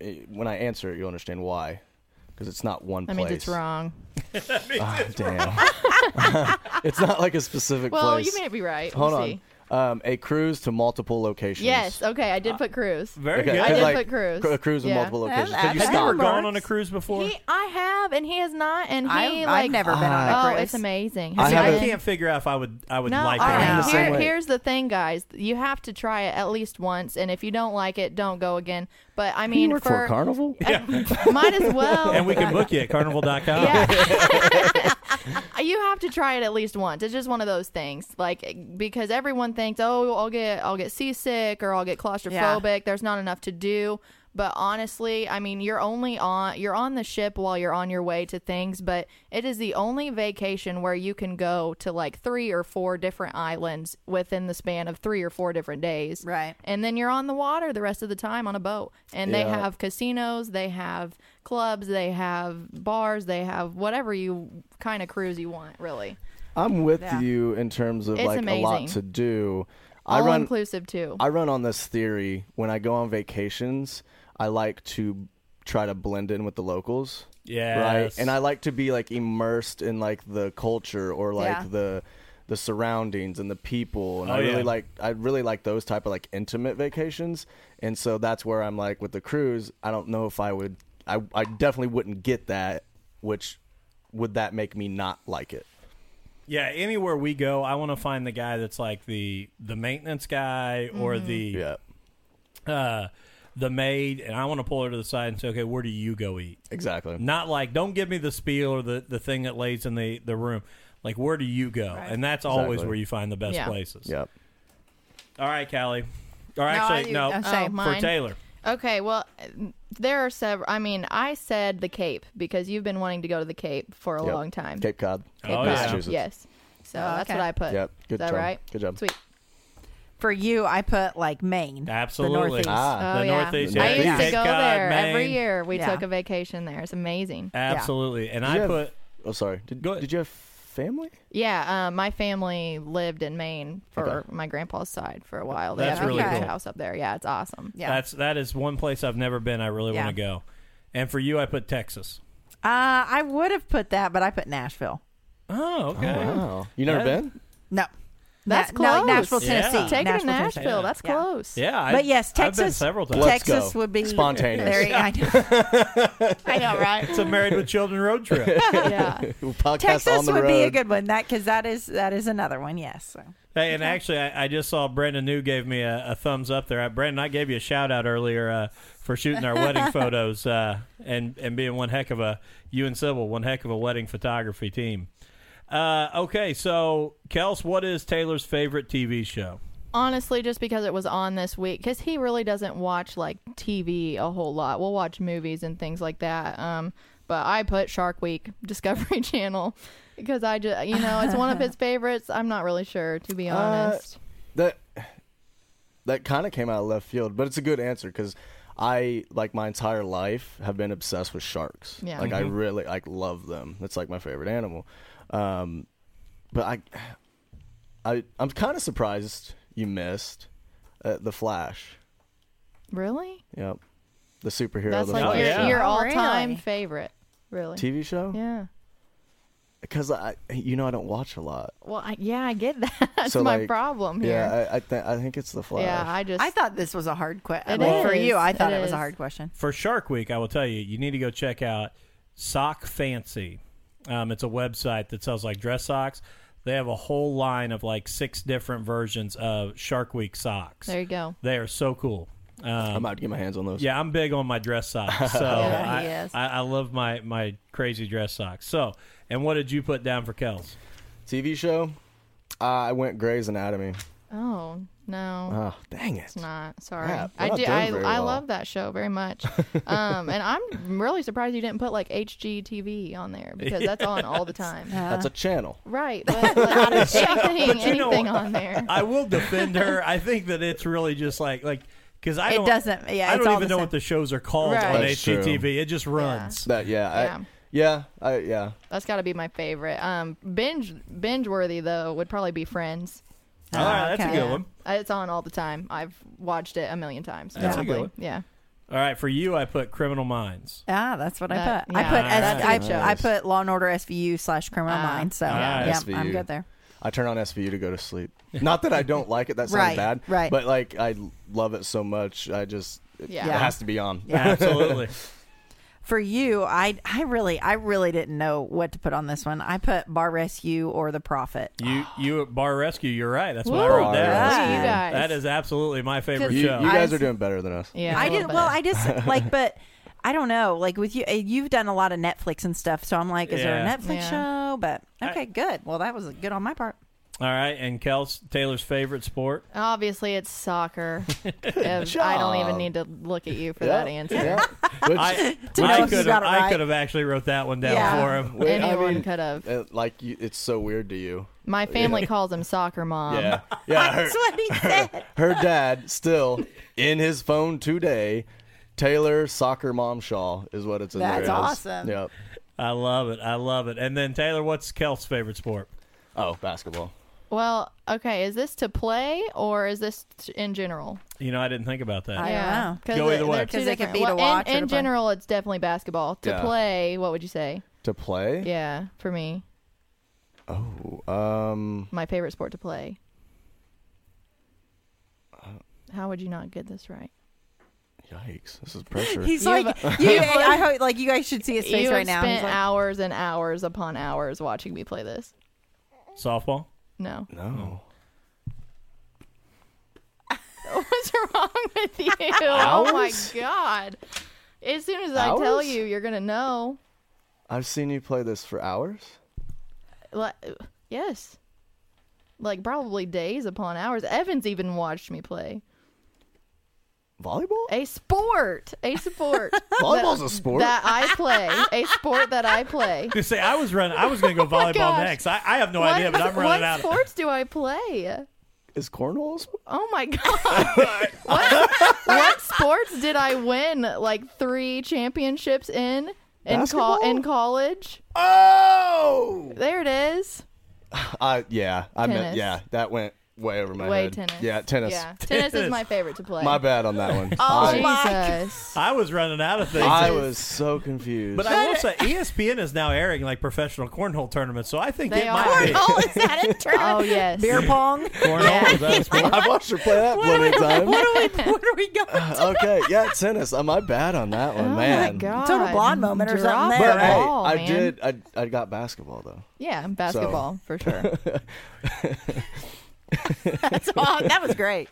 [SPEAKER 3] it, when I answer it, you'll understand why. Because it's not one
[SPEAKER 4] That
[SPEAKER 3] place.
[SPEAKER 4] means it's wrong.
[SPEAKER 3] Ah, damn. it's not like a specific
[SPEAKER 4] Well,
[SPEAKER 3] place.
[SPEAKER 4] you may be right.
[SPEAKER 3] Hold
[SPEAKER 4] we'll
[SPEAKER 3] on.
[SPEAKER 4] See.
[SPEAKER 3] Um, a cruise to multiple locations.
[SPEAKER 4] Yes. Okay. I did put cruise.
[SPEAKER 1] Very
[SPEAKER 3] Okay,
[SPEAKER 1] good.
[SPEAKER 4] I
[SPEAKER 3] 'cause,
[SPEAKER 4] did
[SPEAKER 3] like,
[SPEAKER 4] put cruise.
[SPEAKER 3] cr- A cruise with
[SPEAKER 4] Yeah.
[SPEAKER 3] multiple locations. 'Cause
[SPEAKER 5] Have
[SPEAKER 3] you
[SPEAKER 1] Have you
[SPEAKER 3] stop.
[SPEAKER 1] ever
[SPEAKER 5] That
[SPEAKER 1] gone
[SPEAKER 5] works.
[SPEAKER 1] on a cruise before?
[SPEAKER 4] He, I have, and he has not, and he
[SPEAKER 5] I've- I've
[SPEAKER 4] like.
[SPEAKER 5] never been on a
[SPEAKER 4] Oh,
[SPEAKER 5] cruise.
[SPEAKER 4] it's amazing.
[SPEAKER 3] I
[SPEAKER 1] See, I
[SPEAKER 3] haven't-
[SPEAKER 1] can't figure out if I would I would
[SPEAKER 4] No,
[SPEAKER 1] like
[SPEAKER 4] all
[SPEAKER 1] that.
[SPEAKER 3] I'm
[SPEAKER 4] right.
[SPEAKER 3] the same
[SPEAKER 4] Here,
[SPEAKER 3] way.
[SPEAKER 4] here's the thing, guys. You have to try it at least once, and if you don't like it, don't go again. But I mean,
[SPEAKER 3] work for a carnival?
[SPEAKER 4] might as well.
[SPEAKER 1] and we can book you at carnival.com.
[SPEAKER 4] Yeah. you have to try it at least once. It's just one of those things. Like because everyone thinks, "Oh, I'll get I'll get seasick or I'll get claustrophobic. There's not enough to do." But honestly, I mean, you're only on you're on the ship while you're on your way to things, but it is the only vacation where you can go to like 3 or 4 different islands within the span of 3 or 4 different days.
[SPEAKER 5] Right.
[SPEAKER 4] And then you're on the water the rest of the time on a boat. And they
[SPEAKER 3] Yeah.
[SPEAKER 4] have casinos, they have clubs, they have bars, they have whatever you kind of cruise you want, really.
[SPEAKER 3] I'm with
[SPEAKER 5] Yeah.
[SPEAKER 3] you in terms of
[SPEAKER 4] It's
[SPEAKER 3] like a lot
[SPEAKER 4] amazing.
[SPEAKER 3] to do. I
[SPEAKER 4] All
[SPEAKER 3] run
[SPEAKER 4] inclusive too.
[SPEAKER 3] I run on this theory when I go on vacations, I like to try to blend in with the locals.
[SPEAKER 1] Yes.
[SPEAKER 3] Right? And I like to be like immersed in like the culture or like
[SPEAKER 5] Yeah.
[SPEAKER 3] the the surroundings and the people and
[SPEAKER 1] Oh,
[SPEAKER 3] I really
[SPEAKER 1] yeah.
[SPEAKER 3] like I really like those type of like intimate vacations. And so that's where I'm like with the cruise, I don't know if I would I I definitely wouldn't get that, which would that make me not like it?
[SPEAKER 1] Yeah, anywhere we go, I want to find the guy that's like the the maintenance guy or
[SPEAKER 4] Mm-hmm.
[SPEAKER 1] the
[SPEAKER 3] Yeah.
[SPEAKER 1] uh the maid and I want to pull her to the side and say, "Okay, where do you go eat?"
[SPEAKER 3] Exactly.
[SPEAKER 1] Not like, "Don't give me the spiel or the the thing that lays in the the room." Like, "Where do you go?" And that's always
[SPEAKER 3] Exactly.
[SPEAKER 1] where you find the best
[SPEAKER 4] Yeah.
[SPEAKER 1] places.
[SPEAKER 3] Yep.
[SPEAKER 1] All right, Callie. Or
[SPEAKER 5] I
[SPEAKER 1] actually,
[SPEAKER 5] do-
[SPEAKER 1] no,
[SPEAKER 5] I'm
[SPEAKER 4] Oh,
[SPEAKER 5] saying-
[SPEAKER 1] for
[SPEAKER 4] mine.
[SPEAKER 1] Taylor.
[SPEAKER 4] Okay, well, there are several. I mean, I said the Cape because you've been wanting to go to the Cape for a
[SPEAKER 3] Yep.
[SPEAKER 4] long time.
[SPEAKER 3] Cape Cod,
[SPEAKER 1] Oh, yeah.
[SPEAKER 3] Massachusetts.
[SPEAKER 4] Yes. So
[SPEAKER 2] Oh,
[SPEAKER 4] that's
[SPEAKER 2] okay.
[SPEAKER 4] what I put.
[SPEAKER 3] Yep. Good
[SPEAKER 4] Is that
[SPEAKER 3] job.
[SPEAKER 4] right?
[SPEAKER 3] Good job.
[SPEAKER 4] Sweet.
[SPEAKER 2] For you, I put like Maine.
[SPEAKER 1] Absolutely.
[SPEAKER 2] The Northeast.
[SPEAKER 3] Ah.
[SPEAKER 4] Oh,
[SPEAKER 1] the
[SPEAKER 4] yeah.
[SPEAKER 1] Northeast.
[SPEAKER 4] I
[SPEAKER 1] yeah.
[SPEAKER 4] used to
[SPEAKER 1] Cape
[SPEAKER 4] go
[SPEAKER 1] Cod,
[SPEAKER 4] there every
[SPEAKER 1] Maine.
[SPEAKER 4] year. We
[SPEAKER 2] Yeah.
[SPEAKER 4] took a vacation there. It's amazing.
[SPEAKER 1] Absolutely. And
[SPEAKER 3] you
[SPEAKER 1] I
[SPEAKER 3] have-
[SPEAKER 1] put
[SPEAKER 3] Oh, sorry. Did,
[SPEAKER 1] Go ahead.
[SPEAKER 3] did you have family?
[SPEAKER 4] Yeah, uh, my family lived in Maine for
[SPEAKER 3] Okay.
[SPEAKER 4] my grandpa's side for a while. They
[SPEAKER 1] That's
[SPEAKER 4] had a
[SPEAKER 2] really
[SPEAKER 4] huge
[SPEAKER 1] cool.
[SPEAKER 4] house up there. Yeah, it's awesome.
[SPEAKER 2] Yeah.
[SPEAKER 1] that's that is one place I've never been. I really
[SPEAKER 2] Yeah.
[SPEAKER 1] want to go. And for you, I put Texas.
[SPEAKER 2] Uh, I would have put that, but I put Nashville.
[SPEAKER 1] Oh, okay.
[SPEAKER 3] Wow. You never
[SPEAKER 1] Yeah.
[SPEAKER 3] been?
[SPEAKER 2] No.
[SPEAKER 4] That's
[SPEAKER 2] Na- no,
[SPEAKER 4] close.
[SPEAKER 2] Nashville,
[SPEAKER 1] Yeah.
[SPEAKER 2] Tennessee.
[SPEAKER 1] Take
[SPEAKER 4] Take it to
[SPEAKER 2] Tennessee.
[SPEAKER 4] Nashville. That's
[SPEAKER 2] Yeah.
[SPEAKER 4] close.
[SPEAKER 1] Yeah, I,
[SPEAKER 2] But yes,
[SPEAKER 1] I've been
[SPEAKER 2] Texas-
[SPEAKER 1] several times.
[SPEAKER 3] Let's
[SPEAKER 2] Texas
[SPEAKER 3] go.
[SPEAKER 2] would be-
[SPEAKER 3] spontaneous.
[SPEAKER 2] There you- I know.
[SPEAKER 4] I know, right?
[SPEAKER 1] It's a married with children road trip.
[SPEAKER 4] yeah.
[SPEAKER 3] Podcast on
[SPEAKER 2] Texas
[SPEAKER 3] the
[SPEAKER 2] would
[SPEAKER 3] road.
[SPEAKER 2] be a good one. That because that is that is another one. Yes. So.
[SPEAKER 1] Hey, and actually, I, I just saw Brandon New gave me a, a thumbs up there. I, Brandon, I gave you a shout out earlier uh, for shooting our wedding photos uh, and and being one heck of a you and Sybil, one heck of a wedding photography team. Uh, okay, so Kels, what is Taylor's favorite TV show?
[SPEAKER 4] Honestly, just because it was on this week, because he really doesn't watch like TV a whole lot. We'll watch movies and things like that. Um, but I put Shark Week Discovery Channel because I just, you know, it's one of his favorites. I'm not really sure, to be honest.
[SPEAKER 3] That that kind of came out of left field, but it's a good answer because I like my entire life have been obsessed with sharks.
[SPEAKER 4] Yeah.
[SPEAKER 3] like
[SPEAKER 1] Mm-hmm.
[SPEAKER 3] I really like love them. That's like my favorite animal. Um, but I, I I'm kind of surprised you missed uh, the Flash.
[SPEAKER 4] really?
[SPEAKER 3] Yep, the superhero.
[SPEAKER 4] That's
[SPEAKER 3] the
[SPEAKER 4] like
[SPEAKER 1] Oh,
[SPEAKER 3] Flash.
[SPEAKER 4] your,
[SPEAKER 1] yeah.
[SPEAKER 4] your
[SPEAKER 2] Oh,
[SPEAKER 4] all time
[SPEAKER 2] really?
[SPEAKER 4] favorite. Really?
[SPEAKER 3] TV show.
[SPEAKER 4] Yeah.
[SPEAKER 3] Because I, you know, I don't watch a lot.
[SPEAKER 4] Well, I, yeah, I get that. That's
[SPEAKER 3] So,
[SPEAKER 4] my
[SPEAKER 3] like,
[SPEAKER 4] problem here.
[SPEAKER 3] Yeah, I I, th- I uh, think it's the Flash.
[SPEAKER 4] yeah, I just.
[SPEAKER 2] I thought this was a hard question.
[SPEAKER 4] It
[SPEAKER 2] for
[SPEAKER 4] is.
[SPEAKER 2] you, I thought
[SPEAKER 4] It
[SPEAKER 2] it, was a
[SPEAKER 4] is.
[SPEAKER 2] hard question.
[SPEAKER 1] for Shark Week, I will tell you, you need to go check out Sock Fancy. Um, it's a website that sells like dress socks. They have a whole line of like six different versions of Shark Week socks.
[SPEAKER 4] there you go.
[SPEAKER 1] They are so cool.
[SPEAKER 3] I'm
[SPEAKER 1] Um,
[SPEAKER 3] about to get my hands on those.
[SPEAKER 1] yeah, I'm big on my dress socks, so
[SPEAKER 4] Yeah, he
[SPEAKER 1] I,
[SPEAKER 4] is.
[SPEAKER 1] I, I love my my crazy dress socks. So, and what did you put down for Kels?
[SPEAKER 3] TV show. Uh, I went Grey's Anatomy.
[SPEAKER 4] Oh, no.
[SPEAKER 3] Oh, dang it.
[SPEAKER 4] It's not. Sorry.
[SPEAKER 3] Yeah, we're
[SPEAKER 4] I
[SPEAKER 3] not
[SPEAKER 4] do.
[SPEAKER 3] doing
[SPEAKER 4] I,
[SPEAKER 3] very
[SPEAKER 4] I
[SPEAKER 3] well.
[SPEAKER 4] love that show very much. um, and I'm really surprised you didn't put like HGTV on there because that's on all the time.
[SPEAKER 3] That's a channel.
[SPEAKER 4] Right. But like, anything,
[SPEAKER 1] you know
[SPEAKER 4] anything
[SPEAKER 1] what?
[SPEAKER 4] on there.
[SPEAKER 1] I will defend her. I think that it's really just like like because I
[SPEAKER 2] It
[SPEAKER 1] don't,
[SPEAKER 2] doesn't- yeah,
[SPEAKER 1] I
[SPEAKER 2] it's
[SPEAKER 1] don't
[SPEAKER 2] all
[SPEAKER 1] even
[SPEAKER 2] the
[SPEAKER 1] know
[SPEAKER 2] same.
[SPEAKER 1] what the shows are called
[SPEAKER 4] Right.
[SPEAKER 1] on
[SPEAKER 3] That's true.
[SPEAKER 1] HGTV. It just runs.
[SPEAKER 3] That
[SPEAKER 4] Yeah.
[SPEAKER 3] yeah. I, yeah. I yeah.
[SPEAKER 4] That's got to be my favorite. Um, binge binge worthy though would probably be Friends. Oh,
[SPEAKER 1] All right, that's
[SPEAKER 2] Okay.
[SPEAKER 1] a good one.
[SPEAKER 4] Uh, It's on all the time. I've watched it a million times.
[SPEAKER 1] That's a good
[SPEAKER 4] probably.
[SPEAKER 1] one.
[SPEAKER 4] Yeah.
[SPEAKER 1] All right, for you, I put Criminal Minds.
[SPEAKER 2] Ah, that's what I
[SPEAKER 4] That-
[SPEAKER 2] put.
[SPEAKER 4] yeah,
[SPEAKER 2] I put
[SPEAKER 3] that's
[SPEAKER 2] S-
[SPEAKER 3] good.
[SPEAKER 2] I, I put Law and Order SVU slash Criminal
[SPEAKER 4] Ah,
[SPEAKER 2] Minds. So
[SPEAKER 1] yeah.
[SPEAKER 2] yeah, I'm
[SPEAKER 3] SVU.
[SPEAKER 2] good there.
[SPEAKER 3] I turn on SVU to go to sleep. Not that I don't like it. That sounds
[SPEAKER 2] Right,
[SPEAKER 3] bad.
[SPEAKER 2] right.
[SPEAKER 3] But like I love it so much. I just it,
[SPEAKER 4] Yeah.
[SPEAKER 3] it has to be on.
[SPEAKER 2] Yeah.
[SPEAKER 1] Absolutely.
[SPEAKER 2] For you, I I really I really didn't know what to put on this one. I put Bar Rescue or The Prophet.
[SPEAKER 1] you you at Bar Rescue, you're right. That's what I
[SPEAKER 4] Woo,
[SPEAKER 1] wrote
[SPEAKER 3] Bar
[SPEAKER 1] down.
[SPEAKER 4] look at
[SPEAKER 2] Yeah.
[SPEAKER 4] you guys.
[SPEAKER 1] That is absolutely my favorite
[SPEAKER 3] You, you
[SPEAKER 1] show.
[SPEAKER 3] guys
[SPEAKER 2] I-
[SPEAKER 3] are doing better than us.
[SPEAKER 4] Yeah.
[SPEAKER 2] I
[SPEAKER 4] a little
[SPEAKER 2] didn't. Well,
[SPEAKER 4] bit.
[SPEAKER 2] I just like, but I don't know. Like with you, uh, you've done a lot of Netflix and stuff. So I'm like, is
[SPEAKER 1] Yeah.
[SPEAKER 2] there a Netflix show? But okay, good. Well, that was good on my part.
[SPEAKER 1] All right, and Kels Taylor's favorite sport.
[SPEAKER 4] Obviously, it's soccer. If- I don't even need to look at you for that answer.
[SPEAKER 3] Yeah. Which,
[SPEAKER 1] I,
[SPEAKER 2] know
[SPEAKER 1] I
[SPEAKER 2] if you
[SPEAKER 1] could have
[SPEAKER 2] got it
[SPEAKER 1] I
[SPEAKER 2] right.
[SPEAKER 1] could have actually wrote that one down
[SPEAKER 2] Yeah.
[SPEAKER 1] for him.
[SPEAKER 3] wait, I
[SPEAKER 4] Anyone
[SPEAKER 3] mean,
[SPEAKER 4] could have.
[SPEAKER 3] uh, like you, it's so weird to you.
[SPEAKER 4] My family calls him soccer mom.
[SPEAKER 3] Yeah. Yeah. Her,
[SPEAKER 2] That's what he said.
[SPEAKER 3] her dad still in his phone today. Taylor Soccer Mom Shaw is what it's in there
[SPEAKER 2] That's
[SPEAKER 3] as.
[SPEAKER 2] awesome.
[SPEAKER 3] Yep.
[SPEAKER 1] I love it. I love it. And then Taylor, what's Kels' favorite sport?
[SPEAKER 3] Oh, basketball.
[SPEAKER 4] Well, okay, is this to play or is this t- in general?
[SPEAKER 1] You know, I didn't think about that.
[SPEAKER 2] I don't know.
[SPEAKER 4] 'cause
[SPEAKER 1] Go
[SPEAKER 4] they-
[SPEAKER 1] either way.
[SPEAKER 4] they're two
[SPEAKER 2] 'Cause it could
[SPEAKER 4] different-
[SPEAKER 2] be to
[SPEAKER 4] well,
[SPEAKER 2] watch or
[SPEAKER 4] In,
[SPEAKER 2] to
[SPEAKER 4] in
[SPEAKER 2] play.
[SPEAKER 4] general, it's definitely basketball. To
[SPEAKER 3] Yeah.
[SPEAKER 4] play, what would you say?
[SPEAKER 3] To play?
[SPEAKER 4] Yeah, for me,
[SPEAKER 3] Um,
[SPEAKER 4] my favorite sport to play. How would you not get this right?
[SPEAKER 3] yikes. This is pressure.
[SPEAKER 2] He's
[SPEAKER 4] You've-
[SPEAKER 2] like, you, I hope, like you guys should see his face
[SPEAKER 4] you have
[SPEAKER 2] right now. He's
[SPEAKER 4] spent
[SPEAKER 2] like-
[SPEAKER 4] hours and hours upon hours watching me play this.
[SPEAKER 1] Softball.
[SPEAKER 4] No,
[SPEAKER 3] no.
[SPEAKER 4] what's wrong with you? Oh my god! As soon as I tell
[SPEAKER 3] Hours?
[SPEAKER 4] you, you're gonna know.
[SPEAKER 3] I've seen you play this for hours.
[SPEAKER 4] Like, yes. Like probably days upon hours. Evans even watched me play.
[SPEAKER 3] Volleyball?
[SPEAKER 4] A sport, a sport.
[SPEAKER 3] Volleyball's
[SPEAKER 4] that-
[SPEAKER 3] a sport.
[SPEAKER 4] that I play. A sport that I play.
[SPEAKER 1] You say I was running. I was going to go volleyball
[SPEAKER 4] gosh.
[SPEAKER 1] next. I, I have no
[SPEAKER 4] what,
[SPEAKER 1] idea, but I'm
[SPEAKER 4] what
[SPEAKER 1] running out. of
[SPEAKER 4] sports do I play?
[SPEAKER 3] Is cornhole a sport?
[SPEAKER 4] Oh my god! what, what sports did I win? Like three championships in in, col-
[SPEAKER 3] Basketball?
[SPEAKER 4] in college.
[SPEAKER 3] Oh!
[SPEAKER 4] There it is.
[SPEAKER 3] Uh, yeah, I
[SPEAKER 4] Tennis.
[SPEAKER 3] meant yeah. That went way over my
[SPEAKER 4] Way
[SPEAKER 3] head.
[SPEAKER 4] tennis.
[SPEAKER 3] Yeah, tennis.
[SPEAKER 4] Yeah, tennis is
[SPEAKER 1] Tennis.
[SPEAKER 4] my favorite to play.
[SPEAKER 3] My bad on that one.
[SPEAKER 2] Oh,
[SPEAKER 3] I,
[SPEAKER 2] my-
[SPEAKER 4] Jesus.
[SPEAKER 1] I was running out of things.
[SPEAKER 3] I was so confused.
[SPEAKER 1] but I will say, E ESPN is now airing like professional cornhole tournaments, so I think
[SPEAKER 4] They
[SPEAKER 1] it
[SPEAKER 4] are.
[SPEAKER 1] might be.
[SPEAKER 2] Oh, is that a term?
[SPEAKER 4] Oh yes.
[SPEAKER 2] Beer pong.
[SPEAKER 1] Cornhole, is that a sport?
[SPEAKER 3] I've watched her play that plenty of times.
[SPEAKER 2] what are we going?
[SPEAKER 3] okay, yeah, tennis. Uh, my bad on that one,
[SPEAKER 4] Oh
[SPEAKER 3] man.
[SPEAKER 4] my god.
[SPEAKER 2] Total blonde moment or
[SPEAKER 4] Drop
[SPEAKER 2] something
[SPEAKER 4] the
[SPEAKER 2] there,
[SPEAKER 3] But hey,
[SPEAKER 4] ball,
[SPEAKER 3] I
[SPEAKER 4] man.
[SPEAKER 3] did. I, I got basketball though.
[SPEAKER 4] Yeah, basketball for sure.
[SPEAKER 2] That's all. Oh, That was great.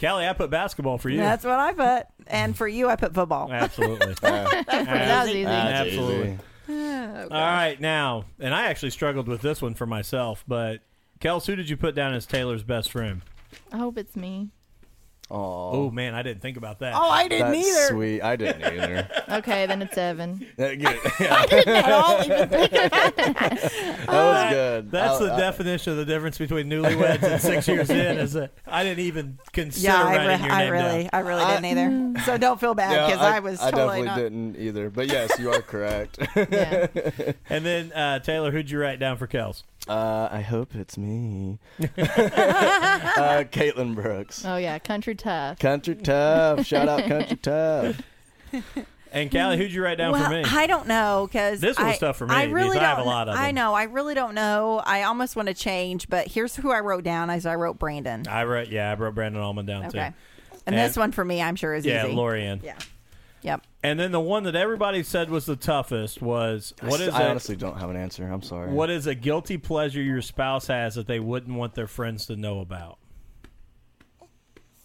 [SPEAKER 1] Callie, I put basketball for you.
[SPEAKER 2] That's what I put. And for you, I put football.
[SPEAKER 1] Absolutely.
[SPEAKER 3] Yeah,
[SPEAKER 4] that was easy.
[SPEAKER 2] Uh,
[SPEAKER 3] that's
[SPEAKER 1] Absolutely.
[SPEAKER 3] easy.
[SPEAKER 1] All right, now, and I actually struggled with this one for myself, but Kels, who did you put down as Taylor's best friend?
[SPEAKER 4] I hope it's me.
[SPEAKER 3] Aw,
[SPEAKER 1] Oh man, I didn't think about that.
[SPEAKER 2] Oh, I didn't
[SPEAKER 3] that's
[SPEAKER 2] either.
[SPEAKER 3] sweet. I didn't either.
[SPEAKER 4] Okay, then it's Evan.
[SPEAKER 3] That good- yeah,
[SPEAKER 2] At all, even think
[SPEAKER 3] that was good.
[SPEAKER 1] That's
[SPEAKER 3] I-
[SPEAKER 1] the
[SPEAKER 2] Oh,
[SPEAKER 3] I-
[SPEAKER 2] uh,
[SPEAKER 1] definition of the difference between newlyweds and six years in. Is that I didn't even consider
[SPEAKER 2] Yeah, I,
[SPEAKER 1] writing
[SPEAKER 2] re-
[SPEAKER 1] your
[SPEAKER 2] I
[SPEAKER 1] name
[SPEAKER 2] really,
[SPEAKER 1] down.
[SPEAKER 2] I really didn't either. So don't feel bad
[SPEAKER 3] yeah,
[SPEAKER 2] because I, was
[SPEAKER 3] I
[SPEAKER 2] totally
[SPEAKER 3] definitely
[SPEAKER 2] not.
[SPEAKER 3] didn't either. But yes, you are correct.
[SPEAKER 4] Yeah.
[SPEAKER 1] And then uh, Taylor, who'd you write down for Kels?
[SPEAKER 3] Uh, I hope it's me. uh, Caitlin Brooks.
[SPEAKER 4] Oh yeah, country tough.
[SPEAKER 3] Country Tough. Shout out Country Tough.
[SPEAKER 1] And Callie, who'd you write down
[SPEAKER 2] well,
[SPEAKER 1] for me?
[SPEAKER 2] I don't know because
[SPEAKER 1] This one's
[SPEAKER 2] I,
[SPEAKER 1] tough for me
[SPEAKER 2] I
[SPEAKER 1] because
[SPEAKER 2] really
[SPEAKER 1] I have a
[SPEAKER 2] don't-
[SPEAKER 1] lot of
[SPEAKER 2] I
[SPEAKER 1] them.
[SPEAKER 2] know. I really don't know. I almost want to change, but here's who I wrote down. As I wrote Brandon.
[SPEAKER 1] I wrote, yeah, I wrote Brandon Allman down
[SPEAKER 2] Okay.
[SPEAKER 1] Ah, too.
[SPEAKER 2] And,
[SPEAKER 1] And-
[SPEAKER 2] this one for me, I'm sure is
[SPEAKER 1] Yeah,
[SPEAKER 2] easy.
[SPEAKER 1] Lorian.
[SPEAKER 2] Yeah. Yep.
[SPEAKER 1] And then the one that everybody said was the toughest was what is
[SPEAKER 3] I
[SPEAKER 1] a-
[SPEAKER 3] honestly don't have an answer. I'm sorry.
[SPEAKER 1] what is a guilty pleasure your spouse has that they wouldn't want their friends to know about?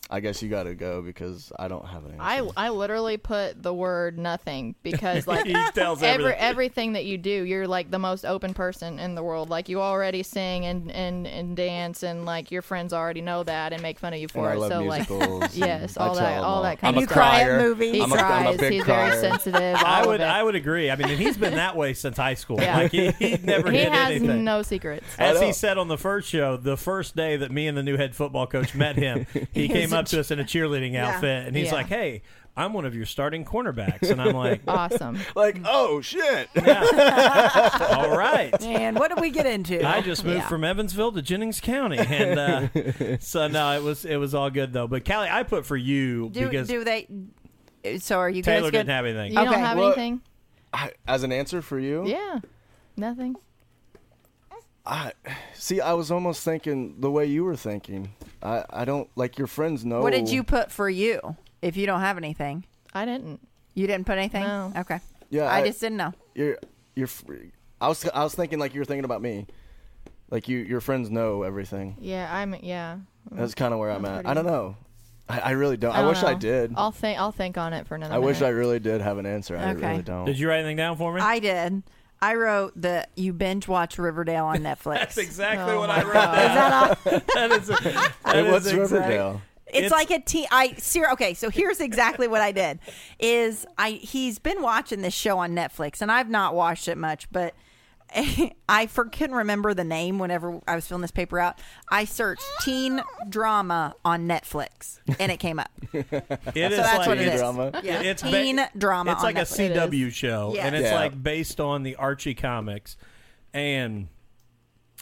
[SPEAKER 3] I guess you got to go because I don't have an answer.
[SPEAKER 4] I I literally put the word nothing because like
[SPEAKER 1] he tells
[SPEAKER 4] every
[SPEAKER 1] everything.
[SPEAKER 4] everything that you do, you're like the most open person in the world. Like you already sing and and and dance and like your friends already know that and make fun of you
[SPEAKER 3] and
[SPEAKER 4] for
[SPEAKER 3] I
[SPEAKER 4] it.
[SPEAKER 3] love
[SPEAKER 4] so like
[SPEAKER 3] musicals. and
[SPEAKER 4] yes,
[SPEAKER 3] I
[SPEAKER 4] all
[SPEAKER 3] tell
[SPEAKER 4] that-
[SPEAKER 3] them
[SPEAKER 4] all that kind
[SPEAKER 3] I'm
[SPEAKER 2] of
[SPEAKER 3] a
[SPEAKER 2] stuff. You cry at
[SPEAKER 3] crier.
[SPEAKER 2] movies.
[SPEAKER 4] he
[SPEAKER 3] I'm a- I'm a
[SPEAKER 4] cries,
[SPEAKER 3] big
[SPEAKER 4] he's
[SPEAKER 3] crier.
[SPEAKER 4] very sensitive. all
[SPEAKER 1] I
[SPEAKER 4] of
[SPEAKER 1] would
[SPEAKER 4] it.
[SPEAKER 1] I would agree. I mean, and he's been that way since high school.
[SPEAKER 4] Yeah.
[SPEAKER 1] Like he, he never
[SPEAKER 4] he
[SPEAKER 1] did
[SPEAKER 4] has
[SPEAKER 1] anything.
[SPEAKER 4] no secrets.
[SPEAKER 1] As
[SPEAKER 3] I
[SPEAKER 1] he
[SPEAKER 3] know.
[SPEAKER 1] said on the first show, the first day that me and the new head football coach met him, he came up to us in a cheerleading outfit, and he's
[SPEAKER 4] Yeah.
[SPEAKER 1] like, "Hey, I'm one of your starting cornerbacks," and I'm like,
[SPEAKER 4] Awesome.
[SPEAKER 3] Like, oh, shit.
[SPEAKER 1] "All right."
[SPEAKER 2] And what did we get into?
[SPEAKER 1] I just moved
[SPEAKER 4] Yeah.
[SPEAKER 1] from Evansville to Jennings County, and uh, so no, it was it was all good though. But Callie, I put for you
[SPEAKER 2] do,
[SPEAKER 1] because
[SPEAKER 2] do they? So are you
[SPEAKER 1] Taylor
[SPEAKER 2] guys good?
[SPEAKER 1] didn't have anything.
[SPEAKER 4] You don't
[SPEAKER 2] Okay.
[SPEAKER 4] have
[SPEAKER 3] Well-
[SPEAKER 4] anything?
[SPEAKER 3] I, as an answer for you?
[SPEAKER 4] Yeah. Nothing.
[SPEAKER 3] I, see, I was almost thinking the way you were thinking. I, I don't, like, your friends know.
[SPEAKER 2] What
[SPEAKER 1] Oh.
[SPEAKER 2] did you put for you? If you don't have anything,
[SPEAKER 4] I didn't.
[SPEAKER 2] you didn't put anything.
[SPEAKER 4] No.
[SPEAKER 2] Okay.
[SPEAKER 3] Yeah,
[SPEAKER 2] I,
[SPEAKER 3] I-
[SPEAKER 2] just didn't know.
[SPEAKER 3] You're, you're, fr- I was, I was thinking like you were thinking about me. Like, you, your friends know everything.
[SPEAKER 4] Yeah, I'm yeah.
[SPEAKER 3] That's kind of where I'm
[SPEAKER 4] That's
[SPEAKER 3] at.
[SPEAKER 4] pretty-
[SPEAKER 3] I don't know. I, I really don't. I,
[SPEAKER 4] don't
[SPEAKER 3] wish I
[SPEAKER 4] know.
[SPEAKER 3] did.
[SPEAKER 4] I'll think I'll think on it for another
[SPEAKER 3] I wish I
[SPEAKER 4] minute.
[SPEAKER 3] really did have an answer. I
[SPEAKER 2] Okay.
[SPEAKER 3] really don't.
[SPEAKER 1] Did you write anything down for me?
[SPEAKER 2] I did. I wrote that you binge watch Riverdale on Netflix.
[SPEAKER 1] That's exactly
[SPEAKER 4] Oh
[SPEAKER 1] what
[SPEAKER 4] my
[SPEAKER 1] I wrote
[SPEAKER 4] God.
[SPEAKER 1] down.
[SPEAKER 2] Is that all?
[SPEAKER 1] that is, that
[SPEAKER 3] Hey,
[SPEAKER 1] is
[SPEAKER 3] what's
[SPEAKER 1] exact-
[SPEAKER 3] Riverdale?
[SPEAKER 2] It's,
[SPEAKER 1] It's-
[SPEAKER 2] like a teen. I ser- okay. So here's exactly what I did: is I he's been watching this show on Netflix, and I've not watched it much, but I for couldn't remember the name. Whenever I was filling this paper out, I searched teen drama on Netflix, and it came up. So
[SPEAKER 1] It is
[SPEAKER 2] that's
[SPEAKER 1] like
[SPEAKER 2] what it
[SPEAKER 1] it's-
[SPEAKER 2] is.
[SPEAKER 3] drama?
[SPEAKER 2] Yeah,
[SPEAKER 1] It's ba-
[SPEAKER 2] teen drama.
[SPEAKER 1] It's
[SPEAKER 2] on
[SPEAKER 1] like a
[SPEAKER 2] Netflix.
[SPEAKER 1] CW show,
[SPEAKER 2] Yeah.
[SPEAKER 1] and it's
[SPEAKER 3] Yeah.
[SPEAKER 1] like based on the Archie comics. And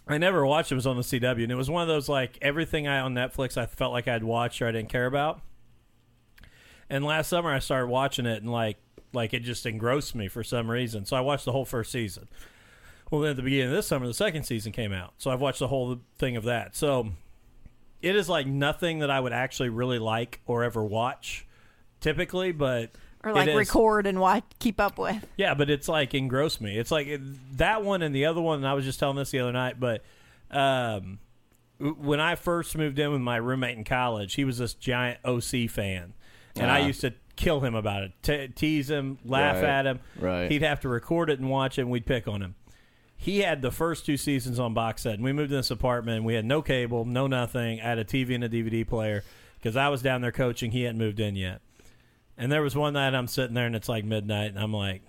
[SPEAKER 1] I never watched it. it was on the CW, and it was one of those like everything I on Netflix I felt like I'd watched or I didn't care about. And last summer I started watching it, and like like it just engrossed me for some reason. So I watched the whole first season. Well, then at the beginning of this summer, the second season came out, so I've watched the whole thing of that. So it is like nothing that I would actually really like or ever watch typically, but
[SPEAKER 2] or like
[SPEAKER 1] it is-
[SPEAKER 2] record and watch, keep up with.
[SPEAKER 1] yeah, but it's like engrossed me. It's like it, that one and the other one. And I was just telling this the other night, but um, w- when I first moved in with my roommate in college, he was this giant OC fan, and I
[SPEAKER 3] Ah.
[SPEAKER 1] used to kill him about it, te- tease him, laugh
[SPEAKER 3] Right,
[SPEAKER 1] at him.
[SPEAKER 3] right.
[SPEAKER 1] He'd have to record it and watch it, and we'd pick on him. He had the first two seasons on box set, and we moved in this apartment. and We had no cable, no nothing. I had a TV and a DVD player because I was down there coaching. He hadn't moved in yet. And there was one night I'm sitting there and it's like midnight and I'm like,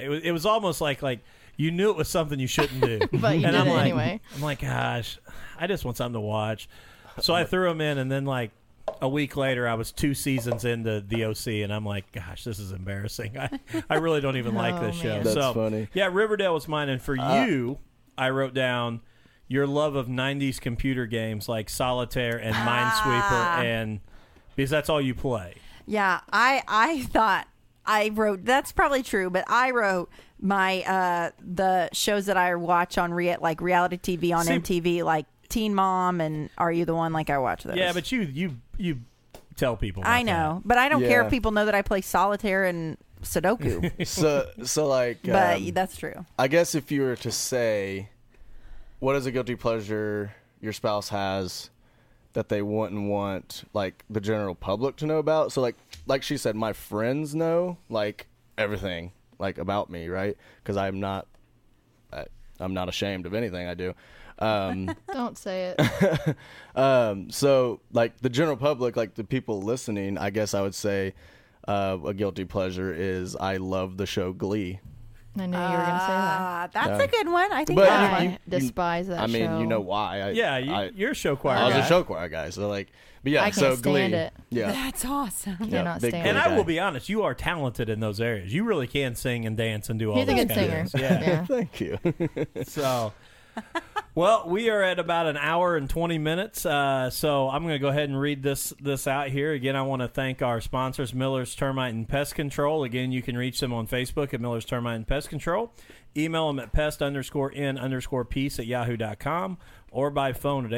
[SPEAKER 1] it was, it was almost like like you knew it was something you shouldn't do,
[SPEAKER 4] But you
[SPEAKER 1] and
[SPEAKER 4] did
[SPEAKER 1] I'm
[SPEAKER 4] it
[SPEAKER 1] like,
[SPEAKER 4] anyway.
[SPEAKER 1] I'm like, gosh, I just want something to watch. So I threw them in, and then like a week later, I was two seasons into the OC, and I'm like, gosh, this is embarrassing. I, I really don't even like
[SPEAKER 4] Oh,
[SPEAKER 1] this show.
[SPEAKER 4] man.
[SPEAKER 3] That's
[SPEAKER 1] so
[SPEAKER 3] funny. Uh,
[SPEAKER 1] yeah, Riverdale was mine, and for you, I wrote down. Your love of '90s computer games like Solitaire and Minesweeper,
[SPEAKER 4] Ah.
[SPEAKER 1] and because that's all you play.
[SPEAKER 5] Yeah, I I thought I wrote that's probably true, but I wrote my uh the shows that I watch on re- like reality TV on
[SPEAKER 1] See-
[SPEAKER 5] MTV like Teen Mom and Are You the One like I watch those.
[SPEAKER 1] Yeah, but you you you tell people.
[SPEAKER 5] I
[SPEAKER 1] about
[SPEAKER 5] know, but I don't care
[SPEAKER 3] Yeah.
[SPEAKER 5] if people know that I play solitaire and Sudoku.
[SPEAKER 3] so so like
[SPEAKER 5] but
[SPEAKER 3] um,
[SPEAKER 5] that's true.
[SPEAKER 3] I guess if you were to say, what is a guilty pleasure your spouse has that they wouldn't want like the general public to know about? So like like she said, my friends know like everything like about me, right? Because I'm not, I, I'm not ashamed of anything I do. Um,
[SPEAKER 4] Don't say it.
[SPEAKER 3] um, so like the general public, like the people listening, I guess I would say. Uh, a guilty pleasure is I love the show Glee.
[SPEAKER 4] I knew you were going to say
[SPEAKER 3] Ah.
[SPEAKER 4] that.
[SPEAKER 2] Ah,
[SPEAKER 5] Uh, that's a good one. I think
[SPEAKER 3] But-
[SPEAKER 5] that's
[SPEAKER 4] I
[SPEAKER 3] you- you-
[SPEAKER 4] despise that
[SPEAKER 3] I mean,
[SPEAKER 4] show.
[SPEAKER 3] you know why? I,
[SPEAKER 1] that. Yeah, you,
[SPEAKER 3] I-
[SPEAKER 1] you're a show choir.
[SPEAKER 3] I was
[SPEAKER 1] guy.
[SPEAKER 3] a show choir guy, so like, but yeah,
[SPEAKER 4] I can't
[SPEAKER 3] so
[SPEAKER 4] stand
[SPEAKER 3] Glee,
[SPEAKER 4] it.
[SPEAKER 3] yeah,
[SPEAKER 5] that's awesome.
[SPEAKER 3] yeah,
[SPEAKER 4] Cannot
[SPEAKER 3] big
[SPEAKER 4] stand
[SPEAKER 3] Glee
[SPEAKER 1] And I
[SPEAKER 3] guy.
[SPEAKER 1] will be honest, you are talented in those areas. You really can sing and dance and do all
[SPEAKER 4] He's a
[SPEAKER 1] those
[SPEAKER 4] good
[SPEAKER 1] kind
[SPEAKER 4] singer.
[SPEAKER 1] of things. Yeah.
[SPEAKER 3] Thank you.
[SPEAKER 1] So, well, we are at about an hour and twenty minutes. Uh, so I'm going to go ahead and read this this out here. Again, I want to thank our sponsors, Miller's Termite and Pest Control. Again, you can reach them on Facebook at Miller's Termite and Pest Control. Email them at pest underscore n underscore peace at yahoo.com or by phone at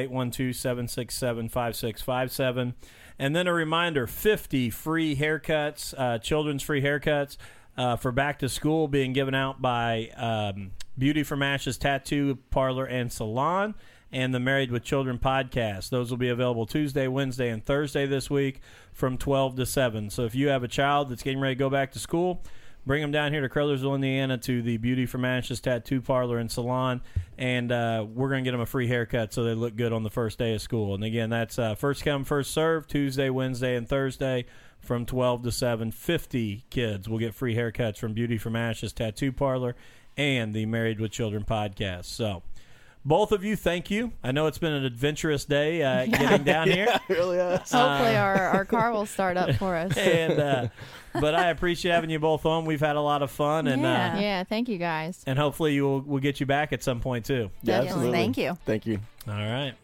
[SPEAKER 1] 812-767-5657. And then a reminder, 50 free haircuts, uh, children's free haircuts uh, for back to school being given out by um, Beauty from Ashes Tattoo Parlor and Salon and the Married with Children podcast. Those will be available Tuesday, Wednesday, and Thursday this week from 12 to 7. So if you have a child that's getting ready to go back to school, bring them down here to Crothersville, Indiana to the Beauty from Ashes Tattoo Parlor and Salon, and uh, we're going to get them a free haircut so they look good on the first day of school. And again, that's uh, first come, first serve, Tuesday, Wednesday, and Thursday from 12 to 7. 50 kids will get free haircuts from Beauty from Ashes Tattoo Parlor and the Married with Children podcast. So both of you, thank you. I know it's been an adventurous day uh, getting down here,
[SPEAKER 3] really? uh, Yes.
[SPEAKER 4] Hopefully,
[SPEAKER 1] Um,
[SPEAKER 4] our, our car will start up for us.
[SPEAKER 1] and uh, but I appreciate having you both on. We've had a lot of fun, and
[SPEAKER 5] Yeah.
[SPEAKER 1] uh,
[SPEAKER 4] Yeah, thank you guys.
[SPEAKER 1] and hopefully you will we'll get you back at some point too.
[SPEAKER 3] Yeah,
[SPEAKER 4] Definitely.
[SPEAKER 3] absolutely.
[SPEAKER 5] Thank you.
[SPEAKER 3] Thank you.
[SPEAKER 1] All right.